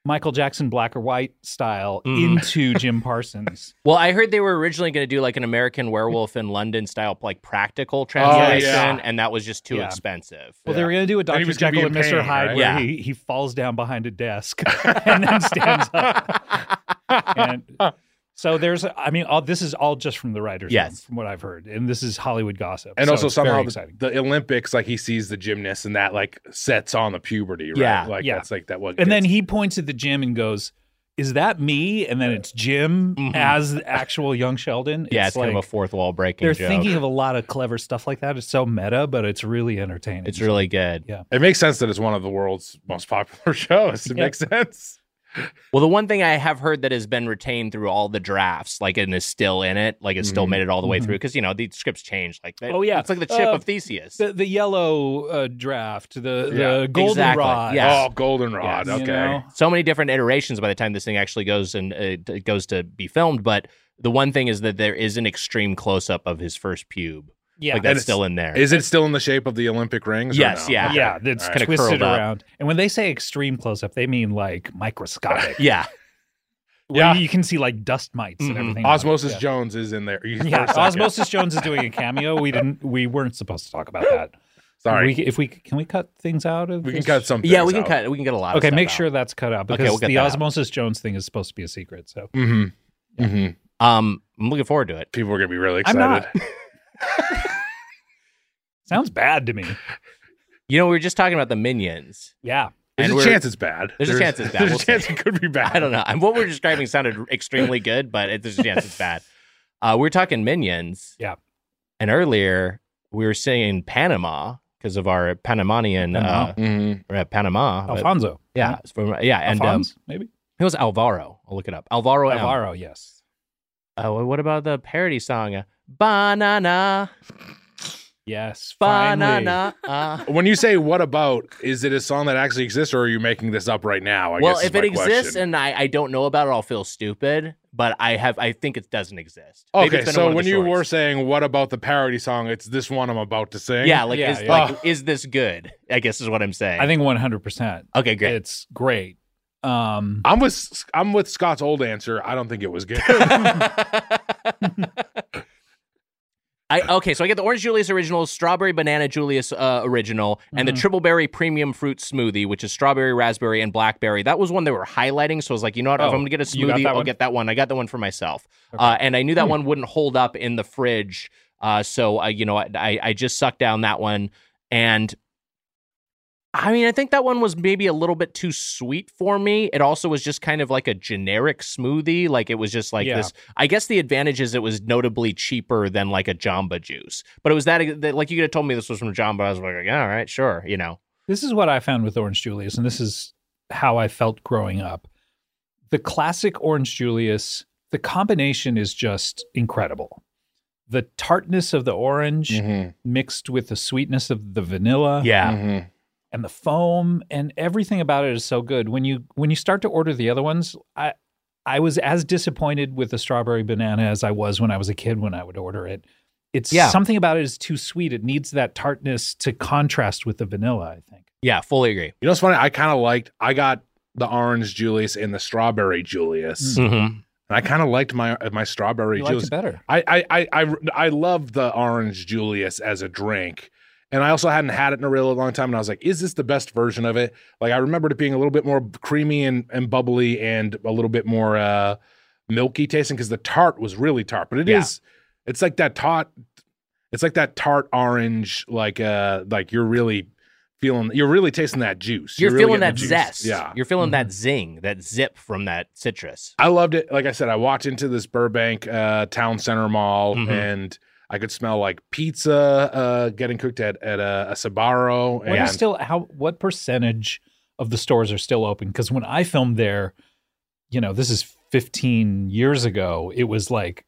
Speaker 5: Michael Jackson black or white style
Speaker 2: Mm.
Speaker 5: into Jim Parsons.
Speaker 2: Well, I heard they were originally going to do like an American Werewolf in London style, like practical translation,
Speaker 4: yeah.
Speaker 2: and that was just too
Speaker 5: Oh, Yeah.
Speaker 2: expensive.
Speaker 5: Well, they were going to do a
Speaker 4: And he
Speaker 5: Dr.
Speaker 4: was gonna be
Speaker 5: Jekyll and
Speaker 4: in
Speaker 5: Mr.
Speaker 4: pain,
Speaker 5: Hyde
Speaker 4: right?
Speaker 5: where
Speaker 2: Yeah.
Speaker 5: he, he falls down behind a desk <laughs> and then stands up.
Speaker 4: <laughs>
Speaker 5: and so there's, I mean, all, this is all just from the writers,
Speaker 2: Yes.
Speaker 5: room, from what I've heard. And this is Hollywood gossip.
Speaker 4: And
Speaker 5: so
Speaker 4: also
Speaker 5: it's very
Speaker 4: somehow the,
Speaker 5: exciting.
Speaker 4: the Olympics, like he sees the gymnast and that like sets on the puberty, right?
Speaker 2: Yeah,
Speaker 4: Like
Speaker 5: yeah.
Speaker 4: that's like that what
Speaker 5: And then
Speaker 4: gets-
Speaker 5: he points at the gym and goes, "Is that me?" And then it's Jim
Speaker 2: Mhm.
Speaker 5: as the actual young Sheldon.
Speaker 2: yeah, it's,
Speaker 5: like
Speaker 2: kind of a fourth wall breaking
Speaker 5: they're
Speaker 2: joke.
Speaker 5: thinking of a lot of clever stuff like that. It's so meta, but it's really entertaining.
Speaker 2: it's really good.
Speaker 4: it makes sense that it's one of the world's most popular <laughs> shows. It
Speaker 5: Yeah.
Speaker 4: makes sense.
Speaker 2: Well, the one thing I have heard that has been retained through all the drafts, like and is still in it, like it's still
Speaker 4: Mhm.
Speaker 2: made it all the way
Speaker 5: Mhm.
Speaker 2: through, because you know the scripts change. Like, they-
Speaker 5: Oh, yeah.
Speaker 2: it's like the chip
Speaker 5: Uh,
Speaker 2: of Theseus.
Speaker 5: the, the yellow uh, draft, the
Speaker 4: Yeah,
Speaker 5: the golden
Speaker 2: exactly.
Speaker 5: rod.
Speaker 2: Yeah. Yes.
Speaker 4: Oh, Goldenrod.
Speaker 5: You
Speaker 4: okay.
Speaker 5: know?
Speaker 2: so many different iterations by the time this thing actually goes and uh, it goes to be filmed. But the one thing is that there is an extreme close up of his first pube.
Speaker 5: Yeah.
Speaker 2: like
Speaker 4: And
Speaker 2: that's
Speaker 4: it's-
Speaker 2: still in there.
Speaker 4: Is it still in the shape of the Olympic rings? or
Speaker 2: Yes,
Speaker 4: no?
Speaker 2: yeah.
Speaker 4: Okay.
Speaker 5: Yeah, it's
Speaker 4: All
Speaker 2: kinda
Speaker 5: twisted
Speaker 2: curled up.
Speaker 5: around. And when they say extreme close up, they mean like
Speaker 2: <laughs>
Speaker 5: microscopic.
Speaker 2: <laughs> yeah,
Speaker 5: Where
Speaker 4: Yeah.
Speaker 5: you can see like dust mites
Speaker 2: Mhm.
Speaker 5: and everything. on it.
Speaker 4: Osmosis
Speaker 5: Yeah.
Speaker 4: Jones is in there. <laughs> You-
Speaker 5: Yeah,
Speaker 4: for a second.
Speaker 5: Osmosis Jones is doing a cameo. We didn't. We weren't supposed to talk about
Speaker 2: <laughs>
Speaker 5: that.
Speaker 4: Sorry.
Speaker 5: We, if we can we cut things out of
Speaker 4: We can
Speaker 5: this?
Speaker 4: cut some.
Speaker 2: yeah. We can
Speaker 4: things out.
Speaker 2: cut. We can get a lot. of
Speaker 5: Okay,
Speaker 2: stuff
Speaker 5: make
Speaker 2: out.
Speaker 5: sure that's cut out
Speaker 2: Okay,
Speaker 5: because
Speaker 2: we'll get
Speaker 5: the
Speaker 2: that out.
Speaker 5: Osmosis Jones thing is supposed to be a secret. So
Speaker 4: Mhm. Mhm.
Speaker 2: Um, I'm looking forward to it.
Speaker 4: People are gonna be really
Speaker 5: I'm
Speaker 4: excited.
Speaker 5: not. sounds bad to me.
Speaker 2: You know, we were just talking about the minions.
Speaker 5: Yeah.
Speaker 4: There's
Speaker 2: And
Speaker 4: a
Speaker 2: we're-
Speaker 4: chance it's bad.
Speaker 2: There's a chance it's bad.
Speaker 4: There's
Speaker 2: We'll
Speaker 4: a
Speaker 2: see.
Speaker 4: chance it could be bad.
Speaker 2: I don't know. And what we're describing sounded extremely good, but it, there's a chance it's bad. Uh, we we're talking minions.
Speaker 5: Yeah.
Speaker 2: And earlier we were saying Panama because of our Panamanian uh,
Speaker 4: Mhm.
Speaker 2: uh, Panama. but-
Speaker 5: Alfonso.
Speaker 2: yeah,
Speaker 5: right?
Speaker 2: it's from- yeah, and um,
Speaker 5: Alphonse, maybe
Speaker 2: it was Alvaro. I'll look it up. Alvaro. M.
Speaker 5: Alvaro. Yes.
Speaker 2: Oh, what about the parody song? uh, Banana,
Speaker 5: Yes. Finally.
Speaker 2: banana. uh.
Speaker 4: When you say "what about," is it a song that actually exists, or are you making this up right now? I
Speaker 2: well,
Speaker 4: guess is
Speaker 2: if it
Speaker 4: my
Speaker 2: exists
Speaker 4: question.
Speaker 2: and I, I don't know about it, I'll feel stupid. But I have I think it doesn't exist. Maybe
Speaker 4: okay,
Speaker 2: it's been in
Speaker 4: so
Speaker 2: one of the
Speaker 4: when you
Speaker 2: shorts.
Speaker 4: were saying "what about the parody song," it's this one I'm about to sing.
Speaker 2: Yeah, like,
Speaker 5: Yeah,
Speaker 2: is,
Speaker 5: yeah.
Speaker 2: like is this good? I guess is what I'm saying.
Speaker 5: I think one hundred percent.
Speaker 2: okay, great.
Speaker 5: It's great. Um,
Speaker 4: I'm with I'm with Scott's old answer. I don't think it was
Speaker 2: <laughs>
Speaker 4: good. Mm-hmm.
Speaker 2: I okay, so I get the orange Julius original, strawberry banana Julius uh, original, and
Speaker 5: Mm-hmm.
Speaker 2: the triple berry premium fruit smoothie, which is strawberry, raspberry, and blackberry. That was one they were highlighting, so I was like, you know what? if
Speaker 5: Oh,
Speaker 2: I'm gonna get a
Speaker 5: you got
Speaker 2: smoothie,
Speaker 5: that
Speaker 2: I'll
Speaker 5: one? Hmm.
Speaker 2: get that one. I got that one for myself, uh, and I knew that one wouldn't hold up in the fridge, uh, so uh, you know, I, I I just sucked down that one, and I mean, I think that one was maybe a little bit too sweet for me. It also was just kind of like a generic smoothie. Like it was just like
Speaker 5: Yeah.
Speaker 2: this. I guess the advantage is it was notably cheaper than like a Jamba Juice. But it was that, that like you could have told me this was from Jamba. I was like, yeah, all right, sure. You know,
Speaker 5: This is what I found with Orange Julius, and this is how I felt growing up. The classic Orange Julius, the combination is just incredible. The tartness of the orange
Speaker 4: Mhm,
Speaker 5: mixed with the sweetness of the vanilla
Speaker 2: yeah,
Speaker 4: mhm.
Speaker 5: and the foam and everything about it is so good. When you when you start to order the other ones, I I was as disappointed with the strawberry banana as I was when I was a kid when I would order it. It's
Speaker 2: Yeah.
Speaker 5: something about it is too sweet. It needs that tartness to contrast with the vanilla, I think.
Speaker 2: yeah, fully agree.
Speaker 4: You know what's funny? I kind of liked. I got the orange Julius and the strawberry Julius,
Speaker 2: Mm-hmm.
Speaker 4: and I kind of liked my my strawberry
Speaker 5: You liked
Speaker 4: Julius.
Speaker 5: it better.
Speaker 4: I I I I, I love the orange Julius as a drink. And I also hadn't had it in a really long time, and I was like, "Is this the best version of it?" Like I remembered it being a little bit more creamy and, and bubbly, and a little bit more uh, milky tasting because the tart was really tart, but it is
Speaker 2: Yeah.
Speaker 4: it's like that tart it's like that tart orange like uh like you're really feeling you're really tasting that juice.
Speaker 2: You're,
Speaker 4: really
Speaker 2: feeling that
Speaker 4: getting the juice.
Speaker 2: zest.
Speaker 4: Yeah. Mm-hmm.
Speaker 2: You're feeling that zing, that zip from that citrus.
Speaker 4: I loved it. Like I said, I walked into this Burbank uh, town center mall
Speaker 2: Mhm.
Speaker 4: and I could smell like pizza uh, getting cooked at at a, a Sabaro.
Speaker 5: What
Speaker 4: and
Speaker 5: is still how what percentage of the stores are still open? Because when I filmed there, you know, this is 15 years ago, it was like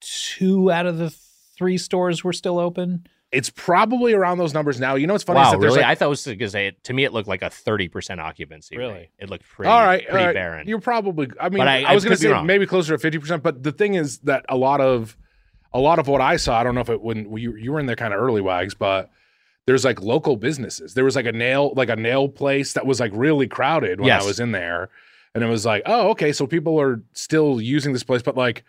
Speaker 5: two out of the three stores were still open.
Speaker 4: it's probably around those numbers now. You know what's funny? is
Speaker 2: wow,
Speaker 4: that there's,
Speaker 2: really?
Speaker 4: like-
Speaker 2: I thought it was going to say it, to me. It looked like a thirty percent occupancy. rate.
Speaker 5: Really?
Speaker 2: It looked pretty,
Speaker 4: all right, all
Speaker 2: pretty
Speaker 4: right.
Speaker 2: barren.
Speaker 4: You're probably. I mean,
Speaker 2: But
Speaker 4: I,
Speaker 2: I- I
Speaker 4: was going to
Speaker 2: could be
Speaker 4: say
Speaker 2: wrong.
Speaker 4: maybe closer to fifty percent. But the thing is that a lot of, a lot of what I saw, I don't know if it when you you were in there kind of early wags, but there's like local businesses. There was like a nail like a nail place that was like really crowded when
Speaker 2: Yes.
Speaker 4: I was in there, and it was like, oh, okay, so people are still using this place, but like.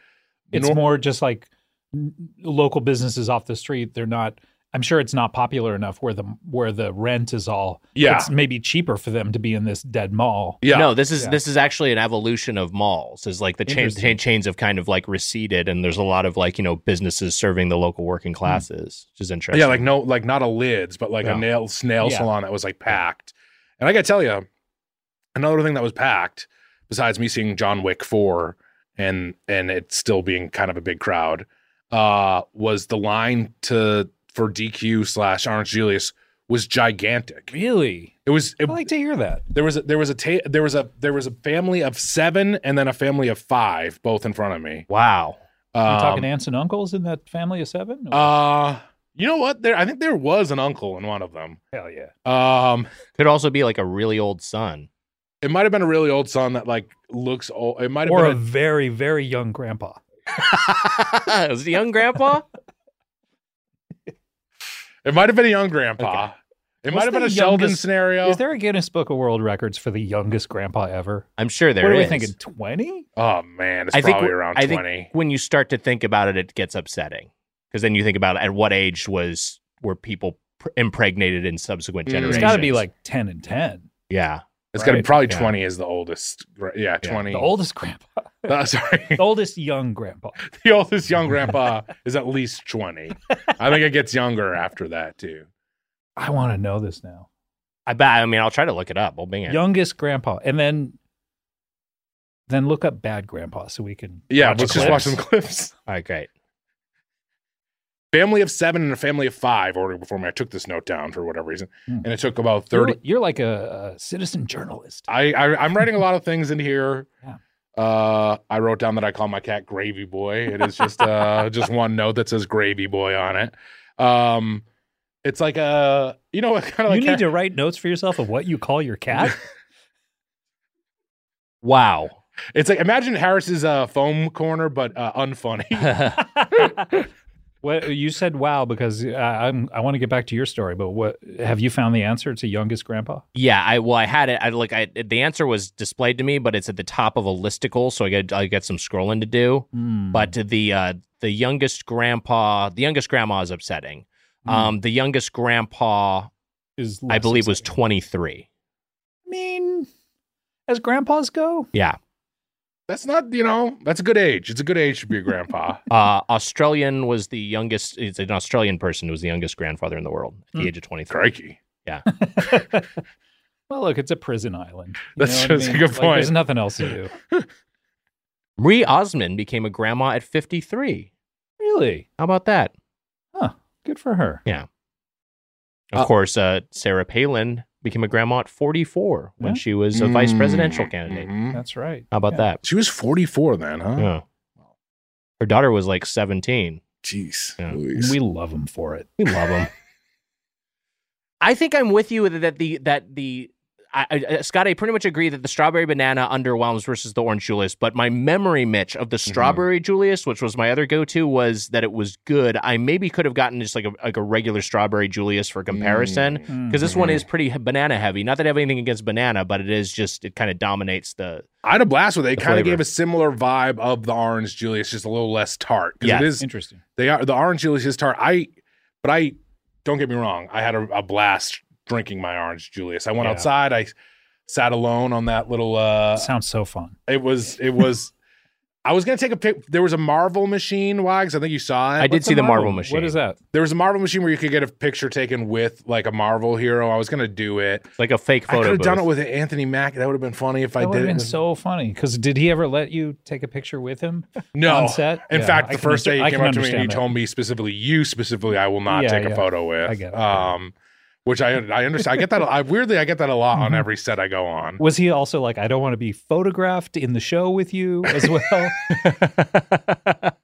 Speaker 5: It's
Speaker 4: nor-
Speaker 5: more just like n- local businesses off the street. They're not I'm sure it's not popular enough where the where the rent is all
Speaker 4: Yeah.
Speaker 5: It's maybe cheaper for them to be in this dead mall.
Speaker 4: yeah.
Speaker 2: No, this is
Speaker 5: Yeah.
Speaker 2: this is actually an evolution of malls. Is like the chain,
Speaker 5: Interesting.
Speaker 2: chain chains have kind of like receded, and there's a lot of like you know businesses serving the local
Speaker 5: Hmm.
Speaker 2: working classes, which is interesting.
Speaker 4: Yeah, like no, like not a lids, but like
Speaker 5: Yeah.
Speaker 4: a nail snail
Speaker 5: Yeah.
Speaker 4: salon that was like packed. And I gotta tell you, another thing that was packed, besides me seeing John Wick four and and it still being kind of a big crowd, uh, was the line to for DQ slash Orange Julius was gigantic.
Speaker 5: Really?
Speaker 4: It was it,
Speaker 5: I like to hear that.
Speaker 4: there was a, there was a ta- there was a there was a family of seven and then a family of five both in front of me.
Speaker 2: wow.
Speaker 5: You're talking
Speaker 4: Um,
Speaker 5: aunts and uncles in that family of seven?
Speaker 4: uh, you know what? There I think there was an uncle in one of them.
Speaker 5: Hell yeah.
Speaker 4: Um,
Speaker 2: Could also be like a really old
Speaker 5: <laughs>
Speaker 2: son.
Speaker 4: it might have been a really old son that like looks old. It might have
Speaker 5: Or a
Speaker 4: been. a-
Speaker 5: very, very young grandpa.
Speaker 2: was it a young grandpa?
Speaker 4: it might have been a young grandpa.
Speaker 2: Okay.
Speaker 4: It
Speaker 5: What's
Speaker 4: might have been
Speaker 5: the
Speaker 4: a Sheldon
Speaker 5: youngest-
Speaker 4: scenario.
Speaker 5: Is there a Guinness Book of World Records for the youngest grandpa ever?
Speaker 2: I'm sure there
Speaker 5: what are we
Speaker 2: is.
Speaker 5: thinking? Twenty?
Speaker 4: oh man, it's
Speaker 2: I think
Speaker 4: probably
Speaker 2: w-
Speaker 4: around
Speaker 2: I think-
Speaker 4: twenty.
Speaker 2: When you start to think about it, it gets upsetting because then you think about at what age was were people pr- impregnated in subsequent
Speaker 4: Mm.
Speaker 2: generations?
Speaker 5: Hmm. It's got to be like ten and ten.
Speaker 2: yeah.
Speaker 4: It's got to be
Speaker 5: right,
Speaker 4: probably
Speaker 2: yeah.
Speaker 4: twenty is the oldest. gra- Yeah,
Speaker 2: Yeah,
Speaker 4: twenty.
Speaker 5: The oldest grandpa,
Speaker 4: <laughs> Uh, sorry, <laughs>
Speaker 5: the oldest young grandpa.
Speaker 4: the oldest young grandpa is at least
Speaker 5: <laughs>
Speaker 4: twenty. I think it gets younger after that too.
Speaker 5: I want to know this now.
Speaker 2: I bet. I mean, I'll try to look it up. I'll bing it.
Speaker 5: Youngest grandpa, and then then look up bad grandpa so we can.
Speaker 4: Yeah,
Speaker 5: watch
Speaker 4: let's
Speaker 5: clips.
Speaker 4: just watch some clips.
Speaker 2: All right, great.
Speaker 4: Family of seven and a family of five ordered before me. I took this note down for whatever reason,
Speaker 5: Mm.
Speaker 4: and it took about
Speaker 5: You're-
Speaker 4: thirty.
Speaker 5: You're, like a, a citizen journalist.
Speaker 4: I, I I'm writing a lot of things in here.
Speaker 5: Yeah.
Speaker 4: Uh, I wrote down that I call my cat Gravy Boy. It is just
Speaker 5: <laughs>
Speaker 4: uh just one note that says Gravy Boy on it. Um, it's like a you know what <laughs> kind of like
Speaker 5: you need to write notes for yourself of what you call
Speaker 4: <laughs>
Speaker 5: your cat.
Speaker 2: Wow.
Speaker 4: it's like imagine Harris's uh foam corner but uh, unfunny. <laughs>
Speaker 5: What you said? Wow, because I, I'm I want to get back to your story, but what have you found the answer to youngest grandpa?
Speaker 2: Yeah, I well, I had it. I like I the answer was displayed to me, but it's at the top of a listicle, so I got I got some scrolling to do. But
Speaker 5: Mm.
Speaker 2: the uh the youngest grandpa, the youngest grandma is upsetting.
Speaker 5: Mm.
Speaker 2: Um, the youngest grandpa,
Speaker 5: is
Speaker 2: I
Speaker 5: less
Speaker 2: believe, was
Speaker 5: upsetting.
Speaker 2: twenty three.
Speaker 5: I mean, as grandpas go,
Speaker 2: Yeah,
Speaker 4: That's not you know that's a good age. It's a good age to be a
Speaker 5: <laughs>
Speaker 4: grandpa.
Speaker 2: uh, Australian was the youngest. It's an Australian person who was the youngest grandfather in the world at the
Speaker 5: Hmm.
Speaker 2: age of twenty three.
Speaker 4: Crikey.
Speaker 5: well, look, it's a prison island. You
Speaker 4: That's
Speaker 5: know what
Speaker 4: just a
Speaker 5: I mean?
Speaker 4: good
Speaker 5: Like,
Speaker 4: point.
Speaker 5: there's nothing else to do.
Speaker 2: Marie Osmond became a grandma at fifty three.
Speaker 5: Really?
Speaker 2: How about that?
Speaker 5: Huh? Good for her.
Speaker 2: Of
Speaker 5: Uh,
Speaker 2: course, uh, Sarah Palin became a grandma at 44 when
Speaker 5: Yeah.
Speaker 2: she was a vice
Speaker 4: Mm,
Speaker 2: presidential candidate.
Speaker 4: mhm.
Speaker 5: That's right.
Speaker 2: How about
Speaker 5: Yeah.
Speaker 2: that?
Speaker 4: She was 44 then, huh?
Speaker 2: Yeah. Mm-hmm. Her daughter was like 17.
Speaker 4: Jeez.
Speaker 2: Yeah.
Speaker 4: Louise.
Speaker 5: We love them for it.
Speaker 2: We love them. <laughs> I think I'm with you that the that the I, I, Scott, I pretty much agree that the strawberry banana underwhelms versus the orange Julius. But my memory, Mitch, of the strawberry Julius, which was my other go-to, was that it was good. I maybe could have gotten just like a like a regular strawberry Julius for comparison.
Speaker 4: Mm.
Speaker 5: Mm,
Speaker 2: because this one is pretty banana heavy. Not that I have anything against banana, but it is just it kind of dominates the.
Speaker 4: I had a blast with it. It
Speaker 2: The
Speaker 4: kind of
Speaker 2: flavor.
Speaker 4: gave a similar vibe of the orange Julius, just a little less tart. 'Cause
Speaker 2: Yes.
Speaker 4: it is
Speaker 5: interesting.
Speaker 4: They are the orange Julius is tart. I, but I don't get me wrong. I had a, a blast drinking my orange Julius. I went
Speaker 5: Yeah.
Speaker 4: outside. I sat alone on that little. uh
Speaker 5: Sounds so fun.
Speaker 4: It was it was I was gonna take a pic. There was a Marvel machine, Wags. I think you saw it.
Speaker 2: I did see the Marvel machine.
Speaker 5: What is that?
Speaker 4: There was a Marvel machine where you could get a picture taken with like a Marvel hero. I was gonna do it.
Speaker 2: Like a fake
Speaker 4: I
Speaker 2: photo.
Speaker 4: could have done
Speaker 2: booth.
Speaker 4: it with Anthony Mack. That would have been funny if I
Speaker 5: That would
Speaker 4: did
Speaker 5: have
Speaker 4: it.
Speaker 5: been so funny. Because did he ever let you take a picture with him?
Speaker 4: no.
Speaker 5: on set?
Speaker 4: In
Speaker 5: Yeah,
Speaker 4: fact,
Speaker 5: I
Speaker 4: the
Speaker 5: can
Speaker 4: first
Speaker 5: under-
Speaker 4: day
Speaker 5: I
Speaker 4: he came
Speaker 5: can
Speaker 4: up to me and he
Speaker 5: understand that.
Speaker 4: told me specifically, you specifically, I will not
Speaker 5: Yeah,
Speaker 4: take
Speaker 5: yeah.
Speaker 4: a photo with.
Speaker 5: I get it.
Speaker 4: Um, which I I understand. I get that. I weirdly I get that a lot
Speaker 5: Mm-hmm.
Speaker 4: on every set I go on.
Speaker 5: Was he also like, I don't want to be photographed in the show with you as well?
Speaker 4: <laughs>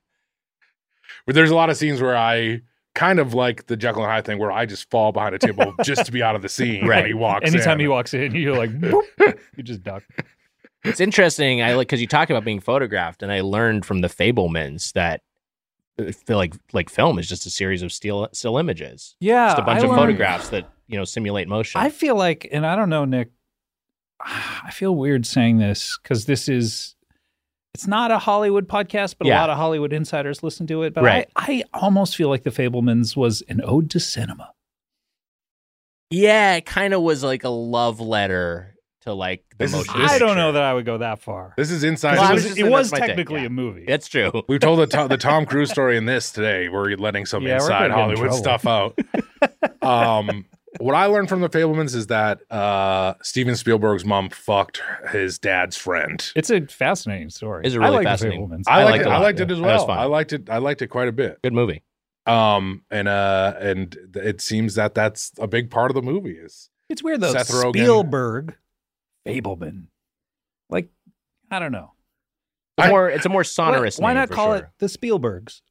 Speaker 4: But there's a lot of scenes where I kind of like the Jekyll and Hyde thing, where I just fall behind a
Speaker 5: <laughs>
Speaker 4: table just to be out of the scene
Speaker 2: Right.
Speaker 4: when he walks.
Speaker 5: Anytime
Speaker 4: in.
Speaker 5: he walks in, you're like,
Speaker 4: <laughs>
Speaker 5: boop, you just duck.
Speaker 2: It's interesting. I like because you talked about being photographed, and I learned from the Fablemans that uh, feel like like film is just a series of still still images,
Speaker 5: Yeah,
Speaker 2: just a bunch
Speaker 5: I
Speaker 2: of
Speaker 5: learned-
Speaker 2: photographs that you know simulate motion.
Speaker 5: I feel like, and I don't know, Nick. <sighs> I feel weird saying this because this is. It's not a Hollywood podcast, but
Speaker 2: Yeah.
Speaker 5: a lot of Hollywood insiders listen to it. But
Speaker 2: Right.
Speaker 5: I, I almost feel like The Fablemans was an ode to cinema.
Speaker 2: yeah, it kind of was like a love letter to like the
Speaker 4: Oh, This is-
Speaker 2: motion.
Speaker 4: this-
Speaker 5: I don't
Speaker 4: true.
Speaker 5: know that I would go that far.
Speaker 4: This is inside.
Speaker 5: 'Cause
Speaker 2: Well, I was
Speaker 5: it was,
Speaker 2: just
Speaker 5: it
Speaker 2: saying
Speaker 5: was
Speaker 2: that's my take,
Speaker 5: technically
Speaker 2: yeah.
Speaker 5: a movie.
Speaker 2: That's true.
Speaker 4: We've told the, to- the Tom Cruise story in this today. We're letting some
Speaker 5: Yeah, we're
Speaker 4: inside
Speaker 5: gonna get in
Speaker 4: Hollywood stuff out.
Speaker 5: <laughs>
Speaker 4: um, what I learned from the Fablemans is that uh, Steven Spielberg's mom fucked his dad's friend.
Speaker 5: It's a fascinating story.
Speaker 2: It's a
Speaker 5: I
Speaker 2: really
Speaker 5: like The
Speaker 2: fascinating-
Speaker 5: Fablemans.
Speaker 4: I,
Speaker 2: I
Speaker 4: liked
Speaker 2: liked
Speaker 4: it.
Speaker 2: a
Speaker 4: I
Speaker 2: lot,
Speaker 4: liked it
Speaker 2: yeah.
Speaker 4: as
Speaker 2: That was
Speaker 4: well.
Speaker 2: fun.
Speaker 4: I liked it. I liked it quite a bit.
Speaker 2: Good movie.
Speaker 4: Um, and uh, and th- it seems that that's a big part of the movie is
Speaker 5: It's weird though.
Speaker 4: Seth Rogen.
Speaker 5: Spielberg, Fableman. Like, I don't know.
Speaker 2: It's
Speaker 4: I-
Speaker 2: more. It's a more sonorous.
Speaker 5: Why, why
Speaker 2: name
Speaker 5: not
Speaker 2: for
Speaker 5: call it
Speaker 2: sure.
Speaker 5: the Spielbergs?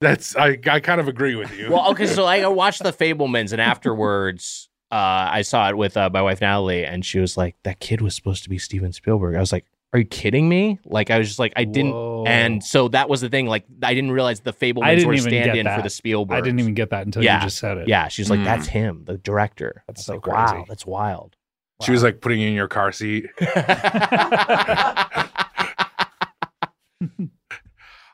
Speaker 4: that's I I kind of agree with you.
Speaker 2: Well, okay. So like, I watched the Fablemans, and afterwards, uh, I saw it with uh, my wife Natalie, and she was like, "That kid was supposed to be Steven Spielberg." I was like, "Are you kidding me?" Like, I was just like, I didn't.
Speaker 5: Whoa.
Speaker 2: And so that was the thing. Like, I didn't realize the
Speaker 5: I
Speaker 2: Fablemans
Speaker 5: didn't
Speaker 2: were
Speaker 5: even get
Speaker 2: stand-in for
Speaker 5: that.
Speaker 2: the Spielberg.
Speaker 5: I didn't even get that until
Speaker 2: Yeah.
Speaker 5: you just said <laughs> it.
Speaker 2: Yeah, she's like,
Speaker 4: Mm.
Speaker 2: "That's him, the director."
Speaker 5: That's
Speaker 2: I
Speaker 5: so
Speaker 2: was like, Wow,
Speaker 5: crazy.
Speaker 2: that's wild.
Speaker 4: she was like putting you in your car seat.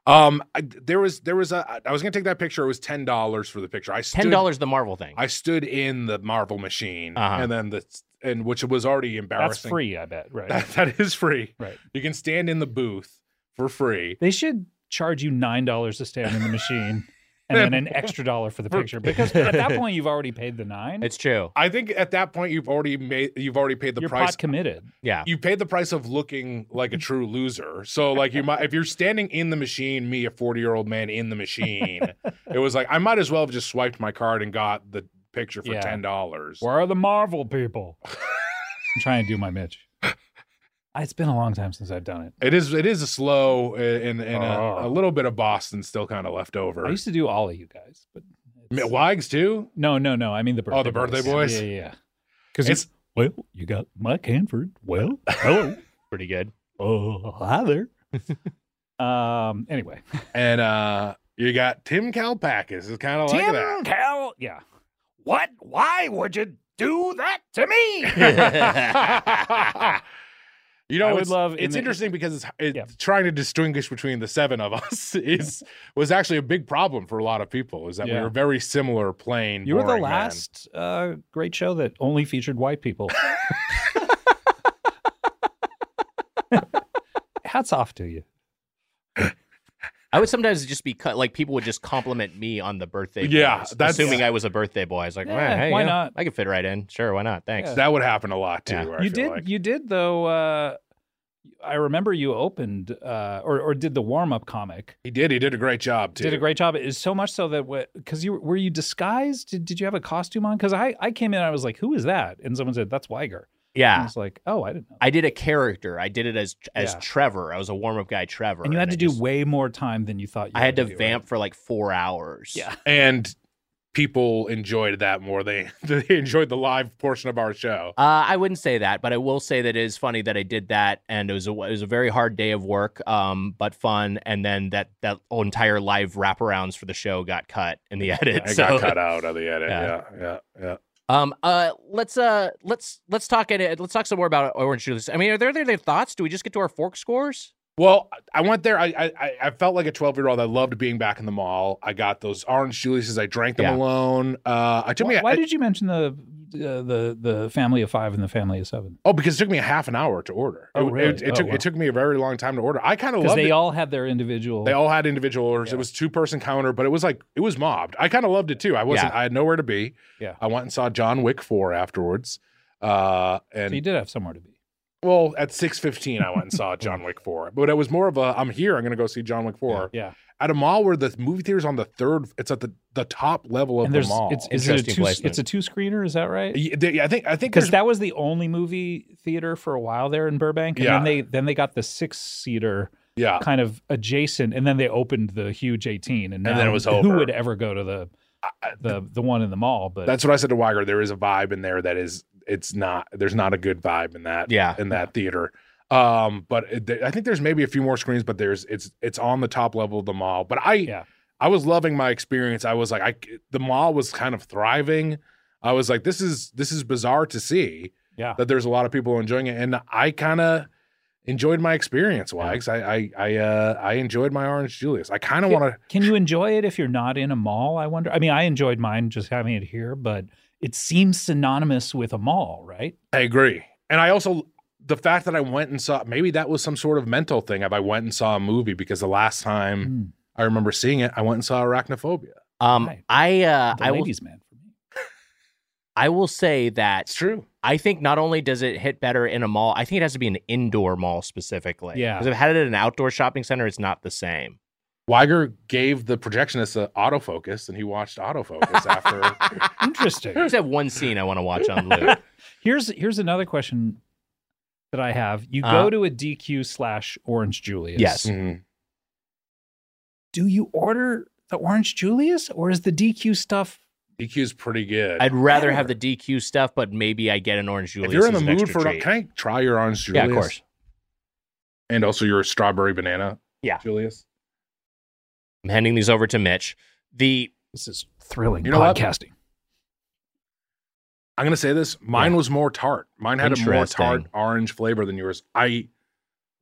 Speaker 4: Um, I, there was there was a I was gonna take that picture. It was ten dollars for the picture. I stood,
Speaker 2: Ten dollars, the Marvel thing.
Speaker 4: I stood in the Marvel machine,
Speaker 2: Uh-huh.
Speaker 4: and then the and which was already
Speaker 5: That's
Speaker 4: embarrassing.
Speaker 5: free, I bet, right?
Speaker 4: That, that is free.
Speaker 5: Right.
Speaker 4: You can stand in the booth for free.
Speaker 5: they should charge you nine dollars to stand in
Speaker 4: <laughs>
Speaker 5: the machine and then an extra dollar for the picture. Because at that point you've already paid the nine.
Speaker 2: it's true.
Speaker 4: I think at that point you've already made you've already paid the
Speaker 5: You're
Speaker 4: price.
Speaker 5: pot committed.
Speaker 4: <laughs>
Speaker 2: Yeah.
Speaker 4: you paid the price of looking like a true loser. So like you might if you're standing in the machine, me a 40 year old man in the machine, it was like I might as well have just swiped my card and got the picture for
Speaker 5: Yeah.
Speaker 4: ten dollars.
Speaker 5: Where are the
Speaker 2: <laughs>
Speaker 5: Marvel people? I'm trying to do my Mitch. It's been a long time since I've done it.
Speaker 4: It is it is a slow uh, and, and a,
Speaker 5: Oh.
Speaker 4: a little bit of Boston still kind of left over.
Speaker 5: I used to do all of you guys, but
Speaker 4: Mi-
Speaker 5: it's-
Speaker 4: Wags too.
Speaker 5: no, no, no. I mean the birthday.
Speaker 4: Oh, the Birthday Boys?
Speaker 5: Yeah, yeah, yeah. Because
Speaker 4: It's-
Speaker 5: it's well, you got Mike Hanford. <laughs> Well, hello.
Speaker 2: Pretty good.
Speaker 5: oh, hi there. um. <laughs> Anyway,
Speaker 4: And uh you got Tim Kalpakis is
Speaker 5: Oh,
Speaker 4: kind of like that.
Speaker 5: Cal. Yeah. What? Why would you do that to me?
Speaker 4: <laughs> You know,
Speaker 5: I would
Speaker 4: it's,
Speaker 5: love in
Speaker 4: it's
Speaker 5: the-
Speaker 4: interesting because it's, it's
Speaker 5: Yeah.
Speaker 4: trying to distinguish between the seven of us <laughs> is was actually a big problem for a lot of people. Is that we
Speaker 5: Yeah.
Speaker 4: were very similar, plain.
Speaker 5: <laughs> You were the
Speaker 4: boring men.
Speaker 5: last uh, great show that only featured white <laughs> people. Hats off to you.
Speaker 2: I would sometimes just be cut. Like people would just compliment me on the birthday.
Speaker 4: Yeah,
Speaker 2: boys,
Speaker 4: that's-
Speaker 2: assuming I was a birthday boy. I was like,
Speaker 5: Yeah,
Speaker 2: "Well, hey,
Speaker 5: why
Speaker 2: you know,
Speaker 5: not?"
Speaker 2: I could fit right in. Sure, why not? Thanks.
Speaker 5: Yeah.
Speaker 4: That would happen a lot too.
Speaker 2: Yeah.
Speaker 4: I
Speaker 5: uh,
Speaker 4: feel
Speaker 5: you did.
Speaker 4: like.
Speaker 5: You did though. Uh, I remember you opened uh, or or did the warm up comic.
Speaker 4: he did. He did a great job too.
Speaker 5: Did a great job. It is so much so that what because you were- were you disguised? Did, did you have a costume on? Because I I came in and I was like, who is that? And someone said that's Weiger. And I
Speaker 2: yeah.
Speaker 5: was like, oh, I didn't know.
Speaker 2: I did a character. I did it as as
Speaker 5: Yeah.
Speaker 2: Trevor. I was a warm up guy, Trevor.
Speaker 5: and you had to
Speaker 2: I
Speaker 5: do
Speaker 2: just-
Speaker 5: way more time than you thought. you
Speaker 2: I had to
Speaker 5: to do, right?
Speaker 2: vamp for like four hours.
Speaker 5: Yeah.
Speaker 4: and people enjoyed that more. They <laughs> they enjoyed the live portion of our show.
Speaker 2: Uh, I wouldn't say that, but I will say that it is funny that I did that, and it was a, it was a very hard day of work, um, but fun. And then that that whole entire live wraparounds for the show got cut in the <laughs> edit.
Speaker 4: I
Speaker 2: so
Speaker 4: got cut out of the edit.
Speaker 2: Yeah.
Speaker 4: Yeah, yeah, yeah.
Speaker 2: Um. Uh. Let's. Uh. Let's. Let's talk. It. Let's talk some more about Orange Julius. I mean, are there there their thoughts? Do we just get to our fork scores?
Speaker 4: Well, I went there. I I- I, I felt like a twelve year old. I loved being back in the mall. I got those orange Julius's. I drank them
Speaker 2: Yeah.
Speaker 4: alone. Uh, I took
Speaker 5: Why,
Speaker 4: me. a-
Speaker 5: why did you mention the uh, the the family of five and the family of seven
Speaker 4: Oh, because it took me a half an hour to order.
Speaker 5: Oh,
Speaker 4: It-
Speaker 5: really?
Speaker 4: It, it
Speaker 5: Oh,
Speaker 4: took
Speaker 5: wow.
Speaker 4: it took me a very long time to order. I kind of
Speaker 5: because
Speaker 4: loved
Speaker 5: they
Speaker 4: it.
Speaker 5: all had their individual.
Speaker 4: they all had individual orders. It was two person counter, but it was like it was mobbed. I kind of loved it too. I wasn't. I had nowhere to be.
Speaker 5: Yeah.
Speaker 4: I went and saw John Wick four afterwards. Uh, and
Speaker 5: so you did have somewhere to be.
Speaker 4: well, at six fifteen, I went and
Speaker 5: <laughs>
Speaker 4: saw John Wick four. But it was more of a I'm here. I'm going to go see John Wick four
Speaker 5: Yeah,
Speaker 4: at a mall where the movie theater's on the third. It's at the the top level of
Speaker 5: and
Speaker 4: the
Speaker 5: there's
Speaker 4: mall.
Speaker 5: it's is it a
Speaker 2: Interesting
Speaker 5: two
Speaker 2: placement.
Speaker 5: it's a two screener. Is that right?
Speaker 4: Yeah, they- I think I think
Speaker 5: Because
Speaker 4: there's-
Speaker 5: that was the only movie theater for a while there in Burbank, and
Speaker 4: Yeah.
Speaker 5: then they then they got the six seater
Speaker 4: yeah.
Speaker 5: uh, kind of adjacent, and then they opened the huge eighteen, and,
Speaker 4: And
Speaker 5: now
Speaker 4: then it was
Speaker 5: Who
Speaker 4: over.
Speaker 5: would ever go to the the the one in the mall? But
Speaker 4: That's what I said to Weiger. There is a vibe in there that is it's not there's not a good vibe in that
Speaker 2: Yeah.
Speaker 4: in that theater. Um, but it, th- I think there's maybe a few more screens, but there's it's it's on the top level of the mall. But I
Speaker 5: Yeah.
Speaker 4: I was loving my experience. I was like I c- the mall was kind of thriving. I was like this is this is bizarre to see
Speaker 5: yeah,
Speaker 4: that there's a lot of people enjoying it, and I kind of enjoyed my experience. Wags, I I I uh, I enjoyed my Orange Julius. I kind of want to.
Speaker 5: Can you enjoy it if you're not in a mall? I wonder. I mean, I enjoyed mine just having it here, but it seems synonymous with a mall, right?
Speaker 4: I agree. And I also the fact that I went and saw maybe that was some sort of mental thing if I went and saw a movie because the last time
Speaker 5: Mm,
Speaker 4: I remember seeing it, I went and saw Arachnophobia.
Speaker 2: Um,
Speaker 5: Right.
Speaker 2: I uh,
Speaker 5: the
Speaker 2: I will
Speaker 5: ladies' man for me.
Speaker 2: I will say that
Speaker 4: true.
Speaker 2: I think not only does it hit better in a mall, I think it has to be an indoor mall specifically.
Speaker 5: Yeah.
Speaker 2: because if I had it at an outdoor shopping center, it's not the same.
Speaker 4: Weiger gave the projectionist an autofocus and he watched autofocus
Speaker 2: <laughs>
Speaker 4: after
Speaker 5: <laughs> Interesting.
Speaker 2: I <laughs> just have one scene I want to watch on
Speaker 5: <laughs>
Speaker 2: loop.
Speaker 5: Here's here's another question that I have. You
Speaker 2: Uh-huh.
Speaker 5: go to a DQ slash Orange Julius.
Speaker 2: Yes.
Speaker 4: Mhm.
Speaker 5: Do you order the Orange Julius or is the DQ stuff?
Speaker 4: DQ's E pretty good.
Speaker 2: I'd rather have the DQ stuff, but maybe I get an orange
Speaker 4: if
Speaker 2: Julius.
Speaker 4: you're in the
Speaker 2: as an
Speaker 4: mood
Speaker 2: extra
Speaker 4: for
Speaker 2: treat.
Speaker 4: can I try your orange Julius?
Speaker 2: yeah, of course.
Speaker 4: And also your strawberry banana.
Speaker 2: Yeah.
Speaker 4: Julius.
Speaker 2: I'm handing these over to Mitch. The
Speaker 5: This is thrilling
Speaker 4: You know what?
Speaker 5: podcasting.
Speaker 4: I'm gonna say this. Mine was more tart. Mine had a more
Speaker 2: Interesting.
Speaker 4: tart orange flavor than yours. I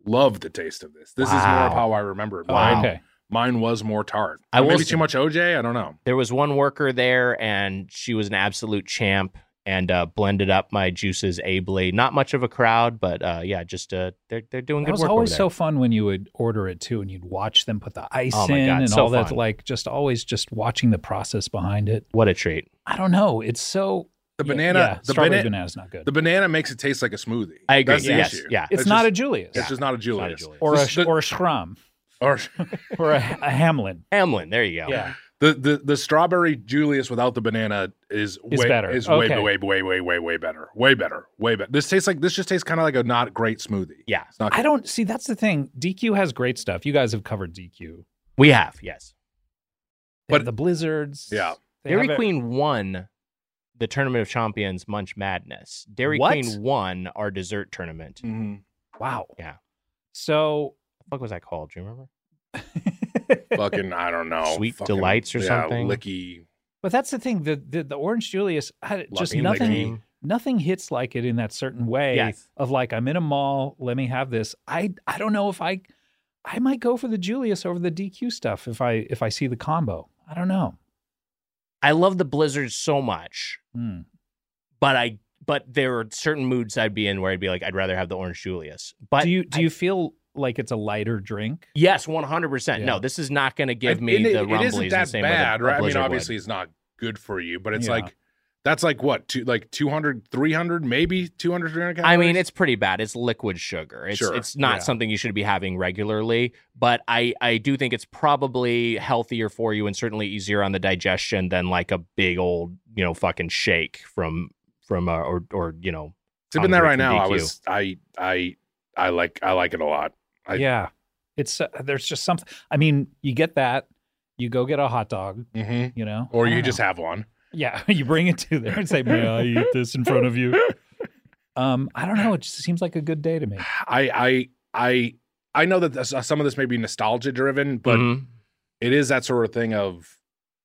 Speaker 4: love the taste of this. This is more
Speaker 2: Wow.
Speaker 4: of how I remember it.
Speaker 5: Oh,
Speaker 4: Mine,
Speaker 5: okay.
Speaker 4: mine was more tart.
Speaker 2: I will
Speaker 4: maybe
Speaker 2: say-
Speaker 4: too much OJ. I don't know.
Speaker 2: there was one worker there, and she was an absolute champ, and uh, blended up my juices ably. Not much of a crowd, but uh, yeah, just uh, they're they're doing
Speaker 5: It
Speaker 2: good
Speaker 5: was
Speaker 2: work. over
Speaker 5: always
Speaker 2: there.
Speaker 5: so fun when you would order it too, and you'd watch them put the ice
Speaker 2: Oh my
Speaker 5: in
Speaker 2: God,
Speaker 5: and
Speaker 2: so
Speaker 5: all that.
Speaker 2: fun.
Speaker 5: Like just always just watching the process behind it.
Speaker 2: what a treat.
Speaker 5: I don't know. It's so
Speaker 4: The
Speaker 5: yeah,
Speaker 4: banana,
Speaker 5: Yeah,
Speaker 4: the
Speaker 5: strawberry
Speaker 4: banana,
Speaker 5: banana's not good.
Speaker 4: the banana makes it taste like a smoothie.
Speaker 2: I agree.
Speaker 4: That's the
Speaker 2: yes,
Speaker 4: issue.
Speaker 2: yeah.
Speaker 5: it's,
Speaker 4: it's
Speaker 5: not
Speaker 4: just-
Speaker 5: a Julius.
Speaker 4: It's just not a Julius.
Speaker 2: Julius.
Speaker 5: or a
Speaker 4: This- the-
Speaker 5: or
Speaker 4: <laughs>
Speaker 5: a Schramm
Speaker 4: or
Speaker 5: or a, a Hamlin.
Speaker 2: Hamlin, there you go.
Speaker 5: Yeah.
Speaker 4: the, the the strawberry Julius without the banana is
Speaker 5: Is
Speaker 4: way,
Speaker 5: better.
Speaker 4: Is
Speaker 5: Okay.
Speaker 4: way, way, way, way, way, way better. Way better. Way better. This tastes like this. Just tastes kind of like a not great smoothie.
Speaker 2: Yeah.
Speaker 4: It's <laughs> not.
Speaker 5: I don't see that's the thing. DQ has great stuff. You guys have covered DQ.
Speaker 2: We have, yes.
Speaker 5: They have
Speaker 4: But-
Speaker 5: the blizzards.
Speaker 4: Yeah.
Speaker 5: They have
Speaker 2: Dairy
Speaker 5: it-
Speaker 2: Queen won the Tournament of Champions Munch Madness. Dairy
Speaker 5: What?
Speaker 2: Queen won our dessert tournament. What
Speaker 4: Mhm.
Speaker 5: Wow.
Speaker 2: Yeah.
Speaker 4: <laughs>
Speaker 5: So
Speaker 2: the fuck was that called? Do you remember?
Speaker 4: Fucking, I don't know.
Speaker 2: Sweet
Speaker 4: Fucking-
Speaker 2: delights or
Speaker 4: yeah,
Speaker 2: something?
Speaker 4: Licky.
Speaker 5: but that's the thing. The the, the Orange Julius I, just
Speaker 4: Lucky,
Speaker 5: nothing
Speaker 4: lucky.
Speaker 5: nothing hits like it in that certain way
Speaker 2: Yes.
Speaker 5: of like I'm in a mall, let me have this. I I don't know if I I might go for the Julius over the DQ stuff if I if I see the combo. I don't know.
Speaker 2: I love the blizzards so much,
Speaker 5: Hmm.
Speaker 2: but I but there are certain moods I'd be in where I'd be like, I'd rather have the orange Julius. But
Speaker 5: do you do
Speaker 2: I-
Speaker 5: you feel like it's a lighter drink?
Speaker 2: Yes, one hundred percent.
Speaker 5: Yeah.
Speaker 2: No, this is not going to give
Speaker 4: And-
Speaker 2: me
Speaker 4: and it-
Speaker 2: the rumblies
Speaker 4: It isn't
Speaker 2: the
Speaker 4: that
Speaker 2: same way that
Speaker 4: bad,
Speaker 2: a
Speaker 4: right? I mean,
Speaker 2: blizzard would.
Speaker 4: obviously, it's not good for you, but it's
Speaker 5: Yeah.
Speaker 4: like that's like what two, like 200, 300, maybe 200, 300
Speaker 2: I mean,
Speaker 4: calories?
Speaker 2: it's pretty bad. It's liquid sugar. It's
Speaker 4: Sure,
Speaker 2: it's not
Speaker 4: yeah.
Speaker 2: something you should be having regularly, but I I do think it's probably healthier for you and certainly easier on the digestion than like a big old, you know, fucking shake from from uh, or or you know,
Speaker 4: Sipping that
Speaker 2: Andre
Speaker 4: right
Speaker 2: from
Speaker 4: now, I
Speaker 2: DQ.
Speaker 4: was I I I like I like it a lot. I-
Speaker 5: yeah. It's uh, there's just something. I mean, you get that. You go get a hot dog,
Speaker 4: Mm-hmm.
Speaker 5: you know,
Speaker 4: Or
Speaker 5: I
Speaker 4: you
Speaker 5: don't
Speaker 4: just
Speaker 5: know.
Speaker 4: have one.
Speaker 5: yeah, <laughs> you bring it to there and say, "May I eat this in front of
Speaker 4: <laughs>
Speaker 5: you?" Um, I don't know. It just seems like a good day to
Speaker 2: Mm.
Speaker 5: me.
Speaker 4: I I I I know that this, some of this may be nostalgia driven, but
Speaker 2: Mhm.
Speaker 4: it is that sort of thing of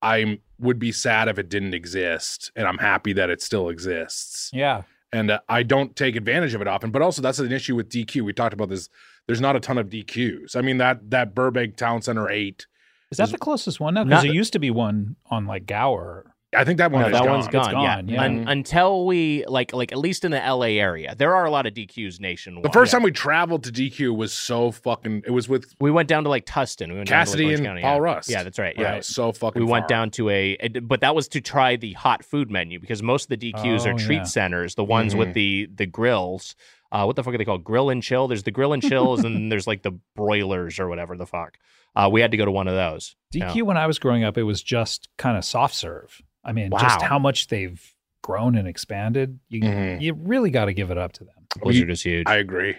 Speaker 4: I would be sad if it didn't exist, and I'm happy that it still exists.
Speaker 5: Yeah,
Speaker 4: And uh, I don't take advantage of it often, but also that's an issue with DQ. We talked about this. There's not a ton of DQs. I mean that that Burbank Town Center eight
Speaker 5: is that the closest one now?
Speaker 2: Not
Speaker 5: Because there
Speaker 2: the-
Speaker 5: used to be one on like Gower.
Speaker 4: I think that one
Speaker 2: No,
Speaker 4: is
Speaker 2: that
Speaker 4: gone.
Speaker 2: one's gone.
Speaker 5: gone,
Speaker 2: yeah,
Speaker 5: yeah.
Speaker 2: Un- until we like, like at least in the L.A. area, there are a lot of DQs nationwide.
Speaker 4: The first time we traveled to DQ was so fucking. It was with
Speaker 2: we went down to like Tustin, we went
Speaker 4: Cassidy
Speaker 2: down to, like,
Speaker 4: and
Speaker 2: Orange County,
Speaker 4: Paul
Speaker 2: yeah.
Speaker 4: Rust.
Speaker 2: Yeah, that's right. Yeah,
Speaker 4: yeah, it was so fucking.
Speaker 2: we went
Speaker 4: far.
Speaker 2: down to a, it- but that was to try the hot food menu because most of the DQs
Speaker 5: Oh,
Speaker 2: are treat
Speaker 5: yeah. Mm-hmm.
Speaker 2: centers, the ones
Speaker 4: Mhm.
Speaker 2: with the the grills. Uh, what the fuck are they called? Grill and chill. There's the grill and chills, and then there's like the broilers or whatever the fuck. Uh, we had to go to one of those.
Speaker 5: DQ when I was growing up, it was just kind of soft serve. I mean, just
Speaker 2: Wow.
Speaker 5: how much they've grown and expanded. You
Speaker 4: Mhm.
Speaker 5: you really got to give it up to them.
Speaker 2: Blizzard is huge.
Speaker 4: I agree.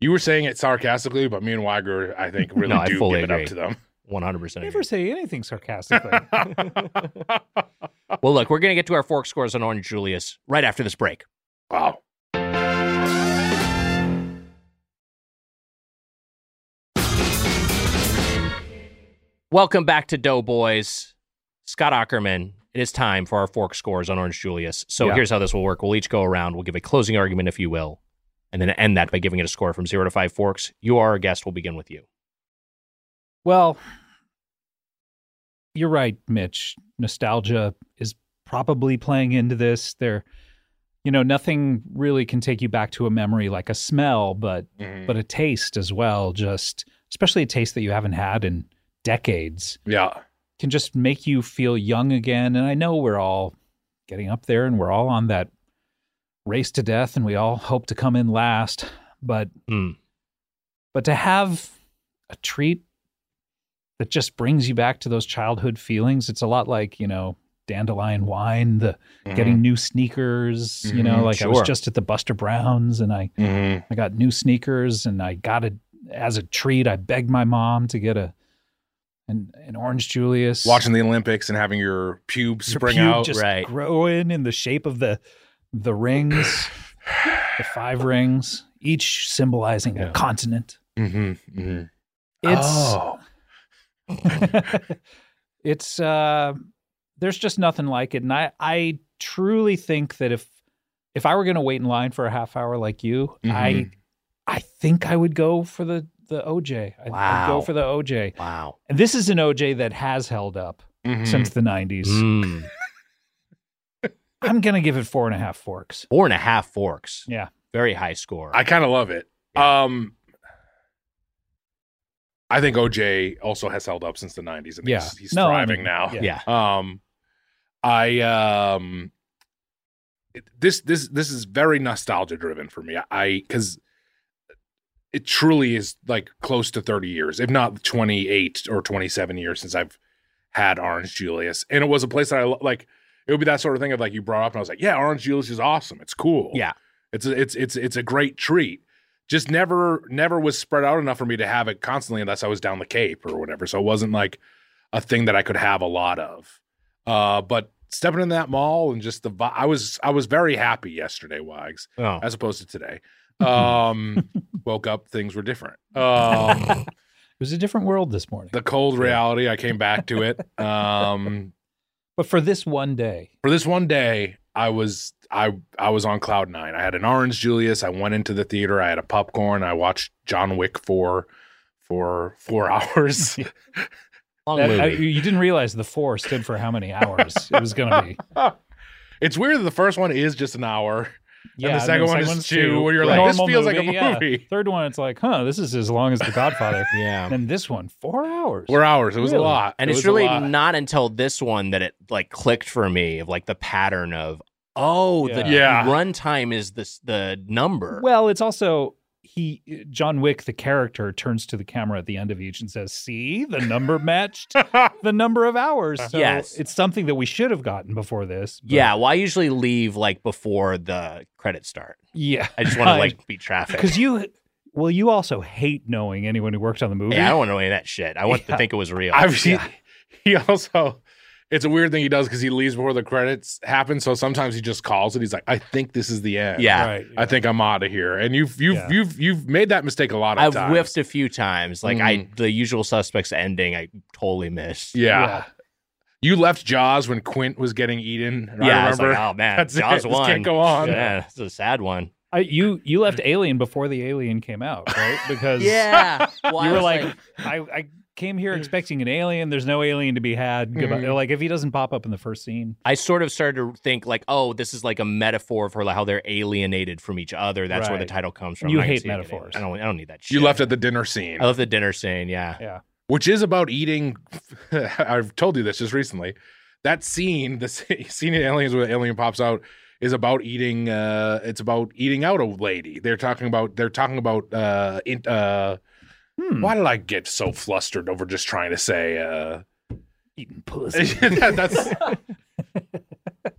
Speaker 4: You were saying it sarcastically, but me and Weiger, I
Speaker 5: <laughs>
Speaker 4: think, really
Speaker 2: No, I
Speaker 4: do
Speaker 2: fully
Speaker 4: give it
Speaker 2: agree.
Speaker 4: up to them.
Speaker 2: One hundred percent.
Speaker 5: Never say anything sarcastically. <laughs>
Speaker 2: Well, look, we're gonna get to our fork scores on Orange Julius right after this break.
Speaker 4: <laughs> Wow.
Speaker 2: Welcome back to Doughboys. Scott Ackerman, it is time for our fork scores on Orange Julius. So
Speaker 5: Yeah.
Speaker 2: here's how this will work. We'll each go around, we'll give a closing argument, if you will, and then end that by giving it a score from zero to five forks. You are our guest. We'll begin with you.
Speaker 5: Well, you're right, Mitch. Nostalgia is probably playing into this. There, you know, nothing really can take you back to a memory like a smell, but
Speaker 4: Mhm.
Speaker 5: but a taste as well. Just especially a taste that you haven't had in decades
Speaker 4: Yeah.
Speaker 5: can just make you feel young again. And I know we're all getting up there, and we're all on that race to death, and we all hope to come in last. But
Speaker 2: Hmm.
Speaker 5: but to have a treat that just brings you back to those childhood feelings it's a lot like you know dandelion wine the
Speaker 4: Mm-hmm.
Speaker 5: getting new sneakers you know
Speaker 4: Mhm,
Speaker 5: like i was
Speaker 2: sure.
Speaker 5: just at the buster browns and i
Speaker 4: Mhm.
Speaker 5: i got new sneakers and i got it as a treat i begged my mom to get a an, an orange julius
Speaker 4: Watching the Olympics and having your pubes
Speaker 5: Your
Speaker 4: spring
Speaker 5: pube
Speaker 4: out.
Speaker 5: just
Speaker 2: right.
Speaker 5: growing in the shape of the the rings the five rings each symbolizing
Speaker 4: Yeah.
Speaker 5: a continent
Speaker 4: Mm-hmm. Mm-hmm.
Speaker 5: it's
Speaker 4: Oh.
Speaker 5: <laughs> it's uh there's just nothing like it and i i truly think that if if i were going to wait in line for a half hour like you i
Speaker 4: Mhm.
Speaker 5: i think i would go for the the oj I, would
Speaker 2: Wow.
Speaker 5: go for the oj
Speaker 2: Wow.
Speaker 5: and this is an oj that has held up
Speaker 4: Mhm.
Speaker 5: since the 90s
Speaker 2: Mm.
Speaker 5: i'm going to give it four and a half forks
Speaker 2: Four and a half forks.
Speaker 5: Yeah.
Speaker 2: Very high score.
Speaker 4: I kind of love it. Um, I think OJ also has held up since the '90s. I think
Speaker 5: Yeah.
Speaker 4: he's, he's
Speaker 5: No, I
Speaker 4: thriving
Speaker 5: mean,
Speaker 4: now.
Speaker 5: yeah.
Speaker 2: yeah.
Speaker 4: Um, I um, it- this this this is very nostalgia driven for me. I because it truly is like close to 30 years, if not 28 or 27 years since I've had Orange Julius, and it was a place that I lo- like. It would be that sort of thing of like you brought up, and I was like, yeah, Orange Julius is awesome. It's cool.
Speaker 2: Yeah.
Speaker 4: it's a, it's it's it's a great treat. Just never never was spread out enough for me to have it constantly unless I was down the Cape or whatever. So it wasn't like a thing that I could have a lot of. Uh, but stepping in that mall and just the vi- I was I was very happy yesterday, Wags,
Speaker 2: Oh.
Speaker 4: as opposed to
Speaker 2: <laughs>
Speaker 4: today. Um, woke up, things were different. Um,
Speaker 5: it was a different world this morning
Speaker 4: the cold reality, I came back to it. Um,
Speaker 5: but for this one day
Speaker 4: for this one day, I was I I was on cloud nine. I had an orange Julius. I went into the theater. I had a popcorn. I watched John Wick four for
Speaker 2: <laughs>
Speaker 4: four <laughs> hours.
Speaker 2: Long
Speaker 5: that- I-
Speaker 2: movie.
Speaker 5: you didn't realize the four stood for how many hours it was going
Speaker 4: <laughs>
Speaker 5: to be
Speaker 4: it's weird that the first one is just an hour.
Speaker 5: Yeah,
Speaker 4: and the second one is
Speaker 5: one's
Speaker 4: two, where you're like, this
Speaker 5: Normal
Speaker 4: feels
Speaker 5: movie,
Speaker 4: like a
Speaker 5: yeah.
Speaker 4: movie.
Speaker 5: Third one, it's like, huh, this is as long as The Godfather.
Speaker 4: <laughs>
Speaker 2: yeah.
Speaker 5: and then this one, four hours.
Speaker 4: Four hours. It was
Speaker 5: Really?
Speaker 4: a lot.
Speaker 2: And
Speaker 4: It
Speaker 2: it's
Speaker 4: was a
Speaker 2: really
Speaker 4: lot.
Speaker 2: not until this one that it like clicked for me of like the pattern of oh the
Speaker 4: Yeah. Yeah.
Speaker 2: runtime is this the number.
Speaker 5: well, it's also he, John Wick, the character, turns to the camera at the end of each and says, "See, the
Speaker 4: <laughs>
Speaker 5: number matched the number of hours." So
Speaker 2: Yes.
Speaker 5: it's something that we should have gotten before this. but-
Speaker 2: yeah, well, I usually leave like before the credits start.
Speaker 5: yeah,
Speaker 2: I just want to
Speaker 5: Right.
Speaker 2: like beat traffic.
Speaker 5: because you, well, you also hate knowing anyone who worked on the movie.
Speaker 2: Yeah, I don't want to know any of that shit. I want to
Speaker 5: Yeah.
Speaker 2: think it was real.
Speaker 4: I've seen, <laughs> he also it's a weird thing he does because he leaves before the credits happen. So sometimes he just calls it. He's like, I think this is the end.
Speaker 2: <laughs> yeah,
Speaker 5: Right.
Speaker 4: I think I'm out of here. And you've you've
Speaker 5: Yeah.
Speaker 4: you've you've made that mistake a lot of
Speaker 2: I've
Speaker 4: times.
Speaker 2: whiffed a few times. Like I, the Usual Suspects ending, I totally missed.
Speaker 4: Yeah.
Speaker 5: Yeah.
Speaker 4: You left Jaws when Quint was getting eaten. I
Speaker 2: yeah. I was
Speaker 4: remember.
Speaker 2: like, oh man,
Speaker 4: That's it.
Speaker 2: Jaws
Speaker 4: This
Speaker 2: won.
Speaker 4: can't go on.
Speaker 2: Yeah, it's a sad one.
Speaker 5: I, you you left Alien before the Alien came out, right? Because
Speaker 2: Yeah, well, I
Speaker 5: you were
Speaker 2: was
Speaker 5: like, I, I came here expecting an alien. There's no alien to be had. Goodbye. Like if he doesn't pop up in the first scene,
Speaker 2: I sort of started to think like, oh, this is like a metaphor for like how they're alienated from each other. That's where the
Speaker 5: Right.
Speaker 2: title comes from.
Speaker 5: You
Speaker 2: I can
Speaker 5: hate
Speaker 2: see it.
Speaker 5: metaphors.
Speaker 2: I don't. I don't need that. Shit.
Speaker 4: You left at the dinner scene,
Speaker 2: I love the dinner scene. Yeah.
Speaker 5: yeah,
Speaker 4: which is about eating. <laughs> I've told you this just recently. That scene, the <laughs> sc- scene in Aliens where the alien pops out, is about eating. Uh, it's about eating out a lady. They're talking about. They're talking about. Uh, in, uh,
Speaker 5: Hmm.
Speaker 4: Why did I get so flustered over just trying to say? Uh,
Speaker 5: eating
Speaker 4: <laughs>
Speaker 5: pussy.
Speaker 4: that,
Speaker 5: <laughs>
Speaker 4: that's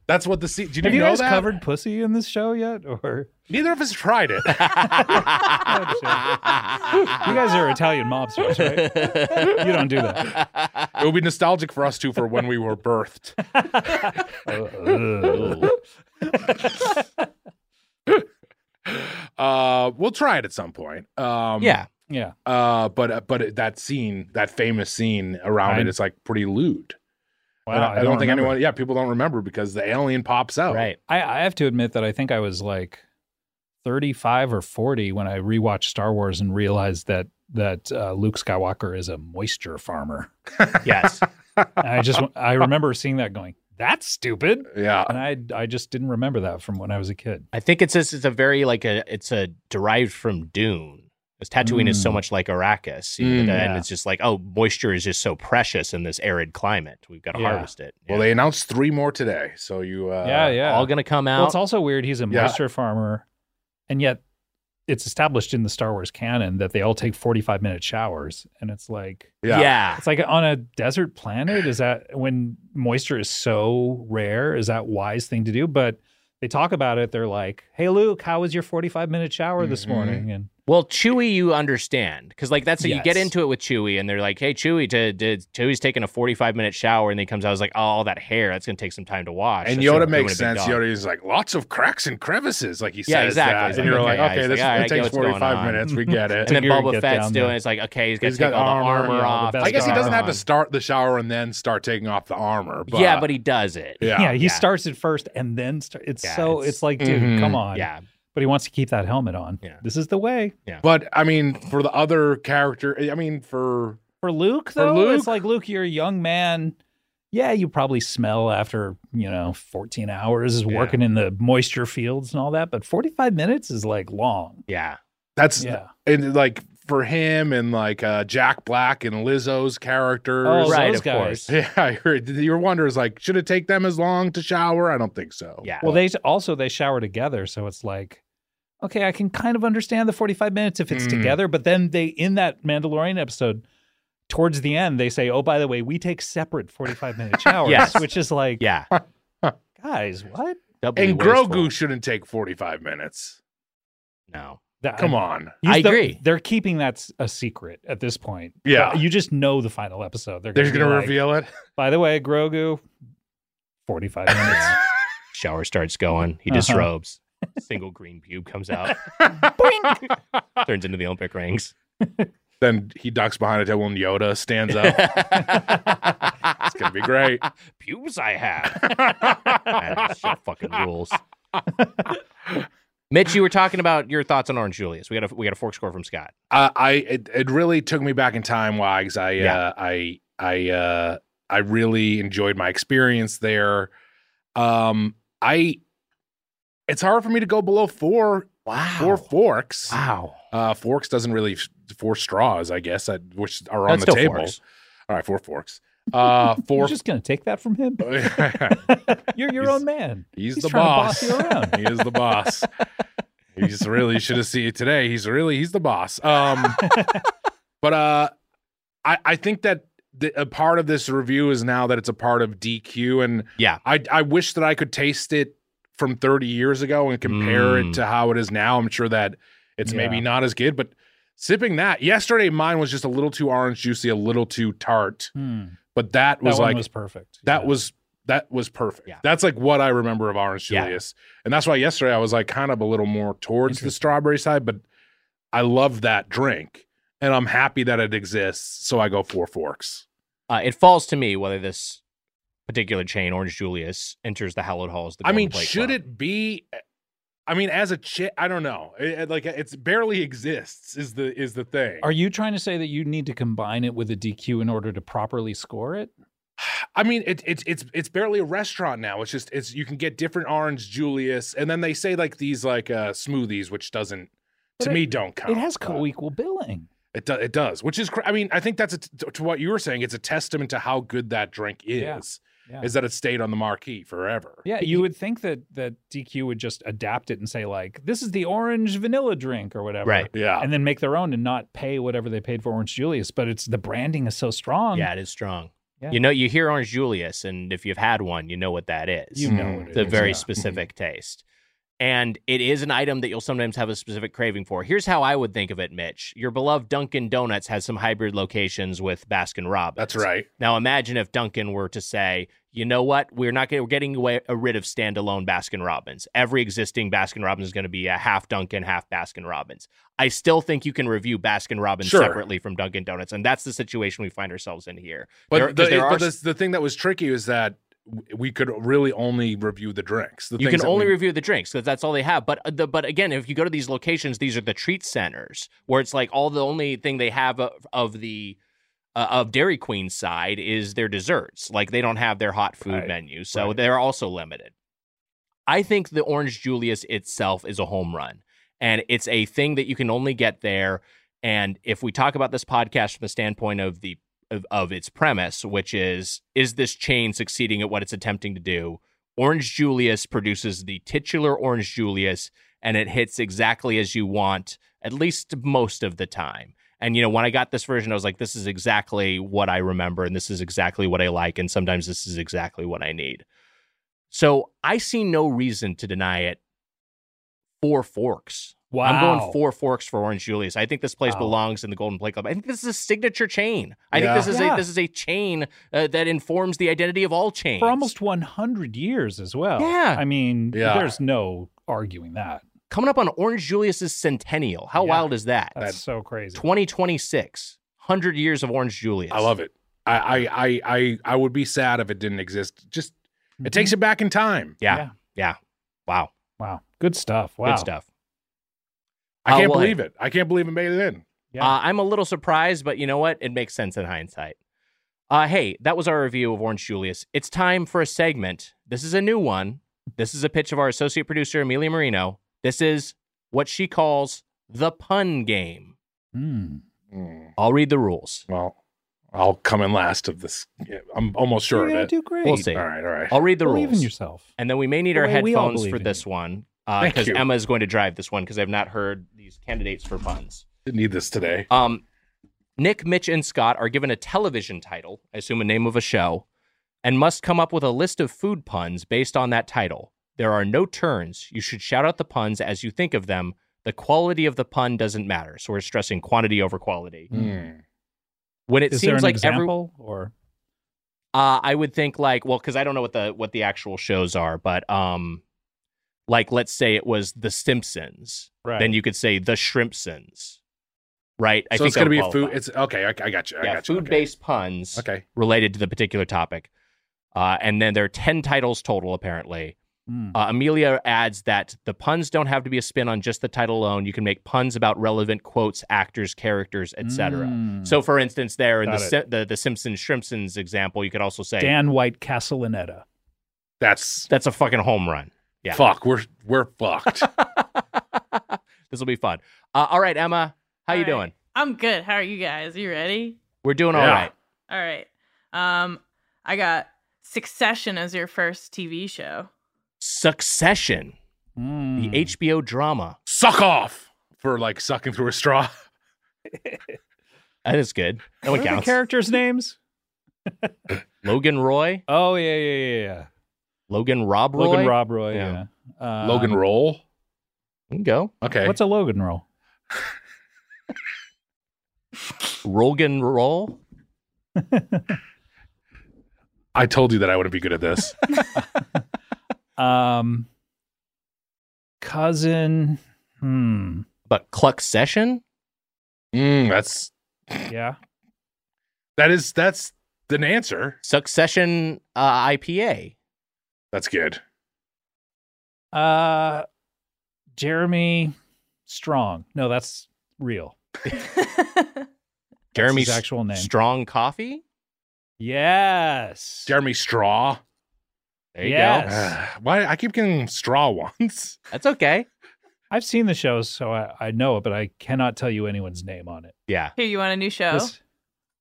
Speaker 4: that's what the scene. Do you,
Speaker 5: Have you
Speaker 4: know
Speaker 5: guys
Speaker 4: that?
Speaker 5: covered pussy in this show yet? Or
Speaker 4: Neither of us tried
Speaker 5: <laughs>
Speaker 4: it.
Speaker 5: you guys are Italian mobsters, right? you don't do that.
Speaker 4: it would be nostalgic for us too for when we were birthed. uh, we'll try it at some point. Um,
Speaker 2: Yeah.
Speaker 5: Yeah,
Speaker 4: Uh, but uh, but that scene, that famous scene around
Speaker 5: I-
Speaker 4: it, it's like pretty lewd. And I, I don't, think
Speaker 5: remember.
Speaker 4: anyone. Yeah, people don't remember because the alien pops out.
Speaker 2: Right.
Speaker 5: I, I have to admit that I think I was like 35 or 40 when I rewatched Star Wars and realized that that uh, Luke Skywalker is a moisture farmer.
Speaker 2: Yes.
Speaker 5: And I just I remember seeing that going, that's stupid.
Speaker 4: Yeah.
Speaker 5: And I I just didn't remember that from when I was a kid.
Speaker 2: I think it's just, it's a very like a it's a derived from Dune. Because Tatooine is so
Speaker 5: Mm.
Speaker 2: much like Arrakis, you know,
Speaker 4: Mm.
Speaker 2: and
Speaker 5: Yeah.
Speaker 2: it's just like, oh, moisture is just so precious in this arid climate. We've got to
Speaker 5: Yeah.
Speaker 2: harvest it.
Speaker 4: Well, they announced three more today, so you. Uh,
Speaker 5: yeah, yeah.
Speaker 2: all gonna come out.
Speaker 5: well, it's also weird he's a
Speaker 4: Yeah.
Speaker 5: moisture farmer and yet it's established in the Star Wars canon that they all take 45 minute showers and it's like
Speaker 4: yeah.
Speaker 2: yeah.
Speaker 5: It's like on a desert planet. Is that when moisture is so rare? Is that wise thing to do? But they talk about it. They're like, "Hey, Luke, how was your forty-five minute shower this
Speaker 2: Mm-hmm.
Speaker 4: Mhm.
Speaker 5: morning?" And
Speaker 2: Well, Chewie, you understand because like that's you get
Speaker 5: Yes.
Speaker 2: into it with Chewie, and they're like, "Hey, Chewie, to, to, Chewie's taking a forty-five minute shower, and then he comes out. I was like, "Oh, all that hair, that's gonna take some time to wash."
Speaker 4: And
Speaker 2: That's what
Speaker 4: Yoda
Speaker 2: I'm
Speaker 4: makes
Speaker 2: doing a big
Speaker 4: sense.
Speaker 2: dog."
Speaker 4: Yoda is like lots of cracks and crevices, like he
Speaker 2: Yeah,
Speaker 4: says
Speaker 2: exactly.
Speaker 4: that,
Speaker 2: He's
Speaker 4: and
Speaker 2: like,
Speaker 4: you're
Speaker 2: okay,
Speaker 4: like,
Speaker 2: yeah,
Speaker 4: okay,
Speaker 2: he's
Speaker 4: this
Speaker 2: like, all
Speaker 4: it
Speaker 2: right, I get
Speaker 4: takes
Speaker 2: what's going
Speaker 4: 45
Speaker 2: on.
Speaker 4: minutes. We get
Speaker 2: <laughs>
Speaker 4: it.
Speaker 2: And then
Speaker 5: Figure it,
Speaker 2: Boba
Speaker 5: get
Speaker 2: Fett's
Speaker 5: down
Speaker 2: doing
Speaker 5: there.
Speaker 2: it's like, okay, he's gonna
Speaker 4: He's
Speaker 2: take
Speaker 4: got
Speaker 2: all the
Speaker 4: armor,
Speaker 2: armor,
Speaker 5: yeah, the
Speaker 2: off.
Speaker 5: best
Speaker 4: I guess he
Speaker 5: Scar
Speaker 4: doesn't have
Speaker 5: on.
Speaker 4: to start the shower and then start taking off the armor. But,
Speaker 2: yeah, but he does it.
Speaker 4: yeah,
Speaker 5: yeah, he
Speaker 2: yeah.
Speaker 5: starts it first, and then start, it's
Speaker 2: Yeah,
Speaker 5: so
Speaker 2: it's- Mm-hmm.
Speaker 5: it's, like, dude,
Speaker 4: Mhm.
Speaker 5: come on.
Speaker 2: Yeah.
Speaker 5: but he wants to keep that helmet on.
Speaker 2: Yeah.
Speaker 5: this is the way
Speaker 4: But I mean, for the other character, I mean, for
Speaker 5: for Luke.
Speaker 4: For
Speaker 5: Though
Speaker 4: Luke?
Speaker 5: it's like Luke, you're a young man. Yeah, you probably smell after you know 14 hours working in the moisture fields and all that, but 45 minutes is like long.
Speaker 2: Yeah.
Speaker 4: that's
Speaker 5: Yeah.
Speaker 4: and like for him and like uh, Jack Black and Lizzo's characters.
Speaker 5: Oh,
Speaker 2: Right,
Speaker 5: those
Speaker 2: of
Speaker 5: guys.
Speaker 2: course.
Speaker 4: <laughs> Yeah, I heard- your wonder is like, should it take them as long to shower? I don't think so.
Speaker 2: Yeah.
Speaker 5: Well, they also they shower together, so it's like, okay, I can kind of understand the forty-five minutes if it's
Speaker 4: Mm.
Speaker 5: together. But then they in that Mandalorian episode, towards the end, they say, "Oh, by the way, we take separate forty-five <laughs> minute showers,"
Speaker 2: Yes.
Speaker 5: which is like,
Speaker 2: yeah.
Speaker 5: guys, what?
Speaker 2: Doubly
Speaker 4: and
Speaker 2: wasteful.
Speaker 4: Grogu shouldn't take forty five minutes.
Speaker 2: No.
Speaker 5: That-
Speaker 4: Come on.
Speaker 5: he's
Speaker 2: I
Speaker 5: the-
Speaker 2: agree.
Speaker 5: They're keeping that s- a secret at this point.
Speaker 4: Yeah.
Speaker 5: But you just know the final episode. They're
Speaker 4: They're
Speaker 5: gonna,
Speaker 4: just gonna
Speaker 5: be
Speaker 4: reveal
Speaker 5: like,
Speaker 4: it.
Speaker 5: By the way, Grogu,
Speaker 4: <laughs>
Speaker 5: forty-five minutes.
Speaker 2: Shower starts going. He
Speaker 5: Uh-huh.
Speaker 2: disrobes. Single green pube comes out.
Speaker 4: <laughs>
Speaker 5: <laughs>
Speaker 2: Turns into the Olympic rings.
Speaker 4: Then he ducks behind a table and Yoda stands
Speaker 2: Oh.
Speaker 4: up.
Speaker 5: <laughs>
Speaker 2: it's
Speaker 4: gonna be great.
Speaker 2: Pubes I have. Man, this shit fucking rules. Mitch, you were talking about your thoughts on Orange Julius. We got a we got a fork score from Scott.
Speaker 4: uh, I it, it really took me back in time, Wags. I
Speaker 2: Yeah.
Speaker 4: uh, I I uh, I really enjoyed my experience there. Um, I it's hard for me to go below four
Speaker 2: Wow.
Speaker 4: four forks.
Speaker 2: Wow.
Speaker 4: Uh, forks doesn't really f- four straws, I guess, that, which are on
Speaker 2: That's
Speaker 4: the
Speaker 2: still
Speaker 4: table.
Speaker 2: forks.
Speaker 4: All right, four forks.
Speaker 2: <laughs>
Speaker 4: Uh,
Speaker 5: You're
Speaker 4: four.
Speaker 5: just gonna take that
Speaker 4: <laughs>
Speaker 5: from him. You're your
Speaker 4: He's-
Speaker 5: own man.
Speaker 4: He's,
Speaker 5: He's
Speaker 4: the
Speaker 5: trying to boss
Speaker 4: boss.
Speaker 5: you around.
Speaker 4: <laughs> he is the boss. He's really should have seen it today. He's really he's the boss.
Speaker 5: <laughs>
Speaker 4: Um, but uh, I I think that the, a part of this review is now that it's a part of DQ, and
Speaker 2: Yeah.
Speaker 4: I I wish that I could taste it from 30 years ago and compare
Speaker 2: Mm.
Speaker 4: it to how it is now. I'm sure that it's maybe
Speaker 5: Yeah.
Speaker 4: not as good, but sipping that yesterday, mine was just a little too orange juicy, a little too tart.
Speaker 5: Hmm.
Speaker 4: But that
Speaker 5: That
Speaker 4: was
Speaker 5: one
Speaker 4: like
Speaker 5: was perfect.
Speaker 4: that
Speaker 5: Yeah.
Speaker 4: was that was perfect.
Speaker 2: Yeah.
Speaker 4: That's like what I remember of Orange
Speaker 2: Yeah.
Speaker 4: Julius, and that's why yesterday I was like kind of a little more towards the strawberry side, but I love that drink, and I'm happy that it exists. So I go four forks.
Speaker 2: Uh, it falls to me whether this particular chain, Orange Julius, enters the hallowed halls. Of the
Speaker 4: I mean,
Speaker 2: Golden Plate
Speaker 4: should
Speaker 2: Club.
Speaker 4: it be I mean, as a chick, I don't know. It- it- like it's barely exists is the is the thing.
Speaker 5: Are you trying to say that you need to combine it with a DQ in order to properly score it?
Speaker 4: I mean, it, it's it's it's barely a restaurant now. It's just it's you can get different orange Julius, and then they say like these like uh smoothies, which doesn't to
Speaker 5: it-
Speaker 4: me don't count.
Speaker 5: It has
Speaker 4: but
Speaker 5: co-equal billing.
Speaker 4: It does. It does. Which is, cra- I mean, I think that's a t- to what you were saying. It's a testament to how good that drink
Speaker 5: Yeah.
Speaker 4: is.
Speaker 5: Yeah.
Speaker 4: Is that it stayed on the marquee forever?
Speaker 5: Yeah, you would think that that DQ would just adapt it and say like, "This is the orange vanilla drink" or whatever,
Speaker 2: Right.
Speaker 4: Yeah.
Speaker 5: And then make their own and not pay whatever they paid for Orange Julius. But it's the branding is so strong.
Speaker 2: yeah, it is strong.
Speaker 5: Yeah.
Speaker 2: You know, you hear Orange Julius, and if you've had one, you know what that is.
Speaker 5: you know
Speaker 4: Mm,
Speaker 5: it
Speaker 2: it's a
Speaker 5: is,
Speaker 2: very
Speaker 5: yeah.
Speaker 2: specific taste. And it is an item that you'll sometimes have a specific craving for. Here's how I would think of it, Mitch. Your beloved Dunkin' Donuts has some hybrid locations with Baskin Robbins.
Speaker 4: That's right.
Speaker 2: Now imagine if Duncan were to say, you know what, we're not gonna, we're getting away, uh, rid of standalone Baskin Robbins. Every existing Baskin Robbins is going to be a half Duncan, half Baskin Robbins. I still think you can review Baskin Robbins
Speaker 4: Sure.
Speaker 2: separately from Dunkin' Donuts, and that's the situation we find ourselves in here. There-
Speaker 4: But
Speaker 2: 'cause
Speaker 4: the,
Speaker 2: there are
Speaker 4: but the, the thing that was tricky is that w- we could really only review the drinks. The
Speaker 2: you can
Speaker 4: things that
Speaker 2: only
Speaker 4: we-
Speaker 2: review the drinks because that's all they have. But uh, the, but again, if you go to these locations, these are the treat centers where it's like all the only thing they have of, of the uh, of Dairy Queen's side is their desserts. Like they don't have their hot food
Speaker 5: Right,
Speaker 2: menu, so
Speaker 5: right.
Speaker 2: they're also limited. I think the Orange Julius itself is a home run, and it's a thing that you can only get there. And if we talk about this podcast from the standpoint of the of, of its premise, which is is this chain succeeding at what it's attempting to do? Orange Julius produces the titular Orange Julius, and it hits exactly as you want, at least most of the time. And you know, when I got this version, I was like, this is exactly what I remember, and this is exactly what I like, and sometimes this is exactly what I need. So I see no reason to deny it. Four forks.
Speaker 5: Wow.
Speaker 2: I'm going four forks for Orange Julius. I think this place
Speaker 5: Wow.
Speaker 2: belongs in the Golden Plate Club. I think this is a signature chain. I
Speaker 4: Yeah.
Speaker 2: think this is
Speaker 5: Yeah.
Speaker 2: a this is a chain uh, that informs the identity of all chains.
Speaker 5: for almost 100 years as well.
Speaker 2: Yeah.
Speaker 5: I mean,
Speaker 4: Yeah.
Speaker 5: there's no arguing that.
Speaker 2: coming up on Orange Julius's centennial. How
Speaker 5: Yeah.
Speaker 2: wild is that?
Speaker 5: That's
Speaker 4: That-
Speaker 5: so crazy.
Speaker 2: 2026, 100 years of Orange Julius.
Speaker 4: I love it. I, I I I I would be sad if it didn't exist. Just it takes you back in time.
Speaker 2: Yeah.
Speaker 5: Mm-hmm. Yeah.
Speaker 2: Yeah. Wow.
Speaker 5: Wow. Good stuff. Wow.
Speaker 2: Good stuff.
Speaker 4: I
Speaker 2: Oh,
Speaker 4: can't
Speaker 2: well, hey.
Speaker 4: believe it. I can't believe it made it in.
Speaker 5: Yeah.
Speaker 2: Uh, I'm a little surprised, but you know what? It makes sense in hindsight. Uh, hey, that was our review of Orange Julius. It's time for a segment. This is a new one. This is a pitch of our associate producer, Amelia Marino. This is what she calls the pun game.
Speaker 5: Mm.
Speaker 4: Mm,
Speaker 2: I'll read the rules.
Speaker 4: well, I'll come in last of this. Yeah, I'm almost sure
Speaker 5: You're
Speaker 4: of
Speaker 5: gonna
Speaker 4: it.
Speaker 5: do great.
Speaker 2: We'll see.
Speaker 4: All right, all right.
Speaker 2: I'll read the
Speaker 5: Believe in
Speaker 2: rules.
Speaker 5: yourself.
Speaker 2: And then we may need
Speaker 5: The
Speaker 2: our
Speaker 5: way we all
Speaker 2: headphones
Speaker 5: believe
Speaker 2: for
Speaker 5: in
Speaker 2: this one
Speaker 4: Thank
Speaker 2: because
Speaker 4: you.
Speaker 2: Emma is going to drive this one because I've not heard these candidates for puns.
Speaker 4: Didn't need this today.
Speaker 2: Um, Nick, Mitch, and Scott are given a television title, I assume a name of a show, and must come up with a list of food puns based on that title. There are no turns. You should shout out the puns as you think of them. The quality of the pun doesn't matter. So we're stressing quantity over quality.
Speaker 4: Mm.
Speaker 2: When it
Speaker 5: Is there
Speaker 2: seems
Speaker 5: an
Speaker 2: like every,
Speaker 5: example or
Speaker 2: uh, I would think like, well, because I don't know what the what the actual shows are, but um, like let's say it was The Simpsons,
Speaker 5: right?
Speaker 2: then you could say The Shrimpsons, right?
Speaker 4: so it's gonna
Speaker 2: that
Speaker 4: be
Speaker 2: would
Speaker 4: a food.
Speaker 2: qualify.
Speaker 4: It's okay. I, I got you. I
Speaker 2: yeah,
Speaker 4: got you. okay.
Speaker 2: food-based puns
Speaker 4: Okay.
Speaker 2: related to the particular topic. Uh, and then there are 10 titles total, apparently.
Speaker 5: Mm.
Speaker 2: Uh, Amelia adds that the puns don't have to be a spin on just the title alone. You can make puns about relevant quotes, actors, characters, etc.
Speaker 5: Mm.
Speaker 2: So, for instance, there in the,
Speaker 5: Got it.
Speaker 2: Sim- the the Simpsons Shrimpsons example, you could also say
Speaker 5: Dan White Castellaneta.
Speaker 4: That's
Speaker 2: that's a fucking home run. yeah.
Speaker 4: fuck. We're we're fucked.
Speaker 2: this will be fun. Uh, all right, Emma, how you
Speaker 8: All right.
Speaker 2: doing?
Speaker 8: I'm good. How are you guys? You ready?
Speaker 2: We're doing all
Speaker 4: Yeah.
Speaker 2: right.
Speaker 8: All right. Um, I got Succession as your first TV show.
Speaker 2: Succession,
Speaker 5: Mm.
Speaker 2: the HBO drama.
Speaker 4: Suck off for like sucking through a straw.
Speaker 2: That is good. That one
Speaker 5: What are the
Speaker 2: counts.
Speaker 5: characters' names?
Speaker 2: Logan Roy,
Speaker 5: Oh yeah, yeah, yeah, yeah.
Speaker 2: Logan Rob Roy.
Speaker 5: Logan Rob Roy. Yeah.
Speaker 2: Yeah.
Speaker 5: Uh,
Speaker 4: Logan roll.
Speaker 2: You can go.
Speaker 4: Okay.
Speaker 5: What's a Logan roll?
Speaker 2: Rogan Roll.
Speaker 4: I told you that I wouldn't be good at this.
Speaker 5: Um, cousin. Hmm.
Speaker 2: But Cluck Session?
Speaker 4: Mm, that's
Speaker 5: Yeah.
Speaker 4: that is that's an answer.
Speaker 2: Succession uh, IPA.
Speaker 4: That's good.
Speaker 5: Uh, Jeremy Strong. No, that's real. That's
Speaker 2: Jeremy
Speaker 5: his actual name.
Speaker 2: Strong Coffee.
Speaker 5: yes.
Speaker 4: Jeremy Straw. Ah,
Speaker 2: There you
Speaker 5: Yes.
Speaker 2: go.
Speaker 4: Why I keep getting straw ones.
Speaker 2: That's okay.
Speaker 5: I've seen the show, so I, I know it, but I cannot tell you anyone's name on it.
Speaker 2: Yeah.
Speaker 8: Here, you want a new show?
Speaker 5: This-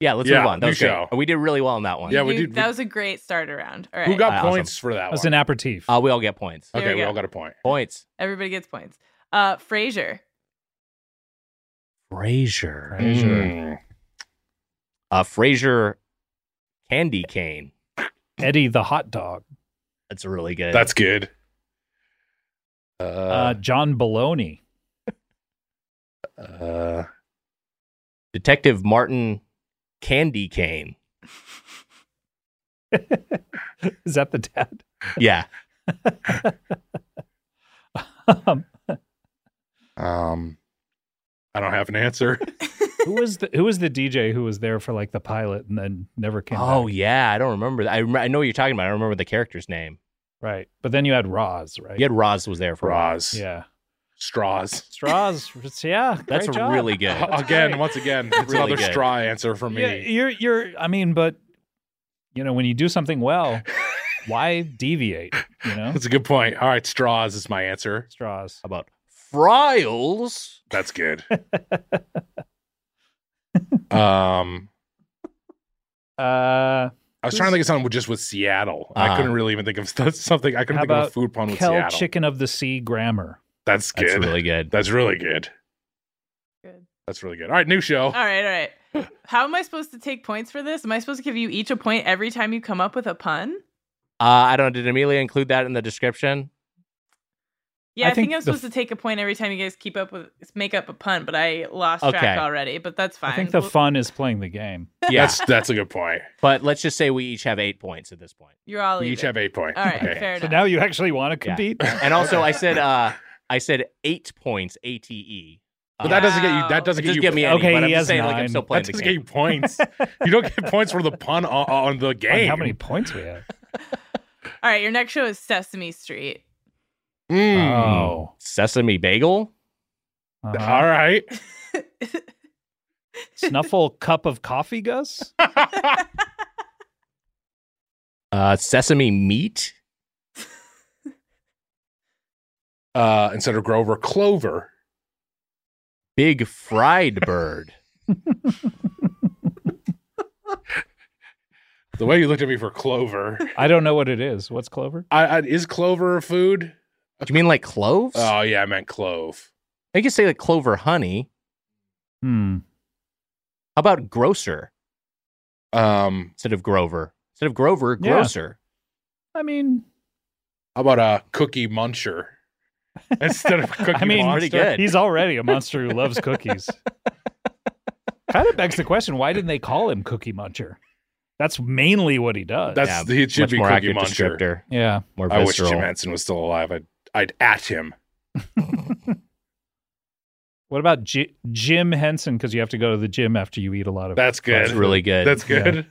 Speaker 2: Yeah, let's
Speaker 4: Yeah,
Speaker 2: move on. That
Speaker 4: new
Speaker 2: was great.
Speaker 4: show.
Speaker 2: We did really well on that one.
Speaker 4: Yeah, we
Speaker 8: You-
Speaker 4: did-
Speaker 8: That
Speaker 4: we-
Speaker 8: was a great start around. All right.
Speaker 4: Who got
Speaker 2: Awesome.
Speaker 4: points for that
Speaker 5: That's
Speaker 4: one?
Speaker 5: an aperitif.
Speaker 2: Uh, we all get points.
Speaker 8: There
Speaker 4: okay,
Speaker 8: we
Speaker 4: we
Speaker 8: go.
Speaker 4: all got a point.
Speaker 2: Points.
Speaker 8: Everybody gets points. Uh, Frasier.
Speaker 2: Frasier.
Speaker 4: Mm.
Speaker 2: Uh, Frasier Candy Cane.
Speaker 5: Eddie the hot dog.
Speaker 2: That's really good.
Speaker 4: That's good.
Speaker 5: Uh, John Baloney. <laughs>
Speaker 4: Uh,
Speaker 2: Detective Martin Candy Cane.
Speaker 5: Is that
Speaker 2: <laughs>
Speaker 5: the dad?
Speaker 2: Yeah.
Speaker 5: um,
Speaker 4: um, I don't have
Speaker 2: <laughs>
Speaker 4: an answer.
Speaker 5: who was the Who was the DJ who was there for like the pilot and then never came?
Speaker 2: oh
Speaker 5: back?
Speaker 2: yeah, I don't remember. That. I rem- I know what you're talking about. I don't remember the character's name.
Speaker 5: right. But then you had Roz, right?
Speaker 2: You had Roz was there for a while.
Speaker 4: Straws.
Speaker 5: Yeah.
Speaker 4: Straws.
Speaker 5: Straws.
Speaker 4: <laughs>
Speaker 5: yeah.
Speaker 2: That's
Speaker 5: great job.
Speaker 2: really good.
Speaker 4: again,
Speaker 5: great.
Speaker 4: once again, it's
Speaker 2: Really
Speaker 4: another
Speaker 2: good.
Speaker 4: straw answer for me.
Speaker 5: Yeah, you're you're. I mean, but you know, when you do
Speaker 4: <laughs>
Speaker 5: something well, why deviate? You know,
Speaker 4: That's a good point. All right, straws is my answer.
Speaker 5: straws.
Speaker 2: How about Frials?
Speaker 4: That's
Speaker 5: <laughs>
Speaker 4: good. um,
Speaker 5: Uh,
Speaker 4: I was trying to think of something with, just with Seattle. and I
Speaker 2: Uh-huh.
Speaker 4: couldn't really even think of <laughs> st- something. I couldn't
Speaker 5: How
Speaker 4: think of a
Speaker 5: about
Speaker 4: food pun with
Speaker 5: Kel
Speaker 4: Seattle.
Speaker 5: Chicken of the Sea grammar.
Speaker 4: That's good.
Speaker 2: That's really good.
Speaker 4: That's really good.
Speaker 8: Good.
Speaker 4: That's really good. All right, new show.
Speaker 8: All right, all right. How am I supposed to take points for this? Am I supposed to give you each a point every time you come up with a pun?
Speaker 2: Uh, I don't. Did Amelia include that in the description?
Speaker 8: Yeah,
Speaker 5: I
Speaker 8: I, think,
Speaker 5: think
Speaker 8: I'm
Speaker 5: the
Speaker 8: supposed to take a point every time you guys keep up with make up a pun, but I lost
Speaker 2: Okay.
Speaker 8: track already. But that's fine.
Speaker 5: I think the
Speaker 8: Well,
Speaker 5: fun is playing the game.
Speaker 2: Yeah.
Speaker 4: That's that's a good point.
Speaker 2: but let's just say we each have eight points at this point.
Speaker 8: you're all
Speaker 4: We each
Speaker 8: even.
Speaker 4: have eight points.
Speaker 8: All right,
Speaker 4: Okay.
Speaker 8: fair
Speaker 5: So
Speaker 8: enough.
Speaker 5: now you actually want to
Speaker 2: Yeah.
Speaker 4: <laughs>
Speaker 5: compete?
Speaker 2: And also, I said, uh, I said eight points. A T E.
Speaker 4: But that doesn't get you.
Speaker 8: Wow.
Speaker 4: That
Speaker 2: It
Speaker 4: doesn't get
Speaker 2: doesn't
Speaker 4: you.
Speaker 2: give me
Speaker 4: that
Speaker 2: any.
Speaker 5: Okay,
Speaker 2: but I'm
Speaker 5: he
Speaker 2: just
Speaker 5: has
Speaker 2: saying, like, I'm
Speaker 5: nine.
Speaker 2: still playing the
Speaker 4: doesn't get
Speaker 2: game. <laughs>
Speaker 4: you points. you don't get points for the pun on, on the
Speaker 5: God,
Speaker 4: game.
Speaker 5: how many points
Speaker 4: <laughs>
Speaker 5: we have?
Speaker 8: All right, your next show is Sesame Street.
Speaker 4: Mm.
Speaker 5: Oh,
Speaker 2: Sesame bagel.
Speaker 5: Uh-huh.
Speaker 4: All right.
Speaker 5: snuffle cup of coffee, Gus.
Speaker 2: Uh, sesame meat.
Speaker 4: Uh, instead of Grover, Clover.
Speaker 2: Big
Speaker 4: <laughs>
Speaker 2: fried bird.
Speaker 4: The way you looked at me for Clover.
Speaker 5: I don't know what it is. What's clover?
Speaker 4: I, I, is Clover a food?
Speaker 2: Do you mean like cloves?
Speaker 4: Oh yeah, I meant clove.
Speaker 2: I could say like clover honey.
Speaker 5: Hmm.
Speaker 2: How about grocer
Speaker 4: Um,
Speaker 2: instead of Grover? Instead of Grover,
Speaker 5: Yeah.
Speaker 2: grocer.
Speaker 5: I mean,
Speaker 4: how about a cookie muncher instead
Speaker 2: <laughs>
Speaker 4: of cookie
Speaker 5: <laughs> I mean,
Speaker 2: Pretty
Speaker 4: monster?
Speaker 2: good.
Speaker 5: he's already a monster who loves
Speaker 2: <laughs>
Speaker 5: cookies. kind of begs the question: Why didn't they call him Cookie Muncher? That's mainly what he does.
Speaker 4: That's
Speaker 2: Yeah,
Speaker 4: it. Should
Speaker 2: Much
Speaker 4: be
Speaker 2: more
Speaker 4: cookie
Speaker 2: accurate
Speaker 4: muncher.
Speaker 2: descriptor.
Speaker 5: yeah.
Speaker 2: More
Speaker 4: I wish
Speaker 2: visceral.
Speaker 4: Jim Henson was still alive. I'd I'd at him.
Speaker 5: What about J- Jim Henson? Because you have to go to the gym after you eat a lot of.
Speaker 4: That's good.
Speaker 2: That's
Speaker 4: <laughs>
Speaker 2: really good.
Speaker 4: That's good.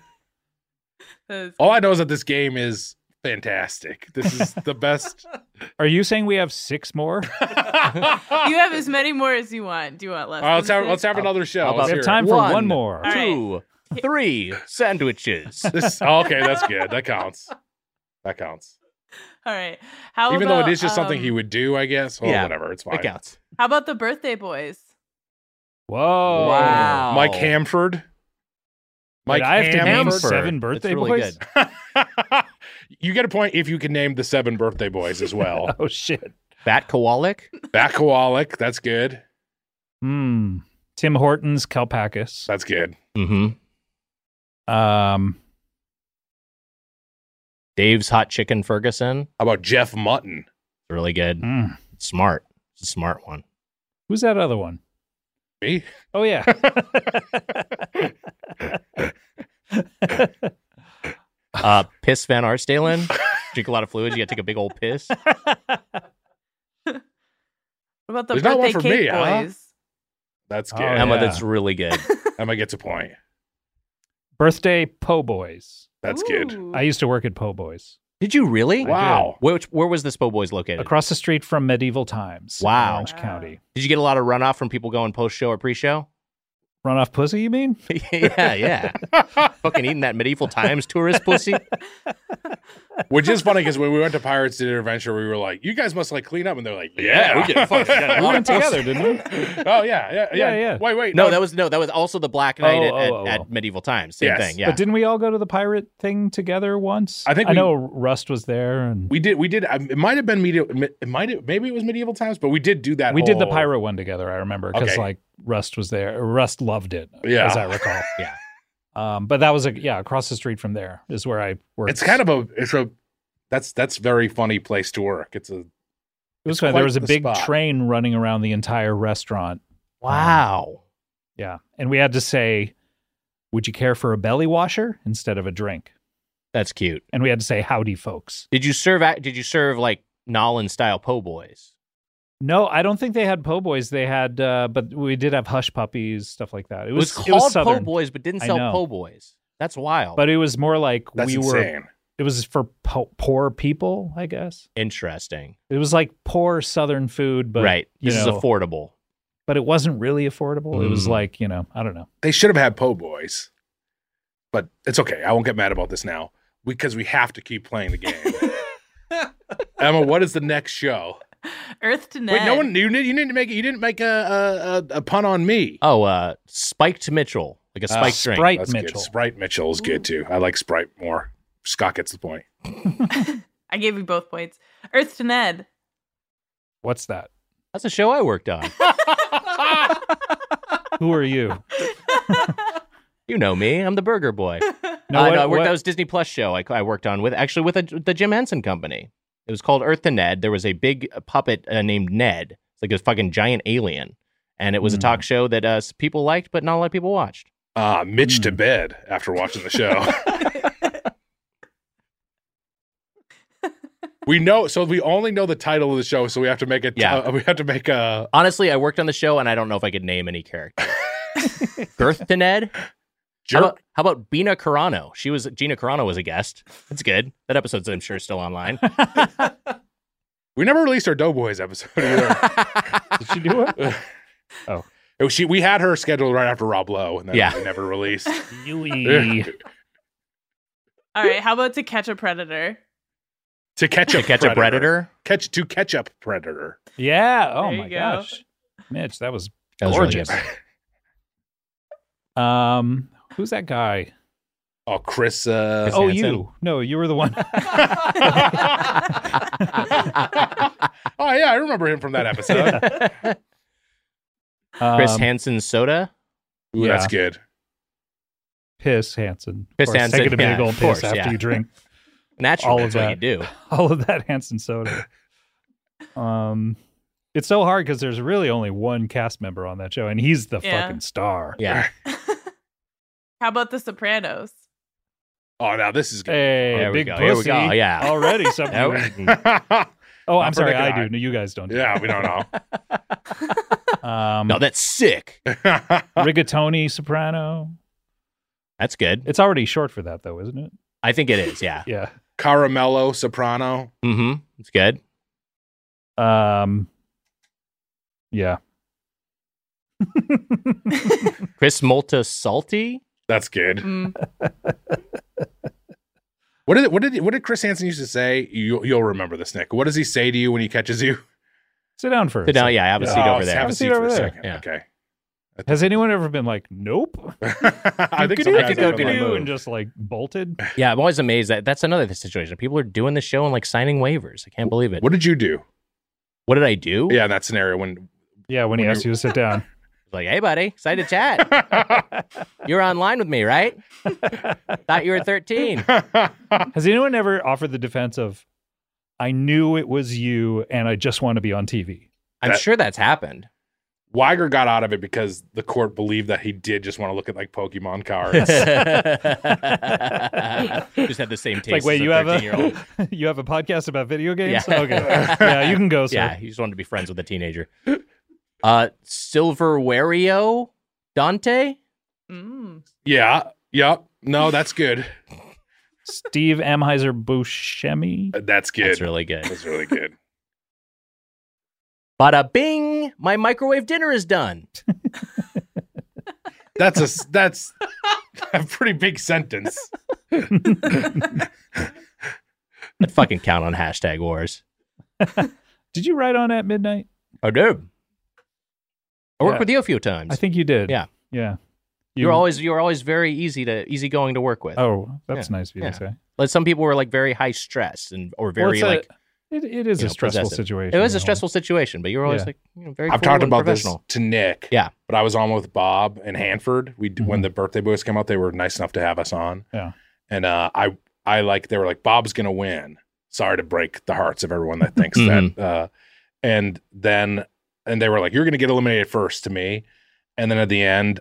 Speaker 8: Those-
Speaker 4: All I know is that this game is fantastic. This is the
Speaker 2: <laughs>
Speaker 4: best. <laughs>
Speaker 5: Are you saying we have six more?
Speaker 8: you have as many more as you want. Do you want less?
Speaker 4: All right, let's
Speaker 8: than
Speaker 4: have
Speaker 8: six?
Speaker 4: let's have another show.
Speaker 2: How about
Speaker 4: Let's
Speaker 5: we
Speaker 4: hear
Speaker 5: have
Speaker 4: it.
Speaker 5: time for
Speaker 2: One.
Speaker 5: one more.
Speaker 8: All right.
Speaker 2: Two, three
Speaker 4: <laughs>
Speaker 2: sandwiches.
Speaker 4: This oh, okay. That's good. That counts. That counts.
Speaker 8: All right. How
Speaker 4: Even
Speaker 8: about,
Speaker 4: though it is just something
Speaker 8: um,
Speaker 4: he would do, I guess. Well,
Speaker 2: yeah.
Speaker 4: whatever. It's fine.
Speaker 2: That counts.
Speaker 8: How about the birthday boys?
Speaker 5: Whoa!
Speaker 2: Wow.
Speaker 4: Mike Hamford.
Speaker 5: Did Oh. I have to name
Speaker 2: Hamford.
Speaker 5: seven
Speaker 2: That's
Speaker 5: birthday
Speaker 2: really
Speaker 5: boys.
Speaker 2: good.
Speaker 4: <laughs> you get a point if you can name the seven birthday boys as well.
Speaker 5: <laughs> <laughs> Oh shit!
Speaker 2: Bat Kowalik.
Speaker 4: Bakawalik, that's good.
Speaker 5: Hmm. Tim Hortons, Kalpakis.
Speaker 4: That's good.
Speaker 2: Mm-hmm.
Speaker 5: Um.
Speaker 2: Dave's Hot Chicken Ferguson.
Speaker 4: How about Jeff Mutton?
Speaker 2: Really good.
Speaker 4: Mm.
Speaker 5: hmm.
Speaker 2: Smart. It's a smart one.
Speaker 5: Who's that other one?
Speaker 4: Me?
Speaker 5: Oh yeah.
Speaker 2: <laughs>
Speaker 5: <laughs>
Speaker 2: Uh, piss Van <laughs> Arsdalen. Drink a lot of fluids. You got to take a big old piss.
Speaker 8: What about the
Speaker 4: There's not
Speaker 8: birthday
Speaker 4: one for
Speaker 8: cake
Speaker 4: me, huh?
Speaker 8: boys?
Speaker 4: That's
Speaker 5: Oh,
Speaker 4: good.
Speaker 5: yeah.
Speaker 2: Emma, that's really good.
Speaker 4: Emma gets a point.
Speaker 5: <laughs> Birthday Po Boys.
Speaker 4: That's good.
Speaker 8: Ooh.
Speaker 5: I used to work at Po Boys.
Speaker 2: <laughs> Did you really?
Speaker 4: Wow.
Speaker 2: Where, which- where was this Po' Boys located?
Speaker 5: across the street from Medieval Times. in
Speaker 2: Wow.
Speaker 5: Orange County.
Speaker 2: Did you get a lot of runoff from people going post show or pre
Speaker 5: <laughs>
Speaker 2: show?
Speaker 5: Run off pussy, you mean?
Speaker 2: yeah, yeah. <laughs> Fucking eating that medieval times tourist
Speaker 5: <laughs>
Speaker 2: pussy.
Speaker 4: Which is funny because when we went to Pirates Did Adventure, we were like, "You guys must like clean up," and they're like, "Yeah,
Speaker 2: we get
Speaker 4: <laughs>
Speaker 2: fucking done.
Speaker 4: We
Speaker 6: went together,
Speaker 2: <laughs>
Speaker 6: didn't we?
Speaker 4: oh yeah, yeah, yeah,
Speaker 5: Yeah, yeah.
Speaker 4: Wait, wait,
Speaker 2: No, that was no, that was also the Black Knight
Speaker 5: Oh,
Speaker 2: at, at,
Speaker 5: oh, oh, oh.
Speaker 2: at medieval times. Same
Speaker 4: Yes.
Speaker 2: thing. Yeah.
Speaker 5: But didn't we all go to the pirate thing together once?
Speaker 4: I think
Speaker 5: I
Speaker 4: we-
Speaker 5: know Rust was there, and we,
Speaker 4: we did. We did. um, It might have been medieval. It might have. Maybe it was medieval times, but we did do that.
Speaker 5: did the
Speaker 4: whole-
Speaker 5: pirate one together. I remember because
Speaker 4: Okay.
Speaker 5: like Rust was there. Rust loved it,
Speaker 4: Yeah.
Speaker 5: as I recall.
Speaker 2: <laughs> Yeah.
Speaker 5: Um, but that was a yeah across the street from there is where I worked.
Speaker 4: It's kind of a. It's a. That's that's very funny place to work. It's a.
Speaker 5: it was
Speaker 4: it's
Speaker 5: funny. There
Speaker 4: quite
Speaker 5: was a
Speaker 4: the
Speaker 5: big
Speaker 4: spot.
Speaker 5: train running around the entire restaurant.
Speaker 2: wow.
Speaker 5: Yeah, and we had to say, "Would you care for a belly washer?" instead of a drink,
Speaker 2: That's cute.
Speaker 5: and we had to say, "Howdy, folks."
Speaker 2: Did you serve ac- did you serve like Nolan style po' boys?
Speaker 5: No, I don't think they had po' boys. They had, uh, but we did have hush puppies, stuff like that. It was,
Speaker 2: called
Speaker 5: it was
Speaker 2: po'
Speaker 5: southern,
Speaker 2: boys but didn't
Speaker 5: I
Speaker 2: sell
Speaker 5: know.
Speaker 2: po' boys. That's wild.
Speaker 5: but it was more like
Speaker 4: That's
Speaker 5: we were
Speaker 4: insane.
Speaker 5: it was for po- poor people, I guess.
Speaker 2: interesting.
Speaker 5: It was like poor Southern food, but
Speaker 2: right.
Speaker 5: You
Speaker 2: This is
Speaker 5: know,
Speaker 2: affordable.
Speaker 5: but it wasn't really affordable. It was
Speaker 2: Mm.
Speaker 5: like you know, I don't know.
Speaker 4: They should have had po' boys, but it's okay. I won't get mad about this now because we have to keep playing the game. Emma, what is the next show?
Speaker 8: Earth to Ned.
Speaker 4: Wait, no one. You, didn't- you didn't make. You didn't make a a, a, a pun on me.
Speaker 2: Oh, uh spiked Mitchell. Like a spiked drink.
Speaker 5: Uh, Sprite
Speaker 4: That's
Speaker 5: Mitchell.
Speaker 4: good. Sprite Mitchell is good too. I like Sprite more. Scott gets the point.
Speaker 8: I gave you both points. Earth to Ned.
Speaker 5: What's that?
Speaker 2: That's a show I worked
Speaker 5: <laughs>
Speaker 2: on.
Speaker 5: Who
Speaker 4: <laughs>
Speaker 5: are you?
Speaker 2: you know me. I'm the burger boy.
Speaker 5: <laughs> No,
Speaker 2: Uh,
Speaker 5: what-
Speaker 2: no, I worked.
Speaker 5: what-
Speaker 2: That was Disney Plus show I, I worked on with actually with a, the Jim Henson Company. It was called Earth to Ned. There was a big puppet uh, named Ned. It's like a fucking giant alien, and it was a
Speaker 5: Hmm.
Speaker 2: talk show that uh, s- people liked, but not a lot of people watched.
Speaker 4: Uh, Mitch
Speaker 5: Hmm.
Speaker 4: to bed after watching
Speaker 2: <laughs>
Speaker 4: the show. we know, so we only know the title of the show, so we have to make it.
Speaker 2: Yeah.
Speaker 4: uh, we have to make a.
Speaker 2: Honestly, I worked on the show, and I don't know if I could name any character.
Speaker 5: <laughs>
Speaker 2: Girth to Ned. How
Speaker 4: Jerk.
Speaker 2: about, how about Bina Carano? She was Gina Carano was a guest. That's good. That episode's I'm sure still
Speaker 5: <laughs>
Speaker 2: online.
Speaker 4: we never released our Doughboys episode.
Speaker 2: <laughs>
Speaker 4: Either.
Speaker 5: Did she do it?
Speaker 4: <laughs> It was- she, we had her scheduled right after Rob Lowe, and then
Speaker 2: Oh. Yeah.
Speaker 4: we
Speaker 2: <laughs>
Speaker 4: never released. <laughs>
Speaker 5: Yui.
Speaker 8: All right, how about to catch a predator? <laughs>
Speaker 4: to catch
Speaker 2: to
Speaker 4: up,
Speaker 2: catch a predator.
Speaker 4: Catch to catch up predator.
Speaker 5: yeah. Oh
Speaker 8: There you
Speaker 5: my
Speaker 8: go.
Speaker 5: gosh, Mitch, that was
Speaker 2: That was really
Speaker 5: gorgeous.
Speaker 2: good.
Speaker 5: um, who's that guy?
Speaker 4: Oh, Chris. Uh,
Speaker 2: Chris
Speaker 5: Oh,
Speaker 2: Hansen.
Speaker 5: you? No, you were
Speaker 2: <laughs>
Speaker 5: the one.
Speaker 4: oh yeah, I remember him from
Speaker 2: <laughs>
Speaker 4: that episode.
Speaker 5: <laughs>
Speaker 2: Chris
Speaker 5: Um,
Speaker 2: Hansen soda.
Speaker 4: Ooh, That's
Speaker 5: yeah.
Speaker 4: good.
Speaker 5: Piss Hansen. Of
Speaker 2: Piss
Speaker 5: course,
Speaker 2: Hansen,
Speaker 5: Taking a big
Speaker 2: yeah,
Speaker 5: old
Speaker 2: of
Speaker 5: piss
Speaker 2: course,
Speaker 5: after
Speaker 2: yeah. <laughs>
Speaker 5: you drink
Speaker 2: Naturally,
Speaker 5: All of
Speaker 2: that's what you
Speaker 5: that.
Speaker 2: do.
Speaker 5: all of that Hansen soda. Um, it's so hard because there's really only one cast member on that show, and he's the
Speaker 8: Yeah.
Speaker 5: fucking star.
Speaker 2: Yeah.
Speaker 8: How about the Sopranos?
Speaker 4: Oh, now this is good.
Speaker 5: Hey,
Speaker 2: There we
Speaker 5: big
Speaker 2: go. Here we
Speaker 5: pussy. Oh.
Speaker 2: go. Yeah. <laughs>
Speaker 5: Already something.
Speaker 2: That
Speaker 4: <laughs>
Speaker 5: we-
Speaker 2: was-
Speaker 5: oh,
Speaker 4: I'm
Speaker 5: I'm sorry. I
Speaker 4: predicting
Speaker 5: do. No, you guys don't. Do.
Speaker 4: yeah, we don't know.
Speaker 5: Um,
Speaker 2: no, that's sick.
Speaker 5: rigatoni soprano.
Speaker 2: That's good.
Speaker 5: It's already short for that, though, isn't it?
Speaker 2: I think it is. Yeah.
Speaker 5: Yeah.
Speaker 4: Caramello soprano.
Speaker 2: Mm-hmm. It's good.
Speaker 5: Um, yeah.
Speaker 2: Chris Molta salty.
Speaker 4: That's good.
Speaker 8: Mm,
Speaker 4: What did what did what did Chris Hansen used to say? You you'll remember this, Nick. What does he say to you when he catches you?
Speaker 5: Sit down first.
Speaker 2: Sit down. Yeah, I have a seat
Speaker 4: Oh,
Speaker 2: over there.
Speaker 4: Have a seat for a
Speaker 5: there.
Speaker 4: second.
Speaker 2: Yeah.
Speaker 4: Okay.
Speaker 5: Has anyone ever been like, nope?
Speaker 4: <laughs> I think
Speaker 5: Could
Speaker 4: some
Speaker 5: you-
Speaker 4: guys
Speaker 2: could go
Speaker 4: have
Speaker 2: do
Speaker 4: been
Speaker 2: that.
Speaker 4: like,
Speaker 5: and just like
Speaker 2: <sighs>
Speaker 5: bolted.
Speaker 2: Yeah, I'm always amazed that that's another situation. People are doing the show and like signing waivers. I can't believe it.
Speaker 4: What did you do?
Speaker 2: What did I do?
Speaker 4: Yeah, in that scenario when
Speaker 5: Yeah, when he
Speaker 4: When
Speaker 5: asked you to
Speaker 2: <laughs>
Speaker 5: sit down.
Speaker 2: Like, hey, buddy, excited to chat.
Speaker 5: <laughs>
Speaker 2: You're online with me, right? Thought you were 13.
Speaker 5: Has anyone ever offered the defense of, I knew it was you and I just want to be on TV?
Speaker 2: I'm
Speaker 4: That-
Speaker 2: sure that's
Speaker 5: <laughs>
Speaker 2: happened.
Speaker 4: Weiger got out of it because the court believed that he did just want to look at like
Speaker 2: <laughs>
Speaker 4: Pokemon cards.
Speaker 2: Just had the same taste.
Speaker 5: It's like, wait,
Speaker 2: as
Speaker 5: you
Speaker 2: a
Speaker 5: have <laughs>
Speaker 2: 13-year-old.
Speaker 5: a Oh, you have a podcast about video games?
Speaker 2: Yeah. <laughs>
Speaker 5: Okay. yeah, you can go, sir.
Speaker 2: Yeah, he just wanted to be friends with a teenager. Uh, Silverwario Dante.
Speaker 8: mm.
Speaker 4: <laughs> yeah. Yep. No, that's good.
Speaker 5: Steve Amheiser Buscemi.
Speaker 4: That's good.
Speaker 2: That's really good.
Speaker 4: That's really good.
Speaker 2: Bada bing! My microwave dinner is done.
Speaker 4: That's a s- that's a pretty big sentence.
Speaker 2: I'd fucking count on hashtag wars.
Speaker 5: Did you write on at midnight?
Speaker 2: I do. I worked
Speaker 5: Yeah.
Speaker 2: with you a few times.
Speaker 5: I think you did.
Speaker 2: Yeah.
Speaker 5: Yeah.
Speaker 2: you're always you're always very easy to easy going to work with.
Speaker 5: Oh, that's nice of you
Speaker 2: Yeah.
Speaker 5: to say.
Speaker 2: Like some people were like very high stress and or
Speaker 5: Well,
Speaker 2: very
Speaker 5: it's a-
Speaker 2: like
Speaker 5: it, it is
Speaker 2: you
Speaker 5: a
Speaker 2: know,
Speaker 5: stressful
Speaker 2: possessive.
Speaker 5: situation.
Speaker 2: it was a
Speaker 5: you know.
Speaker 2: stressful situation, but you were always
Speaker 5: Yeah.
Speaker 2: like you know, very.
Speaker 4: I've
Speaker 2: cool
Speaker 4: talked
Speaker 2: and
Speaker 4: about this
Speaker 2: professional.
Speaker 4: to Nick.
Speaker 2: Yeah. Mm-hmm.
Speaker 4: But I was on with Bob and Hanford. We d when the birthday boys came out, they were nice enough to have us on.
Speaker 5: Yeah.
Speaker 4: And uh, I I like they were like Bob's gonna win. Sorry to break the hearts of everyone that thinks
Speaker 2: Mm-hmm.
Speaker 4: that. Uh, and then and they were like you're gonna get eliminated first to me. And then at the end,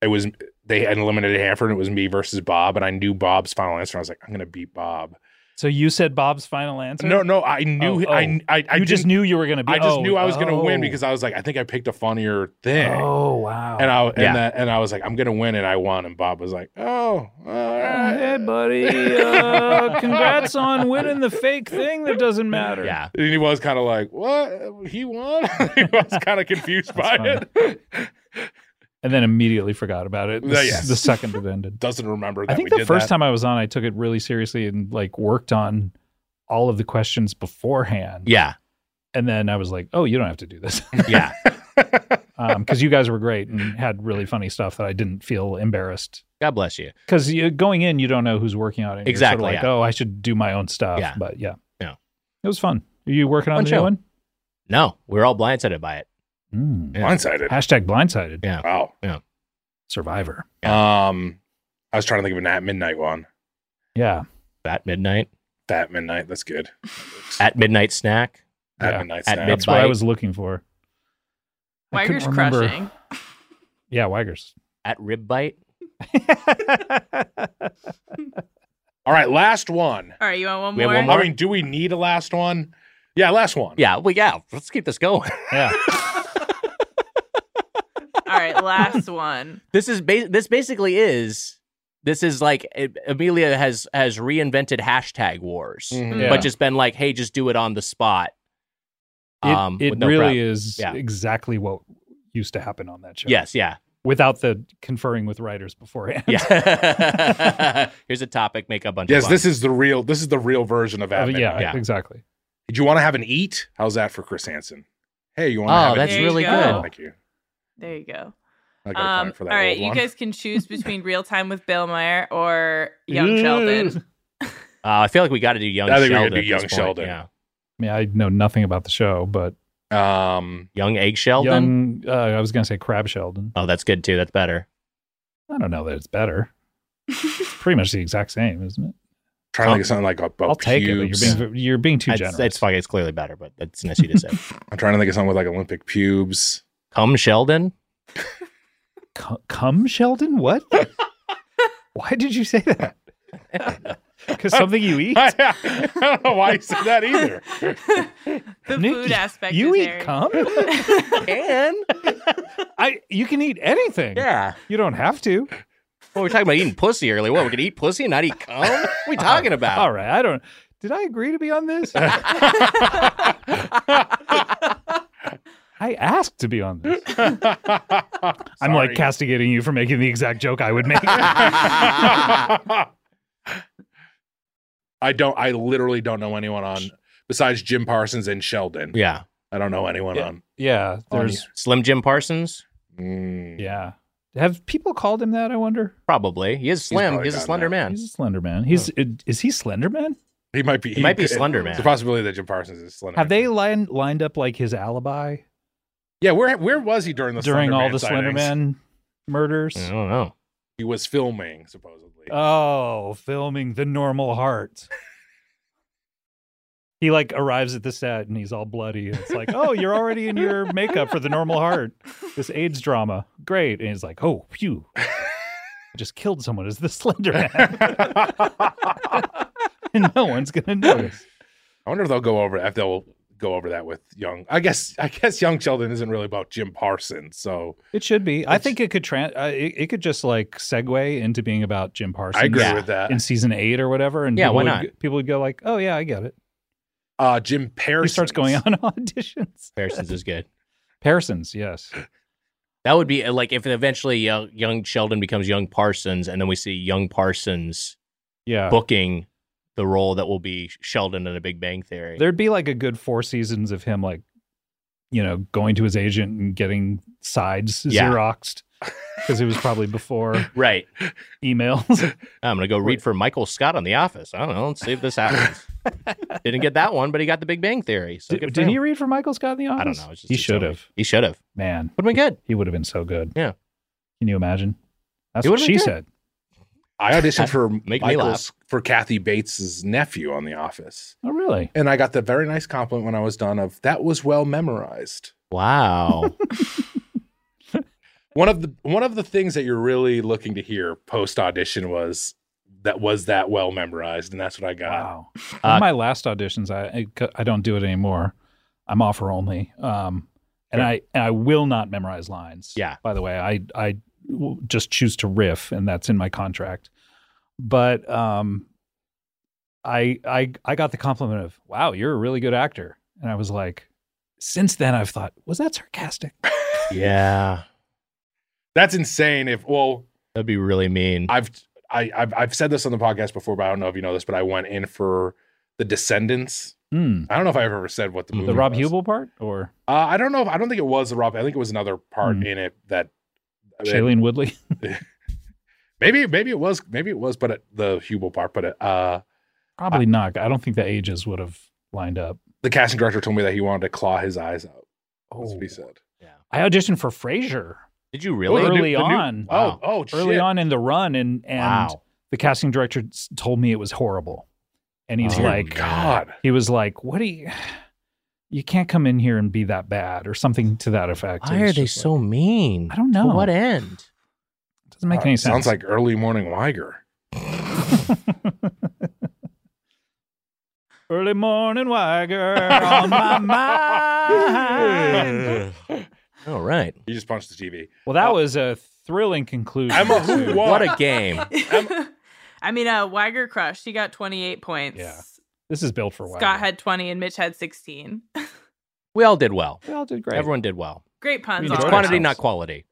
Speaker 4: it was they had eliminated Hanford. And it was me versus Bob, and I knew Bob's final answer. I was like, I'm gonna beat Bob.
Speaker 5: So you said Bob's final answer?
Speaker 4: No, no, I knew
Speaker 5: Oh,
Speaker 4: I I, I
Speaker 5: you just
Speaker 4: didn't-
Speaker 5: knew you were going to be.
Speaker 4: I just
Speaker 5: oh,
Speaker 4: knew I was going to win
Speaker 5: oh.
Speaker 4: because I was like, I think I picked a funnier thing.
Speaker 5: Oh wow!
Speaker 4: And I and,
Speaker 2: Yeah.
Speaker 4: that, and I was like, I'm gonna win, and I won. And Bob was like, Oh, all
Speaker 5: Uh,
Speaker 4: right.
Speaker 5: hey, buddy! <laughs> Uh, congrats on winning the fake thing that doesn't matter.
Speaker 2: Yeah,
Speaker 4: And he was kind of like, What? He won? <laughs> he was kind of confused by
Speaker 5: That's
Speaker 4: it. <laughs>
Speaker 5: And then immediately forgot about it. The,
Speaker 4: Yeah,
Speaker 5: s-
Speaker 4: yes.
Speaker 5: the second it ended.
Speaker 4: Doesn't remember <laughs> that.
Speaker 5: I think
Speaker 4: we
Speaker 5: the
Speaker 4: did
Speaker 5: first
Speaker 4: that.
Speaker 5: time I was on, I took it really seriously and like worked on all of the questions beforehand.
Speaker 2: yeah,
Speaker 5: And then I was like, oh, you don't have to do this. <laughs>
Speaker 4: <laughs>
Speaker 2: yeah.
Speaker 5: Because you guys were great and had really funny stuff that I didn't feel embarrassed.
Speaker 2: God bless you.
Speaker 5: Because going in, you don't know who's working on it. You're
Speaker 2: Exactly,
Speaker 5: Sort of like,
Speaker 2: yeah.
Speaker 5: oh, I should do my own stuff.
Speaker 2: Yeah.
Speaker 5: But yeah.
Speaker 2: Yeah.
Speaker 5: It was fun. Are you working on
Speaker 2: Fun
Speaker 5: the
Speaker 2: show.
Speaker 5: new one?
Speaker 2: No, we are all blindsided by it.
Speaker 5: Mm.
Speaker 2: time-
Speaker 4: blindsided.
Speaker 5: Hashtag blindsided.
Speaker 2: Yeah.
Speaker 4: Wow.
Speaker 5: Survivor.
Speaker 4: Um, I was trying to think of an at midnight one.
Speaker 5: Yeah.
Speaker 2: At midnight,
Speaker 4: At midnight. That's good.
Speaker 2: at midnight snack.
Speaker 4: At
Speaker 5: yeah.
Speaker 4: midnight.
Speaker 2: At
Speaker 4: snack.
Speaker 2: mid-
Speaker 5: That's what I
Speaker 2: Bite.
Speaker 5: was looking for. I couldn't
Speaker 8: Weiger's
Speaker 5: remember-
Speaker 8: crushing.
Speaker 5: Yeah,
Speaker 8: <laughs>
Speaker 5: Wagers.
Speaker 2: At rib bite.
Speaker 4: all right. Last one.
Speaker 8: All right, you want one
Speaker 2: We
Speaker 8: more?
Speaker 2: have one
Speaker 4: I mean, do we need a last one? Yeah, last one.
Speaker 2: Yeah, well, yeah. Let's keep this going. <laughs>
Speaker 5: Yeah.
Speaker 8: All right, last one.
Speaker 2: this is ba- this basically is this is like it, Amelia has has reinvented hashtag wars,
Speaker 4: Mhm.
Speaker 5: Yeah.
Speaker 2: but just been like, hey, just do it on the spot. Um,
Speaker 5: It, it
Speaker 2: with no prep.
Speaker 5: really is
Speaker 2: Yeah.
Speaker 5: exactly what used to happen on that show.
Speaker 2: Yes, yeah,
Speaker 5: Without the conferring with writers beforehand. <laughs>
Speaker 2: yeah. <laughs>
Speaker 4: <laughs>
Speaker 2: Here's a topic. Make a bunch.
Speaker 4: Yes,
Speaker 2: of
Speaker 4: this is the real. This is the real version of at
Speaker 5: Of-
Speaker 4: midnight.
Speaker 5: yeah,
Speaker 2: Yeah.
Speaker 5: exactly.
Speaker 4: Did you want to have an eat? How's that for Chris Hansen? Hey, you want to
Speaker 2: Oh,
Speaker 4: have
Speaker 2: that's
Speaker 4: an
Speaker 8: There
Speaker 2: really
Speaker 4: eat?
Speaker 8: you go.
Speaker 2: good.
Speaker 4: Thank you.
Speaker 8: There you go.
Speaker 4: I got a
Speaker 8: Um,
Speaker 4: client for
Speaker 8: all
Speaker 4: that
Speaker 8: right,
Speaker 4: old
Speaker 8: you
Speaker 4: one.
Speaker 8: guys can
Speaker 4: <laughs>
Speaker 8: choose between real time with Bill Meyer or Young Sheldon.
Speaker 2: Uh, I feel like we got to do young.
Speaker 4: I think we gotta
Speaker 2: Sheldon
Speaker 4: do
Speaker 2: at this
Speaker 4: Young
Speaker 2: point.
Speaker 4: Sheldon.
Speaker 2: Yeah,
Speaker 5: I mean, I know nothing about the show, but
Speaker 4: Um,
Speaker 2: young egg Sheldon.
Speaker 5: young, uh, I was going to say Crab Sheldon.
Speaker 2: Oh, that's good too. That's better.
Speaker 5: I don't know that it's better. It's pretty much the exact same, isn't it?
Speaker 4: trying to think of something like about
Speaker 5: I'll take
Speaker 4: pubes.
Speaker 5: it. But you're being you're being too
Speaker 2: It's,
Speaker 5: generous.
Speaker 2: it's fine. It's clearly better, but that's nice you to
Speaker 4: <laughs>
Speaker 2: say.
Speaker 4: I'm trying to think of something with like Olympic
Speaker 5: <laughs>
Speaker 4: pubes. <laughs>
Speaker 2: Come Sheldon.
Speaker 5: Cu- Cum Sheldon?
Speaker 4: <laughs>
Speaker 5: What? Why did you say that? Because something you eat.
Speaker 4: I don't know why you said that either.
Speaker 8: <laughs> the
Speaker 5: Nick,
Speaker 8: food aspect
Speaker 5: You
Speaker 8: is
Speaker 5: eat
Speaker 8: <laughs> there.
Speaker 5: cum?
Speaker 2: And
Speaker 5: I. You can eat anything.
Speaker 2: yeah,
Speaker 5: You don't have to.
Speaker 2: well, we were talking about eating pussy earlier. What we could eat pussy and not eat cum? What are we talking about?
Speaker 5: All right. I don't. Did I agree to be
Speaker 4: <laughs>
Speaker 5: on this? I asked to be on this. <laughs> I'm like
Speaker 4: Sorry.
Speaker 5: castigating you for making the exact joke I
Speaker 4: <laughs>
Speaker 5: would make. <laughs>
Speaker 4: I don't. I literally don't know anyone on besides Jim Parsons and Sheldon.
Speaker 2: <laughs> Yeah.
Speaker 4: I don't know anyone on.
Speaker 5: yeah. There's.
Speaker 2: Slim Jim Parsons?
Speaker 4: Mm.
Speaker 5: Yeah. Have people called him that? I wonder.
Speaker 2: Probably. He is slim.
Speaker 4: probably
Speaker 2: He's, a
Speaker 4: done
Speaker 2: slender
Speaker 4: that.
Speaker 2: man.
Speaker 5: He's a slender man. He's is he slender man?
Speaker 4: He might be.
Speaker 2: He might be
Speaker 4: could-
Speaker 2: Slender
Speaker 4: It's
Speaker 2: Man.
Speaker 4: a possibility that Jim Parsons is Slender.
Speaker 5: Have
Speaker 4: Man.
Speaker 5: they lined lined up like his alibi
Speaker 4: Yeah. Where Where was he during the
Speaker 5: during
Speaker 4: Slender
Speaker 5: all
Speaker 4: Man
Speaker 5: the slender
Speaker 4: sightings?
Speaker 5: man murders?
Speaker 2: I don't know.
Speaker 4: He was filming supposedly. <laughs>
Speaker 5: Oh, filming the normal heart. he like arrives at the set and he's all bloody. It's like, oh, you're already in your makeup for the normal heart. This AIDS drama, great. And he's like, oh, phew, I just killed someone as the
Speaker 4: <laughs>
Speaker 5: slender man, <laughs> and no one's gonna notice.
Speaker 4: I wonder if they'll go over if they'll go over that with young. I guess I guess young Sheldon isn't really about Jim Parsons, so
Speaker 5: It should be. I think it could trans. Uh, it, it could just like segue into being about Jim Parsons.
Speaker 4: I agree
Speaker 2: Yeah.
Speaker 4: with that.
Speaker 5: In season eight or whatever, and
Speaker 2: Uh, Yeah,
Speaker 5: people
Speaker 2: why
Speaker 5: would
Speaker 2: not?
Speaker 5: g- people would go like, "Oh yeah, I get it."
Speaker 4: Uh, Jim Parsons
Speaker 5: He
Speaker 4: <laughs>
Speaker 5: starts going on <laughs> auditions.
Speaker 2: Parsons is good.
Speaker 5: Parsons, yes.
Speaker 2: That would be uh, like if eventually young, young Sheldon becomes young Parsons, and then we see young Parsons
Speaker 5: Yeah.
Speaker 2: booking the role that will be Sheldon in A Big Bang Theory.
Speaker 5: There'd be like a good four seasons of him like, you know, going to his agent and getting sides
Speaker 2: Yeah.
Speaker 5: xeroxed because it was
Speaker 2: <laughs>
Speaker 5: probably before
Speaker 2: right.
Speaker 5: emails.
Speaker 2: I'm gonna go read for Michael Scott on The Office. I don't know. Let's see if this
Speaker 5: <laughs>
Speaker 2: happens. Didn't get that one, but he got The Big Bang Theory. So
Speaker 5: did,
Speaker 2: good for
Speaker 5: did
Speaker 2: him.
Speaker 5: he read for Michael Scott in the office?
Speaker 2: I don't know. It's just
Speaker 5: he
Speaker 2: it's
Speaker 5: should
Speaker 2: so-
Speaker 5: have.
Speaker 2: He should have.
Speaker 5: Man,
Speaker 2: Would have been good.
Speaker 5: he would have been so good.
Speaker 2: Yeah.
Speaker 5: Can you imagine? That's
Speaker 2: He
Speaker 5: what
Speaker 2: would've
Speaker 5: she
Speaker 2: been good.
Speaker 5: said.
Speaker 4: I auditioned for
Speaker 2: me
Speaker 4: Michael's for Kathy Bates's nephew on The Office,
Speaker 5: Oh, really?
Speaker 4: and I got the very nice compliment when I was done of that was well memorized.
Speaker 5: <laughs>
Speaker 2: Wow.
Speaker 4: One of the one of the things that you're really looking to hear post audition was that was that well memorized, and that's what I got. <laughs>
Speaker 5: Wow.
Speaker 2: Uh,
Speaker 5: One of my last auditions, I I- I don't do it anymore. I'm offer only. Um, and I and I will not memorize lines.
Speaker 2: Yeah.
Speaker 5: By the way, I I will just choose to riff, and that's in my contract. But um, I I I got the compliment of "Wow, you're a really good actor," and I was like, since then I've thought, was that sarcastic?
Speaker 2: yeah.
Speaker 4: That's insane. If well,
Speaker 2: That'd be really mean.
Speaker 4: I've I, I've I've said this on the podcast before, but I don't know if you know this, but I went in for the Descendants.
Speaker 5: Hmm.
Speaker 4: I don't know if I've ever said what the movie
Speaker 5: The Rob
Speaker 4: was.
Speaker 5: Hubel part or
Speaker 4: Uh, I don't know. If, I don't think it was the Rob. I think it was another part
Speaker 5: Hmm.
Speaker 4: in it that. I mean,
Speaker 5: Shailene Woodley?
Speaker 4: Maybe maybe it was maybe it was, but it, the Hubel part. But it, uh,
Speaker 5: Probably not. I don't think the ages would have lined up.
Speaker 4: the casting director told me that he wanted to claw his eyes out. That's what he said.
Speaker 5: Oh. I auditioned for Frasier.
Speaker 2: Did you really?
Speaker 5: Early
Speaker 4: The new- the new-
Speaker 5: on.
Speaker 2: Wow.
Speaker 4: Oh oh shit.
Speaker 5: early on in the run and and
Speaker 2: Wow.
Speaker 5: the casting director s- told me it was horrible and he's
Speaker 2: Oh,
Speaker 5: like
Speaker 4: God.
Speaker 5: he was like what do you you can't come in here and be that bad or something to that effect It
Speaker 2: Why
Speaker 5: was
Speaker 2: are they
Speaker 5: just
Speaker 2: so
Speaker 5: like,
Speaker 2: mean?
Speaker 5: I don't know.
Speaker 2: To what end?
Speaker 5: <laughs> doesn't make any sense
Speaker 4: Sounds like early morning Weiger.
Speaker 5: <laughs> early morning Weiger on
Speaker 4: <laughs>
Speaker 5: my mind
Speaker 2: All right.
Speaker 4: You just punched the TV.
Speaker 5: well that was a thrilling conclusion
Speaker 4: I'm a who
Speaker 5: to-
Speaker 4: won.
Speaker 2: What a game.
Speaker 8: I mean, uh, Weiger crushed. He got 28 points.
Speaker 5: Yeah, this is built for Weiger.
Speaker 8: Scott had 20 and Mitch had 16.
Speaker 2: We all did well.
Speaker 5: we all did great
Speaker 2: Everyone did well.
Speaker 8: Great puns.
Speaker 5: We
Speaker 8: all
Speaker 2: It's
Speaker 5: enjoyed
Speaker 8: around.
Speaker 2: quantity, not
Speaker 5: ourselves.
Speaker 2: quality.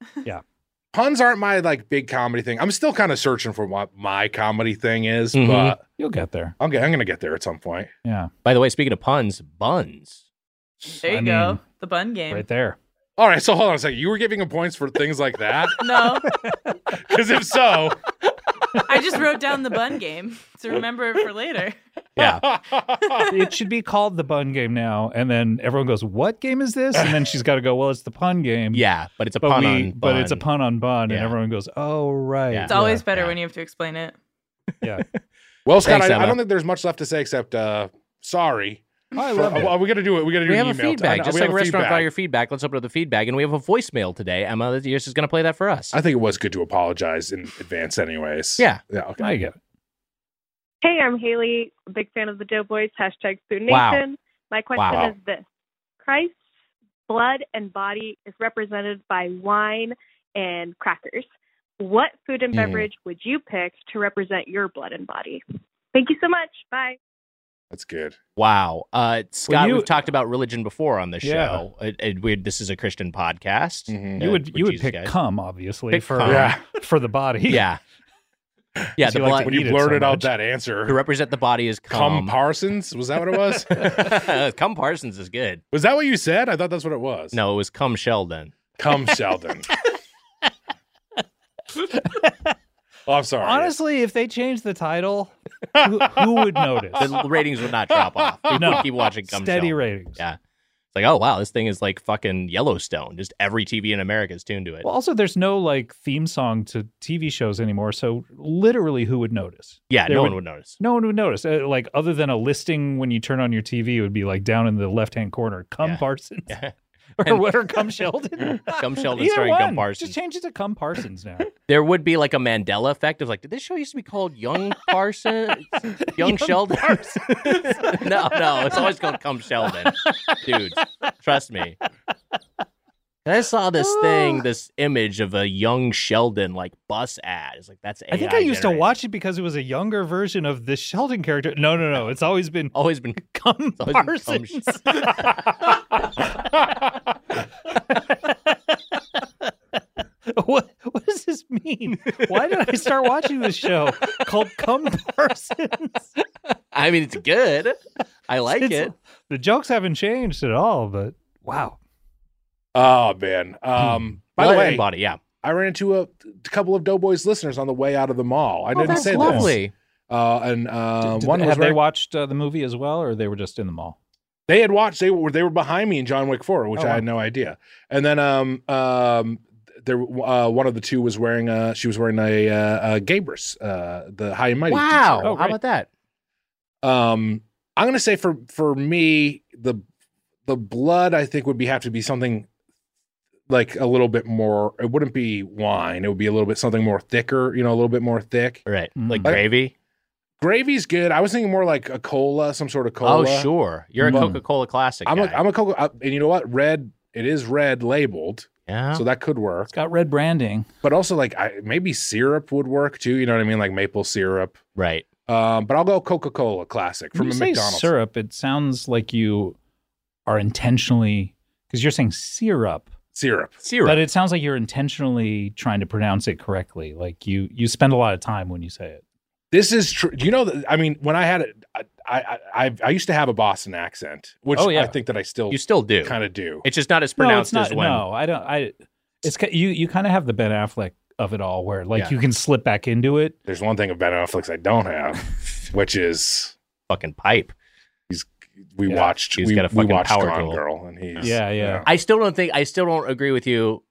Speaker 4: puns aren't my like big comedy thing. I'm still kind of searching for what my comedy thing is,
Speaker 2: Mhm.
Speaker 4: but
Speaker 5: you'll get there
Speaker 4: I'm, g- I'm gonna get there at some point.
Speaker 5: yeah
Speaker 2: By the way, speaking of puns, buns.
Speaker 8: There you
Speaker 5: I
Speaker 8: go.
Speaker 5: mean,
Speaker 8: the bun game.
Speaker 5: right there
Speaker 4: All right, so hold on a second. You were giving him points for things like that,
Speaker 8: <laughs> No,
Speaker 4: because if so,
Speaker 8: I just wrote down the bun game to remember it for
Speaker 5: <laughs>
Speaker 8: later.
Speaker 4: <laughs>
Speaker 2: Yeah.
Speaker 5: it should be called the bun game now. And then everyone goes, "What game is this?" And then she's got to go, "Well, it's the pun game."
Speaker 2: Yeah, but it's a
Speaker 5: but
Speaker 2: pun
Speaker 5: we,
Speaker 2: on
Speaker 5: but it's a
Speaker 2: bun.
Speaker 5: pun on bun,
Speaker 2: Yeah.
Speaker 5: and everyone goes, "Oh, right."
Speaker 2: Yeah.
Speaker 8: It's always better
Speaker 2: yeah.
Speaker 8: when you have to explain it.
Speaker 5: yeah.
Speaker 4: well, Scott,
Speaker 2: Thanks,
Speaker 4: I, I
Speaker 2: Emma.
Speaker 4: don't think there's much left to say except uh, sorry.
Speaker 5: I
Speaker 4: For,
Speaker 5: love it.
Speaker 4: are we gonna do it? We gotta do
Speaker 2: We
Speaker 4: an
Speaker 2: have a
Speaker 4: email.
Speaker 2: feedback,
Speaker 4: I-
Speaker 2: just
Speaker 4: we
Speaker 2: like
Speaker 4: have a
Speaker 2: restaurant
Speaker 4: feedback.
Speaker 2: value feedback. Let's open up the feedback, and we have a voicemail today. Emma, that you're just going to play that for us.
Speaker 4: I think it was good to apologize in advance, anyways.
Speaker 2: Yeah.
Speaker 4: Yeah. Okay.
Speaker 5: I get it.
Speaker 9: Hey, I'm Haley, a big fan of the Doughboys, hashtag Food Nation.
Speaker 2: Wow.
Speaker 9: My question
Speaker 2: Wow.
Speaker 9: is this Christ's blood and body is represented by wine and crackers. What food and
Speaker 2: Hmm.
Speaker 4: Mm.
Speaker 9: beverage would you pick to represent your blood and body? Thank you so much. Bye.
Speaker 4: That's good.
Speaker 2: Wow. Uh, Scott,
Speaker 5: you-
Speaker 2: we've talked about religion before on the
Speaker 5: Yeah. Mm-hmm.
Speaker 2: show. Uh, uh, we this is a Christian podcast.
Speaker 4: Mhm.
Speaker 5: You
Speaker 2: Uh,
Speaker 5: would
Speaker 2: with
Speaker 5: you would
Speaker 2: Jesus
Speaker 5: pick
Speaker 2: guys.
Speaker 5: cum, obviously,
Speaker 2: Pick
Speaker 5: for
Speaker 2: cum. <laughs>
Speaker 4: Yeah.
Speaker 5: for the body. <laughs>
Speaker 2: Yeah. Yeah, the
Speaker 5: you like
Speaker 2: blood,
Speaker 5: to
Speaker 4: When
Speaker 5: eat
Speaker 4: you
Speaker 5: it so
Speaker 4: blurted out
Speaker 5: much.
Speaker 2: <laughs>
Speaker 4: that
Speaker 2: to
Speaker 4: answer,
Speaker 2: represent the body is
Speaker 4: come
Speaker 2: cum.
Speaker 4: Parsons, was that what it was?
Speaker 2: <laughs> cum Parsons is good.
Speaker 4: was that what you said? I thought that's what it was.
Speaker 2: No, it was cum Sheldon.
Speaker 4: Come Sheldon. oh, I'm sorry.
Speaker 5: Honestly, if they changed the title, who, who would notice? <laughs>
Speaker 2: The ratings would not drop off. People
Speaker 5: No.
Speaker 2: would keep watching cum
Speaker 5: Steady
Speaker 2: Sheldon.
Speaker 5: ratings.
Speaker 2: Yeah. It's like, oh wow, this thing is like fucking Yellowstone. Just every TV in America is tuned to it.
Speaker 5: Well, also, there's no like theme song to TV shows anymore, so literally, who would notice?
Speaker 2: yeah,
Speaker 5: there
Speaker 2: no one
Speaker 5: would-
Speaker 2: would
Speaker 5: <laughs>
Speaker 2: notice.
Speaker 5: No one would notice. Uh, like other than a listing when you turn on your TV, it would be like down in the left hand corner. Come
Speaker 2: Yeah.
Speaker 5: Parsons. <laughs> or what? Or Cum
Speaker 2: <laughs>
Speaker 5: Sheldon?
Speaker 2: Gum Sheldon
Speaker 5: Either
Speaker 2: starring Gum
Speaker 5: one.
Speaker 2: Parsons.
Speaker 5: Just change it to Cum
Speaker 2: <laughs>
Speaker 5: Parsons now.
Speaker 2: there would be like a Mandela effect of like, did this show used to be called Young
Speaker 5: <laughs>
Speaker 2: Parsons? Young, Sheldon? <laughs> no, no, it's always called Come Sheldon. Dude, trust me. And I saw
Speaker 5: <laughs>
Speaker 2: this thing, this image of a young Sheldon like bus ad. It's like that's AI
Speaker 5: I think I used
Speaker 2: generated.
Speaker 5: to watch it because it was a younger version of this Sheldon character. No, no, no. It's always been
Speaker 2: Always been <laughs>
Speaker 5: Cum
Speaker 2: always been Cum
Speaker 5: Parsons. <laughs> what what does this mean? Why did I start watching this show called Cum Parsons?
Speaker 2: I mean, it's good. I like
Speaker 5: It's-
Speaker 2: it.
Speaker 5: The jokes haven't changed at all, but wow.
Speaker 4: Oh man. Um by the
Speaker 2: Blood and
Speaker 4: way,
Speaker 2: body, yeah.
Speaker 4: I ran into a, a couple of Doughboys listeners on the way out of the mall. I didn't
Speaker 2: Oh, that's
Speaker 4: say this.
Speaker 2: lovely.
Speaker 4: Uh, and uh,
Speaker 5: Did- did
Speaker 4: one
Speaker 5: they-
Speaker 4: was
Speaker 5: have they
Speaker 4: right-
Speaker 5: watched uh, the movie as well, or they were just in the mall?
Speaker 4: they had watched they were they were behind me in John Wick 4, which
Speaker 5: Oh,
Speaker 4: I
Speaker 5: wow.
Speaker 4: had no idea. And then um um there uh, one of the two was wearing uh she was wearing a uh, a Gabrus, uh the high and mighty
Speaker 2: Wow.
Speaker 5: Oh,
Speaker 2: How
Speaker 5: great.
Speaker 2: about that?
Speaker 4: teacher. Um I'm going to say for for me the the blood I think would be have to be something like a little bit more it wouldn't be wine it would be a little bit something more thicker you know a little bit more thick
Speaker 2: Right. Like
Speaker 5: Mm.
Speaker 2: gravy?
Speaker 4: Gravy's good. I was thinking more like a cola, some sort of cola.
Speaker 2: Oh, sure. You're a
Speaker 5: Hmm.
Speaker 4: Mm.
Speaker 2: Coca Cola classic.
Speaker 4: I'm a,
Speaker 2: guy.
Speaker 4: I'm a cola, uh, and you know what? Red. It is red labeled,
Speaker 2: yeah.
Speaker 4: so that could work.
Speaker 5: It's got red branding.
Speaker 4: But also, like I, maybe syrup would work too. You know what I mean? Like maple syrup.
Speaker 2: right.
Speaker 4: Um, but I'll go Coca Cola classic from
Speaker 5: When
Speaker 4: a
Speaker 5: you say
Speaker 4: McDonald's.
Speaker 5: syrup, it sounds like you are intentionally because you're saying syrup,
Speaker 4: Syrup.
Speaker 2: Syrup.
Speaker 5: but it sounds like you're intentionally trying to pronounce it correctly. Like you you spend a lot of time when you say it.
Speaker 4: This is true. You know, that- I mean, when I had it, I I, I I used to have a Boston accent, which
Speaker 5: Oh, yeah.
Speaker 4: I think that I still
Speaker 2: you still do.
Speaker 4: kind of do.
Speaker 2: It's just not as pronounced
Speaker 5: no, it's
Speaker 2: as
Speaker 5: not,
Speaker 2: when.
Speaker 5: No, I don't. I it's ki- you you kind of have the Ben Affleck of it all, where like
Speaker 4: Yeah.
Speaker 5: you can slip back into it.
Speaker 4: There's one thing about Netflix I don't have,
Speaker 2: <laughs>
Speaker 4: which is
Speaker 2: Fucking pipe.
Speaker 4: we
Speaker 5: Yeah.
Speaker 4: watched
Speaker 2: He's
Speaker 4: we,
Speaker 2: got a
Speaker 4: we
Speaker 2: fucking
Speaker 4: watched
Speaker 2: power
Speaker 4: Gone
Speaker 2: tool.
Speaker 4: Girl, and he's
Speaker 5: Yeah, yeah.
Speaker 2: I still don't think. I still don't agree with you.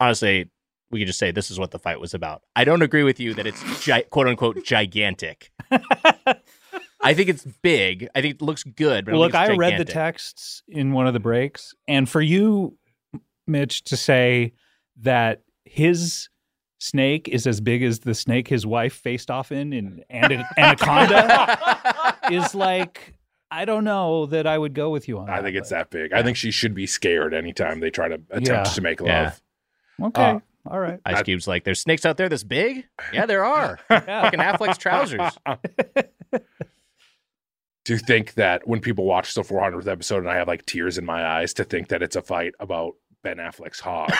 Speaker 2: Honestly, we could just say this is what the fight was about. I don't agree with you that it's gi- quote unquote
Speaker 5: <laughs>
Speaker 2: gigantic. I think it's big. I think it looks good. But
Speaker 5: Look,
Speaker 2: I,
Speaker 5: I
Speaker 2: don't think it's
Speaker 5: read the
Speaker 2: gigantic.
Speaker 5: texts in one of the breaks, and for you, Mitch, to say that his snake is as big as the snake his wife faced off in in
Speaker 4: <laughs>
Speaker 5: and Anaconda
Speaker 2: <laughs>
Speaker 5: is like, I don't know that I would go with you on.
Speaker 4: I
Speaker 5: that,
Speaker 4: think it's that
Speaker 5: but-
Speaker 4: big. I think she should be scared anytime they try to attempt
Speaker 5: Yeah.
Speaker 4: to make love.
Speaker 2: Yeah.
Speaker 5: Okay,
Speaker 4: Uh,
Speaker 5: all
Speaker 4: <laughs>
Speaker 5: right.
Speaker 2: Ice Cube's like, there's snakes out there this big? Yeah, there are.
Speaker 5: Yeah.
Speaker 2: Fucking Affleck's trousers.
Speaker 4: <laughs>
Speaker 2: <laughs>
Speaker 4: To think that when people watch the 400th episode and I have like tears in my eyes to think that it's a fight about Ben
Speaker 2: <laughs>
Speaker 4: Affleck's hog.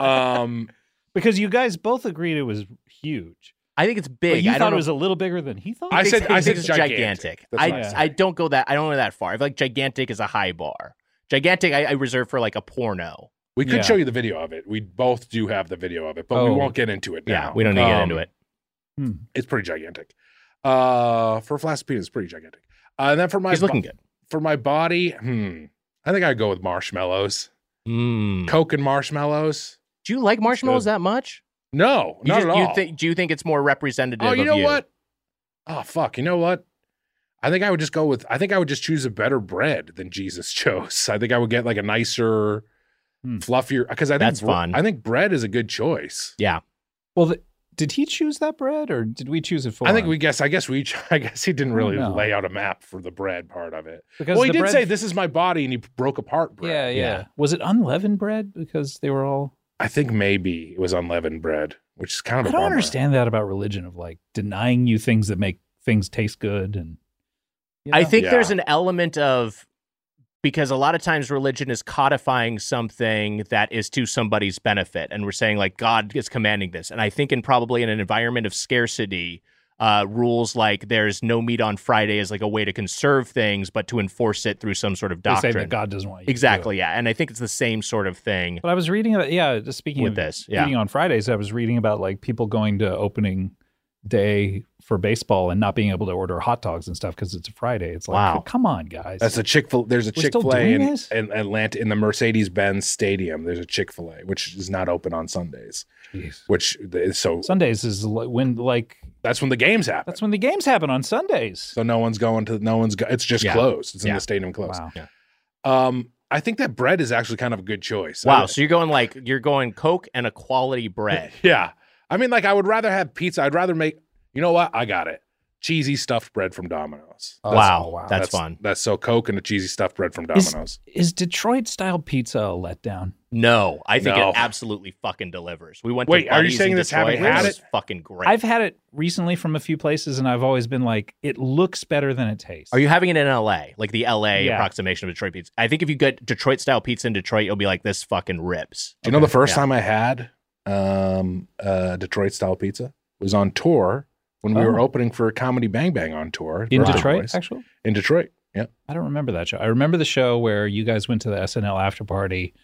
Speaker 4: um,
Speaker 5: <laughs> because you guys both agreed it was huge.
Speaker 2: I think it's
Speaker 5: But
Speaker 2: big. I
Speaker 5: you thought
Speaker 2: don't
Speaker 5: it
Speaker 2: know-
Speaker 5: was a little bigger than he thought.
Speaker 4: I said
Speaker 2: think-
Speaker 4: I said
Speaker 2: think it's
Speaker 4: gigantic.
Speaker 2: gigantic.
Speaker 4: That's what I'm
Speaker 2: I
Speaker 4: saying.
Speaker 2: I don't go that. I don't go that far. I feel like gigantic is a high bar. Gigantic, I, I reserve for like a porno.
Speaker 4: we could
Speaker 5: Yeah.
Speaker 4: show you the video of it. We both do have the video of it, but we
Speaker 5: Oh.
Speaker 4: won't get into it now.
Speaker 2: Yeah, we don't need to get
Speaker 4: Um,
Speaker 2: into it.
Speaker 4: It's pretty gigantic. Uh, for Flaspina, it's pretty gigantic. Uh, and then for my
Speaker 2: He's looking
Speaker 4: bo-
Speaker 2: good.
Speaker 4: for my body, hmm, I think I'd go with marshmallows,
Speaker 2: Mm.
Speaker 4: Coke and marshmallows.
Speaker 2: Do you like marshmallows that much?
Speaker 4: No,
Speaker 2: You
Speaker 4: not
Speaker 2: just-
Speaker 4: at all.
Speaker 2: You think, do you think it's more representative?
Speaker 4: Oh, you
Speaker 2: of
Speaker 4: know what? Oh fuck, you know what? I think I would just go with I think I would just choose a better bread than Jesus <laughs> chose. I think I would get like a nicer,
Speaker 5: Hmm.
Speaker 4: fluffier because I think
Speaker 2: That's
Speaker 4: bre-
Speaker 2: fun.
Speaker 4: I think bread is a good choice.
Speaker 5: Well, th- did he choose that bread, or did we choose it for?
Speaker 4: I think
Speaker 5: him?
Speaker 4: we guess I guess we each- <laughs> I guess he didn't really
Speaker 5: No.
Speaker 4: lay out a map for the bread part of it.
Speaker 5: because
Speaker 4: well, he
Speaker 5: the
Speaker 4: did
Speaker 5: bread-
Speaker 4: say this is my body and he broke apart bread.
Speaker 5: Yeah, yeah,
Speaker 2: Yeah.
Speaker 5: Was it unleavened bread because they were all?
Speaker 4: I think maybe it was unleavened bread, which is kind
Speaker 5: I
Speaker 4: of I
Speaker 5: don't understand that about religion of like denying you things that make things taste good and. you
Speaker 2: I
Speaker 5: know?
Speaker 2: think there's
Speaker 4: Yeah.
Speaker 2: an element of because a lot of times religion is codifying something that is to somebody's benefit, and we're saying like God is commanding this. And I think in probably in an environment of scarcity, uh, rules like there's no meat on Friday is like a way to conserve things, but to enforce it through some sort of
Speaker 5: they
Speaker 2: doctrine.
Speaker 5: say that God doesn't want you. to do it.
Speaker 2: exactly, yeah. And I think it's the same sort of thing
Speaker 5: But I was reading about yeah. just Speaking
Speaker 2: with
Speaker 5: of
Speaker 2: this, yeah.
Speaker 5: eating on Fridays, I was reading about like people going to opening day for baseball and not being able to order hot dogs and stuff because it's a Friday. It's like,
Speaker 2: Wow.
Speaker 5: come on, guys.
Speaker 4: That's a Chick fil there's a
Speaker 5: We're
Speaker 4: Chick
Speaker 5: still
Speaker 4: fil A
Speaker 5: doing
Speaker 4: in,
Speaker 5: this?
Speaker 4: in Atlanta in the Mercedes Benz Stadium. There's a Chick fil A, which is not open on Sundays.
Speaker 5: Jeez.
Speaker 4: which th- so
Speaker 5: Sundays is li- when like
Speaker 4: that's when the games happen.
Speaker 5: that's when the games happen on Sundays.
Speaker 4: So no one's going to no one's go, it's just
Speaker 2: Yeah.
Speaker 4: closed. It's in
Speaker 2: Yeah.
Speaker 4: the stadium closed.
Speaker 5: Wow.
Speaker 4: Um I think that bread is actually kind of a good choice.
Speaker 2: Wow.
Speaker 4: I-
Speaker 2: So you're going like you're going Coke and a quality
Speaker 5: <laughs>
Speaker 2: bread.
Speaker 4: yeah. I mean, like, I would rather have pizza. I'd rather make, you know what? I got it. Cheesy stuffed bread from Domino's.
Speaker 5: Oh,
Speaker 2: wow, that's fun.
Speaker 4: That's so Coke and a cheesy stuffed bread from
Speaker 5: Is-
Speaker 4: Domino's.
Speaker 5: Is Detroit style pizza a letdown?
Speaker 2: No, I think
Speaker 4: No.
Speaker 2: it absolutely fucking delivers. We went.
Speaker 4: Wait,
Speaker 2: to
Speaker 4: are you
Speaker 2: Buddy's
Speaker 4: saying
Speaker 2: in
Speaker 4: this
Speaker 2: Detroit,
Speaker 4: having
Speaker 2: and
Speaker 4: had
Speaker 2: was
Speaker 4: it?
Speaker 2: Fucking great.
Speaker 5: I've had it recently from a few places, and I've always been like, it looks better than it tastes.
Speaker 2: Are you having it in LA? Like the LA
Speaker 5: Yeah.
Speaker 2: approximation of Detroit pizza. I think if you get Detroit style pizza in Detroit, you'll be like, this fucking rips.
Speaker 4: Do you know the first
Speaker 2: yeah.
Speaker 4: time I had um, uh, Detroit style pizza was on tour when we
Speaker 5: Oh.
Speaker 4: were opening for Comedy Bang Bang on tour
Speaker 5: in
Speaker 4: Birthday
Speaker 5: Detroit?
Speaker 4: Boys.
Speaker 5: Actually,
Speaker 4: In Detroit, yeah.
Speaker 5: I don't remember that show. I remember the show where you guys went to the SNL after party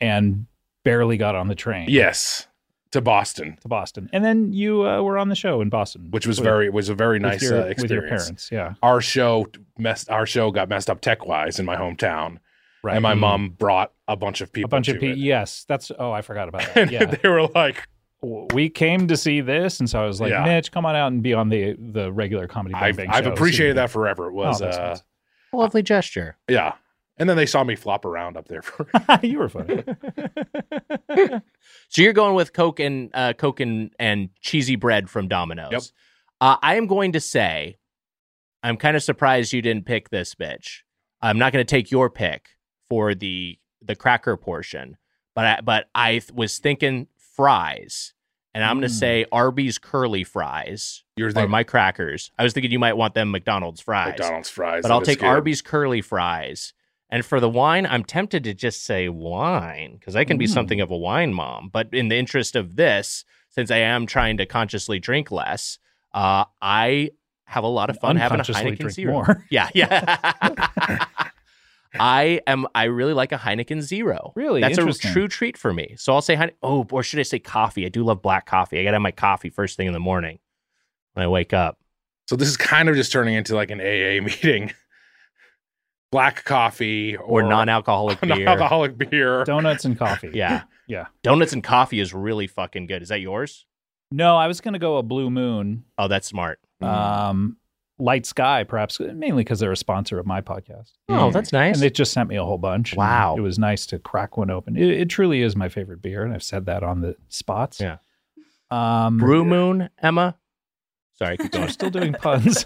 Speaker 5: and barely got on the train.
Speaker 4: Yes, to Boston,
Speaker 5: to Boston, and then you uh, were on the show in Boston,
Speaker 4: which was
Speaker 5: with-
Speaker 4: very was a very
Speaker 5: with
Speaker 4: nice
Speaker 5: your-
Speaker 4: uh, experience.
Speaker 5: with your parents. Yeah,
Speaker 4: Our show messed. Our show got messed up tech wise in my hometown, and my
Speaker 5: Mm.
Speaker 4: mom brought a bunch of people.
Speaker 5: a bunch of
Speaker 4: to
Speaker 5: people.
Speaker 4: it.
Speaker 5: Yes, that's. Oh, I
Speaker 4: <laughs>
Speaker 5: forgot about
Speaker 4: And
Speaker 5: that. Yeah,
Speaker 4: they were like,
Speaker 5: we came to see this, and so I was like,
Speaker 4: Yeah.
Speaker 5: Mitch, come on out and be on the the regular comedy. Bang
Speaker 4: "I've,
Speaker 5: Bang
Speaker 4: I've
Speaker 5: show."
Speaker 4: appreciated
Speaker 5: So-
Speaker 4: that forever." It was,
Speaker 5: Oh, that's
Speaker 4: uh,
Speaker 5: nice.
Speaker 2: Lovely gesture.
Speaker 4: yeah. And then they saw me flop around up there for
Speaker 5: <laughs> you were funny.
Speaker 2: So you're going with Coke and uh, Coke and, and cheesy bread from Domino's.
Speaker 4: Yep.
Speaker 2: Uh, I am going to say, I'm kind of surprised you didn't pick this bitch. I'm not going to take your pick for the the cracker portion, but I, but I th- was thinking fries, and I'm going to
Speaker 5: Mm.
Speaker 2: say Arby's curly fries
Speaker 4: your
Speaker 2: or
Speaker 4: thing.
Speaker 2: my crackers. I was thinking you might want them McDonald's fries,
Speaker 4: McDonald's fries,
Speaker 2: but
Speaker 4: that
Speaker 2: I'll
Speaker 4: is
Speaker 2: take
Speaker 4: good.
Speaker 2: Arby's curly fries. And for the wine, I'm tempted to just say wine because I can be
Speaker 5: Mm.
Speaker 2: something of a wine mom. But in the interest of this, since I am trying to consciously drink less, uh, I have a lot of fun having a
Speaker 5: Unconsciously
Speaker 2: Heineken
Speaker 5: drink
Speaker 2: Zero.
Speaker 5: more.
Speaker 2: <laughs> Yeah,
Speaker 5: <laughs>
Speaker 2: yeah. I am. I really like a Heineken Zero.
Speaker 5: Really?
Speaker 2: that's a
Speaker 5: Interesting.
Speaker 2: true treat for me. So I'll say Heineken. Oh, or should I say coffee? I do love black coffee. I gotta have my coffee first thing in the morning when I wake up.
Speaker 4: So this is kind of just turning into like an AA <laughs> meeting. Black coffee
Speaker 2: Or,
Speaker 4: or,
Speaker 5: <laughs>
Speaker 2: non-alcoholic beer.
Speaker 4: <laughs> non-alcoholic beer.
Speaker 5: Donuts and coffee.
Speaker 2: <laughs> Yeah.
Speaker 5: <laughs> Yeah.
Speaker 2: Donuts and coffee is really fucking good. Is that yours?
Speaker 5: No, I was gonna go a blue moon,
Speaker 2: Oh, that's smart.
Speaker 5: um, light sky, perhaps mainly because they're a sponsor of my podcast,
Speaker 2: Oh, that's nice.
Speaker 5: Mm. and they just sent me a whole bunch. and
Speaker 2: Wow.
Speaker 5: it was nice to crack one open. It, it truly is my favorite beer, and I've said that on the spots.
Speaker 2: Yeah.
Speaker 5: Um,
Speaker 2: <laughs> Brew Moon, Emma. Sorry, keep
Speaker 5: So
Speaker 2: <laughs> going.
Speaker 5: we're still doing puns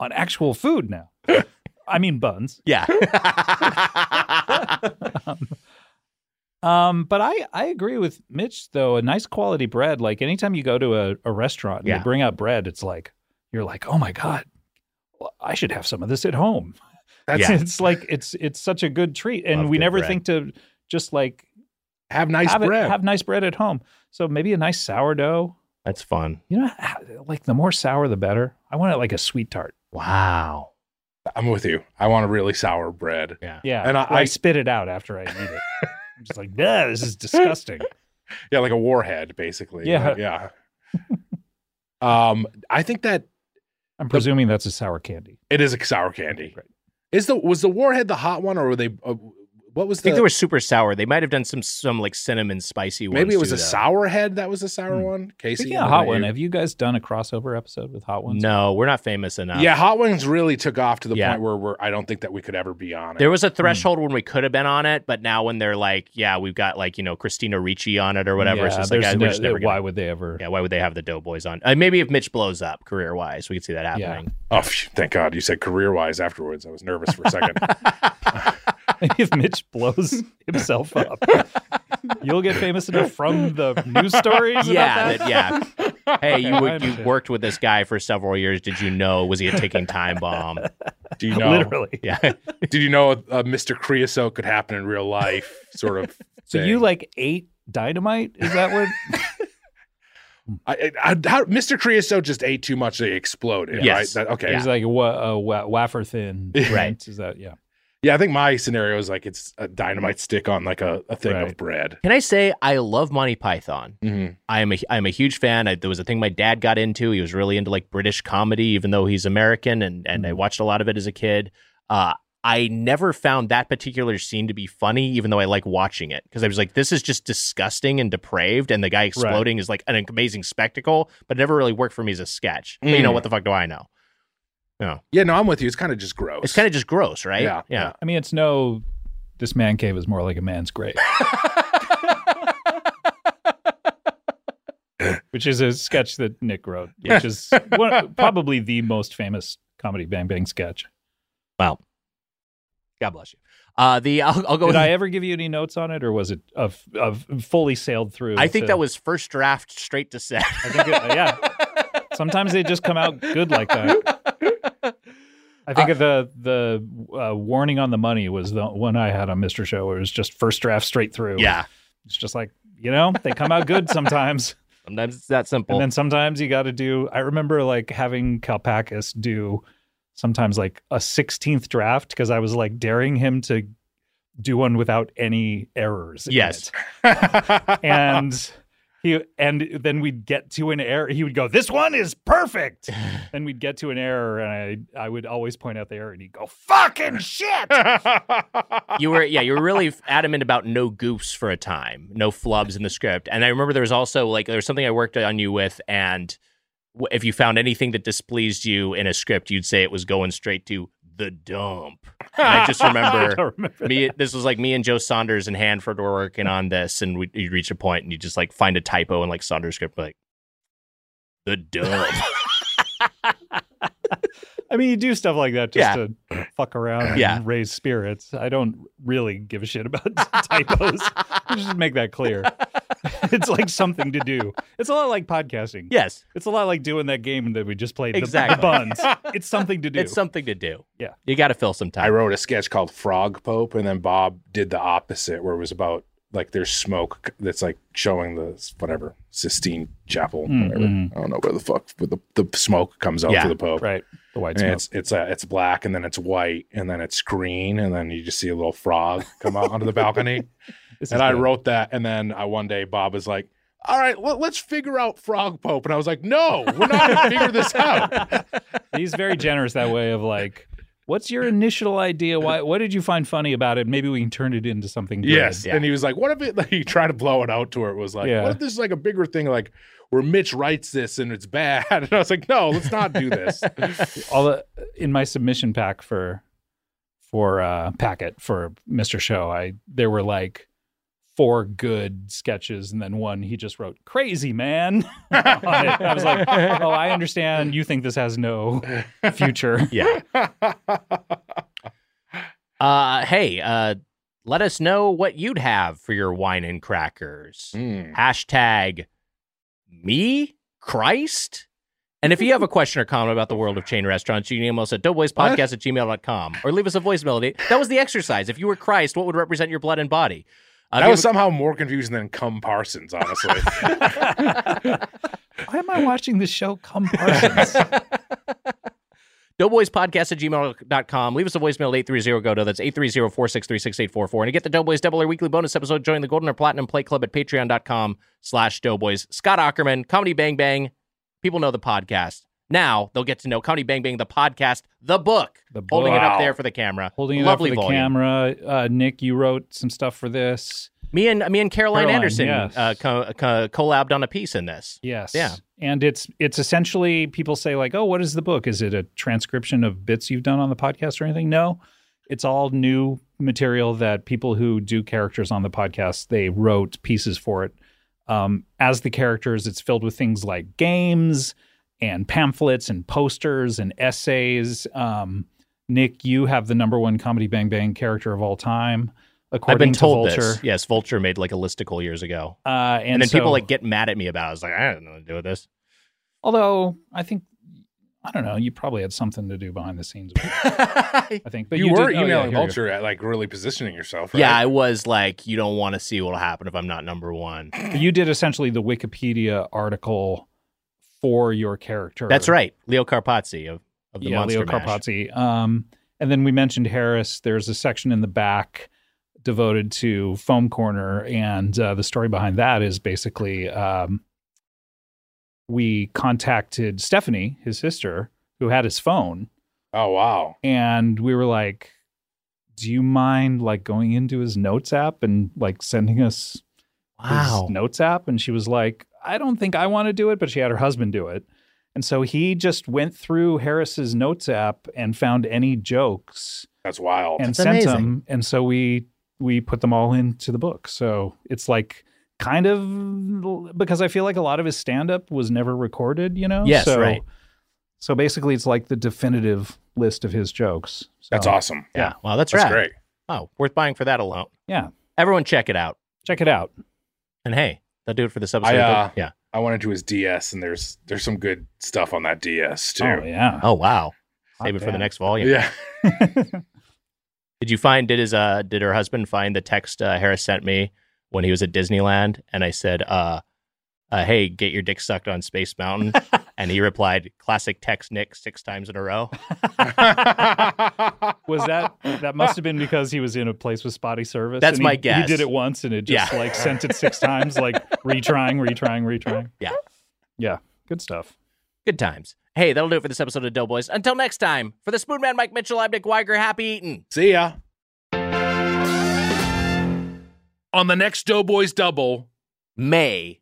Speaker 5: on actual food now. I mean buns. <laughs>
Speaker 2: yeah.
Speaker 5: <laughs> Um, but I, I agree with Mitch though. A nice quality bread, like anytime you go to a, a restaurant and
Speaker 2: Yeah.
Speaker 5: they bring out bread, it's like you're like, oh my god, well, I should have some of this at home. <laughs>
Speaker 4: That's
Speaker 2: Yeah.
Speaker 5: it's like it's it's such a good treat, and
Speaker 2: Love
Speaker 5: we
Speaker 2: good
Speaker 5: never
Speaker 2: bread.
Speaker 5: think to just like
Speaker 4: have nice
Speaker 5: have, it-
Speaker 4: bread.
Speaker 5: have nice bread at home. So maybe a nice sourdough.
Speaker 2: that's fun.
Speaker 5: You know, like the more sour the better. I want it like a sweet tart.
Speaker 2: Wow.
Speaker 4: I'm with you. I want a really sour bread.
Speaker 5: Yeah,
Speaker 4: And
Speaker 5: and
Speaker 4: I-
Speaker 5: I,
Speaker 4: I-
Speaker 5: spit it out after I eat it. I'm just like, yeah, this is disgusting.
Speaker 4: Yeah, like a warhead, basically.
Speaker 5: Yeah.
Speaker 4: Yeah. <laughs> um, I think that
Speaker 5: I'm presuming that's a sour candy.
Speaker 4: it is a sour candy. Is the was the warhead the hot one or were they uh, what was
Speaker 2: I
Speaker 4: the
Speaker 2: think they were super sour. They might have done some some like cinnamon spicy ones.
Speaker 4: maybe it was
Speaker 2: too,
Speaker 4: a
Speaker 2: though.
Speaker 4: sour head that was the sour
Speaker 5: Hmm.
Speaker 4: one? Casey.
Speaker 5: Speaking
Speaker 4: what
Speaker 5: of hot
Speaker 4: about
Speaker 5: one,
Speaker 4: you?
Speaker 5: have you guys done a crossover episode with hot ones?
Speaker 2: No, we're not famous enough.
Speaker 4: Yeah, hot wings really took off to the
Speaker 2: Yeah.
Speaker 4: point where we're, I don't think that we could ever be on it.
Speaker 2: There was a
Speaker 5: Mm.
Speaker 2: threshold when we could have been on it, but now when they're like, yeah, we've got like, you know, Christina Ricci on it or whatever.
Speaker 5: Yeah,
Speaker 2: so it's like, I,
Speaker 5: there's no-
Speaker 2: we're just never
Speaker 5: why
Speaker 2: gonna,
Speaker 5: would they ever?
Speaker 2: Yeah, why would they have the Doughboys on? Uh, maybe if Mitch blows up career wise, we could see that
Speaker 5: Yeah.
Speaker 2: happening.
Speaker 4: Oh, phew, thank God you said career wise afterwards. I was nervous for a
Speaker 5: <laughs>
Speaker 4: second.
Speaker 5: <laughs> if Mitch
Speaker 2: <laughs>
Speaker 5: blows himself up, you'll get famous enough from the news stories.
Speaker 2: yeah,
Speaker 5: about that. <laughs>
Speaker 2: that, yeah. Hey, you
Speaker 5: I
Speaker 2: would, you
Speaker 5: understand.
Speaker 2: worked with this guy for several years. Did you know? Was he a ticking time bomb? <laughs>
Speaker 4: Do
Speaker 5: <laughs>
Speaker 4: you know?
Speaker 5: literally.
Speaker 2: Yeah,
Speaker 4: Did you know uh, Mr. Creosote could happen in real life? Sort
Speaker 5: <laughs>
Speaker 4: of.
Speaker 5: So
Speaker 4: thing.
Speaker 5: you like ate dynamite? Is
Speaker 2: <laughs>
Speaker 5: that what?
Speaker 4: I, I, I- how, Mr. Creosote just ate too much. They exploded.
Speaker 2: Yes.
Speaker 4: Right? That, okay. Yeah.
Speaker 5: He's like wa- uh, wa-
Speaker 2: <laughs>
Speaker 5: wafer thin,
Speaker 4: Right.
Speaker 5: right? Is that yeah?
Speaker 4: I think my scenario is like it's a dynamite stick on like a, a thing of
Speaker 5: Right.
Speaker 4: bread.
Speaker 2: Can I say I love Monty Python?
Speaker 4: Mhm.
Speaker 2: I am a I am a huge fan. I, there was a thing my dad got into. He was really into like British comedy, even though he's American, and and I watched a lot of it as a kid. Uh, I never found that particular scene to be funny, even though I like watching it because I was like, this is just disgusting and depraved, and the guy exploding is like an amazing spectacle, but it never really worked for me as a sketch. But you know
Speaker 4: Mm.
Speaker 2: what the fuck do I know?
Speaker 4: Yeah, no, I'm with you. It's kind of just gross.
Speaker 2: It's kind of just gross, right?
Speaker 4: Yeah, yeah.
Speaker 5: I mean, it's no This man cave is more like a
Speaker 2: <laughs>
Speaker 5: man's grave, which is a sketch that Nick wrote, which is one, probably the most famous comedy bang bang sketch.
Speaker 2: Wow. God bless you. Uh, the <laughs> I'll, I'll go.
Speaker 5: Did
Speaker 2: with,
Speaker 5: I ever give you any notes on it, or was it of of fully sailed through?
Speaker 2: I think
Speaker 5: to-
Speaker 2: that was first draft straight to set.
Speaker 5: I think it- yeah. Sometimes they just come out good like that. I think the the uh, warning on the money was the one I had on Mr. Show. Where it was just first draft straight through.
Speaker 2: <laughs> yeah.
Speaker 5: it's just like you know they come
Speaker 2: <laughs>
Speaker 5: out good sometimes,
Speaker 2: Sometimes it's that simple.
Speaker 5: and then sometimes you got to do. I remember like having Kalpakis do sometimes like a sixteenth draft because I was like daring him to do one without any errors. in
Speaker 2: Yes.
Speaker 5: it
Speaker 2: <laughs>
Speaker 5: and he and then we'd get to an error. He would go, "This one
Speaker 2: <laughs>
Speaker 5: is perfect." then we'd get to an error, and I I would always point out the error, and he'd go,
Speaker 2: <laughs>
Speaker 5: "Fucking shit!"
Speaker 2: you were yeah you were really adamant about no goofs for a time no flubs in the script and i remember there was also like there was something i worked on you with and w- if you found anything that displeased you in a script you'd say it was going straight to the dump and i just
Speaker 5: <laughs> I
Speaker 2: remember
Speaker 5: don't remember.
Speaker 2: me this was like me and joe saunders and hanford were working on this and we, you'd reach a point and you just like find a typo in like saunders script like the dump
Speaker 5: I mean, you do stuff like that just
Speaker 4: <clears throat>
Speaker 5: to fuck around and
Speaker 2: Yeah.
Speaker 5: raise spirits. I don't really give a shit
Speaker 4: <laughs>
Speaker 5: about typos. <laughs> Let's just make that clear. it's like something to do. It's a lot like podcasting.
Speaker 2: yes
Speaker 5: It's a lot like doing that game that we just played. the-
Speaker 2: Exactly.
Speaker 4: <laughs>
Speaker 5: The, buns. It's something to do.
Speaker 2: it's something to do
Speaker 5: Yeah.
Speaker 2: you gotta fill some
Speaker 4: I
Speaker 2: time
Speaker 4: wrote a sketch called Frog Pope, and then Bob did the opposite, where it was about like there's smoke that's like showing the whatever Sistine Chapel, whatever.
Speaker 5: Mhm.
Speaker 4: I don't know where the fuck, but the, the smoke comes out
Speaker 2: Yeah,
Speaker 4: for the Pope.
Speaker 5: right. The white
Speaker 4: And
Speaker 5: smoke.
Speaker 4: it's it's uh, it's black and then it's white and then it's green and then you just see a little frog come out
Speaker 5: <laughs>
Speaker 4: onto the balcony.
Speaker 5: This
Speaker 4: and
Speaker 5: is
Speaker 4: I
Speaker 5: good.
Speaker 4: wrote that, and then I, one day Bob was like, "All right, let, let's figure out Frog Pope," and I was like, "No, we're not gonna figure this out."
Speaker 5: He's very generous that way of like, what's your initial idea? Why? What did you find funny about it? Maybe we can turn it into something. Good.
Speaker 4: Yes,
Speaker 2: Yeah.
Speaker 4: and he was like, "What if it?" <laughs> Like, he tried to blow it out to where it was like,
Speaker 5: Yeah.
Speaker 4: "What if this is like a bigger thing, like where Mitch writes this and it's bad?" <laughs> And I was like, "No, let's not do this."
Speaker 5: All the, in my submission pack for for uh, packet for Mr. Show, I there were like four good sketches and then one he just wrote crazy man <laughs> on it. <laughs> I was like, oh,
Speaker 4: <laughs>
Speaker 5: I understand. You think this
Speaker 2: <laughs>
Speaker 5: has no future.
Speaker 4: <laughs>
Speaker 2: Yeah. uh, hey, uh, let us know what you'd have for your wine and crackers.
Speaker 4: Mm.
Speaker 2: Hashtag me Christ. And if you
Speaker 4: <laughs>
Speaker 2: have a question or comment about the world of chain restaurants, you can email us at doughboyspodcast at gmail.com or leave us a voice melody. That was the exercise. If you were Christ, what would represent your blood and body? Uh, if
Speaker 4: That
Speaker 2: you
Speaker 4: was
Speaker 2: have
Speaker 4: somehow more confusing than Cum Parsons, honestly.
Speaker 5: Why am I watching this show? Come <laughs> Parsons.
Speaker 2: a- doughboyspodcast at gmail.com. Leave us a voicemail at 830-GO-DOUGH. That's 830-463-6844. And to get the Doughboys Double or Weekly Bonus episode, join the Golden or Platinum Play Club at patreon.com slash doughboys. Scott Ackerman, Comedy Bang Bang. People know the podcast. Now they'll get to know Comedy Bang Bang, the podcast, the book.
Speaker 5: The book.
Speaker 2: Holding it up
Speaker 4: Wow.
Speaker 2: there for the camera.
Speaker 5: Holding it
Speaker 2: Lovely
Speaker 5: up for the
Speaker 2: volume.
Speaker 5: camera. Uh, Nick, you wrote some stuff for this.
Speaker 2: Me and me and Caroline,
Speaker 5: Caroline,
Speaker 2: Anderson
Speaker 5: yes.
Speaker 2: uh, co- co- collabed on a piece in this.
Speaker 5: Yes.
Speaker 2: Yeah.
Speaker 5: And it's it's essentially people say like, "Oh, what is the book? Is it a transcription of bits you've done on the podcast or anything?" No. It's all new material that people who do characters on the podcast, they wrote pieces for it. Um, as the characters, it's filled with things like games and pamphlets and posters and essays. Um, Nick, you have the number one comedy bang bang character of all time, according
Speaker 2: I've been
Speaker 5: to
Speaker 2: told
Speaker 5: Vulture.
Speaker 2: this. Yes, Vulture made like a listicle years ago.
Speaker 5: Uh,
Speaker 2: And, then people
Speaker 5: so-
Speaker 2: like get mad at me about it. I was like, I don't know what to do with this.
Speaker 5: Although I think I don't know, you probably had something to do behind the scenes. with it, I think, <laughs> but
Speaker 4: you,
Speaker 5: you,
Speaker 4: were
Speaker 5: did, oh, yeah,
Speaker 4: emailing
Speaker 5: here you go.
Speaker 4: Vulture at like really positioning yourself. Right?
Speaker 2: Yeah, I was like, you don't want to see what'll happen if I'm not number one.
Speaker 5: But you did essentially the Wikipedia article for your character.
Speaker 2: That's right, Leo Carpazzi of, of the
Speaker 5: yeah,
Speaker 2: Monster
Speaker 5: Leo
Speaker 2: Mash.
Speaker 5: Carpazzi. Um, and then we mentioned Harris. There's a section in the back devoted to Foam Corner, and uh, the story behind that is basically um, we contacted Stephanie, his sister, who had his phone,
Speaker 4: Oh wow.
Speaker 5: and we were like do you mind like going into his notes app and like sending us
Speaker 2: Wow.
Speaker 5: his notes app and she was like i don't think i want to do it but she had her husband do it and so he just went through harris's notes app and found any jokes
Speaker 4: That's wild.
Speaker 5: and
Speaker 2: That's
Speaker 5: sent
Speaker 2: amazing.
Speaker 5: them and so we we put them all into the book. So it's like kind of because I feel like a lot of his stand up was never recorded, you know?
Speaker 2: Yes,
Speaker 5: so,
Speaker 2: right.
Speaker 5: So basically, it's like the definitive list of his jokes. So,
Speaker 4: That's awesome.
Speaker 2: Yeah. Wow, that's,
Speaker 4: That's
Speaker 2: rad.
Speaker 4: great.
Speaker 2: Oh, worth buying for that alone.
Speaker 5: Yeah.
Speaker 2: Everyone check it out.
Speaker 5: Check it out.
Speaker 2: And hey, that'll do it for this episode.
Speaker 4: I,
Speaker 2: of
Speaker 4: uh,
Speaker 2: Dope- yeah.
Speaker 4: I went into his DS, and there's there's some good stuff on that DS too.
Speaker 5: Oh, yeah. Oh,
Speaker 2: Oh wow. Save it
Speaker 5: Hot
Speaker 2: for the
Speaker 5: damn.
Speaker 2: next volume.
Speaker 4: yeah.
Speaker 2: Did you find did his uh did her husband find the text uh, Harris sent me when he was at Disneyland and I said uh, uh hey get your dick sucked on Space Mountain and he replied classic text Nick six times in a row.
Speaker 4: <laughs>
Speaker 5: Was that that must have been because he was in a place with spotty service?
Speaker 2: That's
Speaker 5: and
Speaker 2: my
Speaker 5: he,
Speaker 2: guess.
Speaker 5: He did it once and it just
Speaker 2: Yeah.
Speaker 5: like sent it six times, like
Speaker 2: <laughs>
Speaker 5: retrying, retrying, retrying.
Speaker 2: Yeah.
Speaker 5: Yeah. Good stuff.
Speaker 2: Good times. Hey, that'll do it for this episode of Doughboys. Until next time, for the Spoon Man, Mike Mitchell, I'm Nick Weiger. Happy eating.
Speaker 4: See ya. On the next Doughboys double,
Speaker 2: May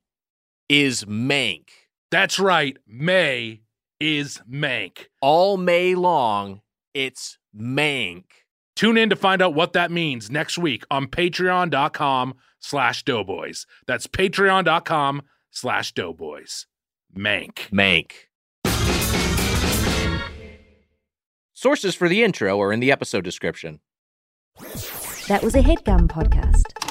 Speaker 2: is Mank.
Speaker 4: that's right. May is Mank.
Speaker 2: All May long, it's Mank.
Speaker 4: Tune in to find out what that means next week on patreon.com slash doughboys. That's patreon.com slash doughboys. Mank.
Speaker 2: Mank. Sources for the intro are in the episode description.
Speaker 1: That was a headgum podcast.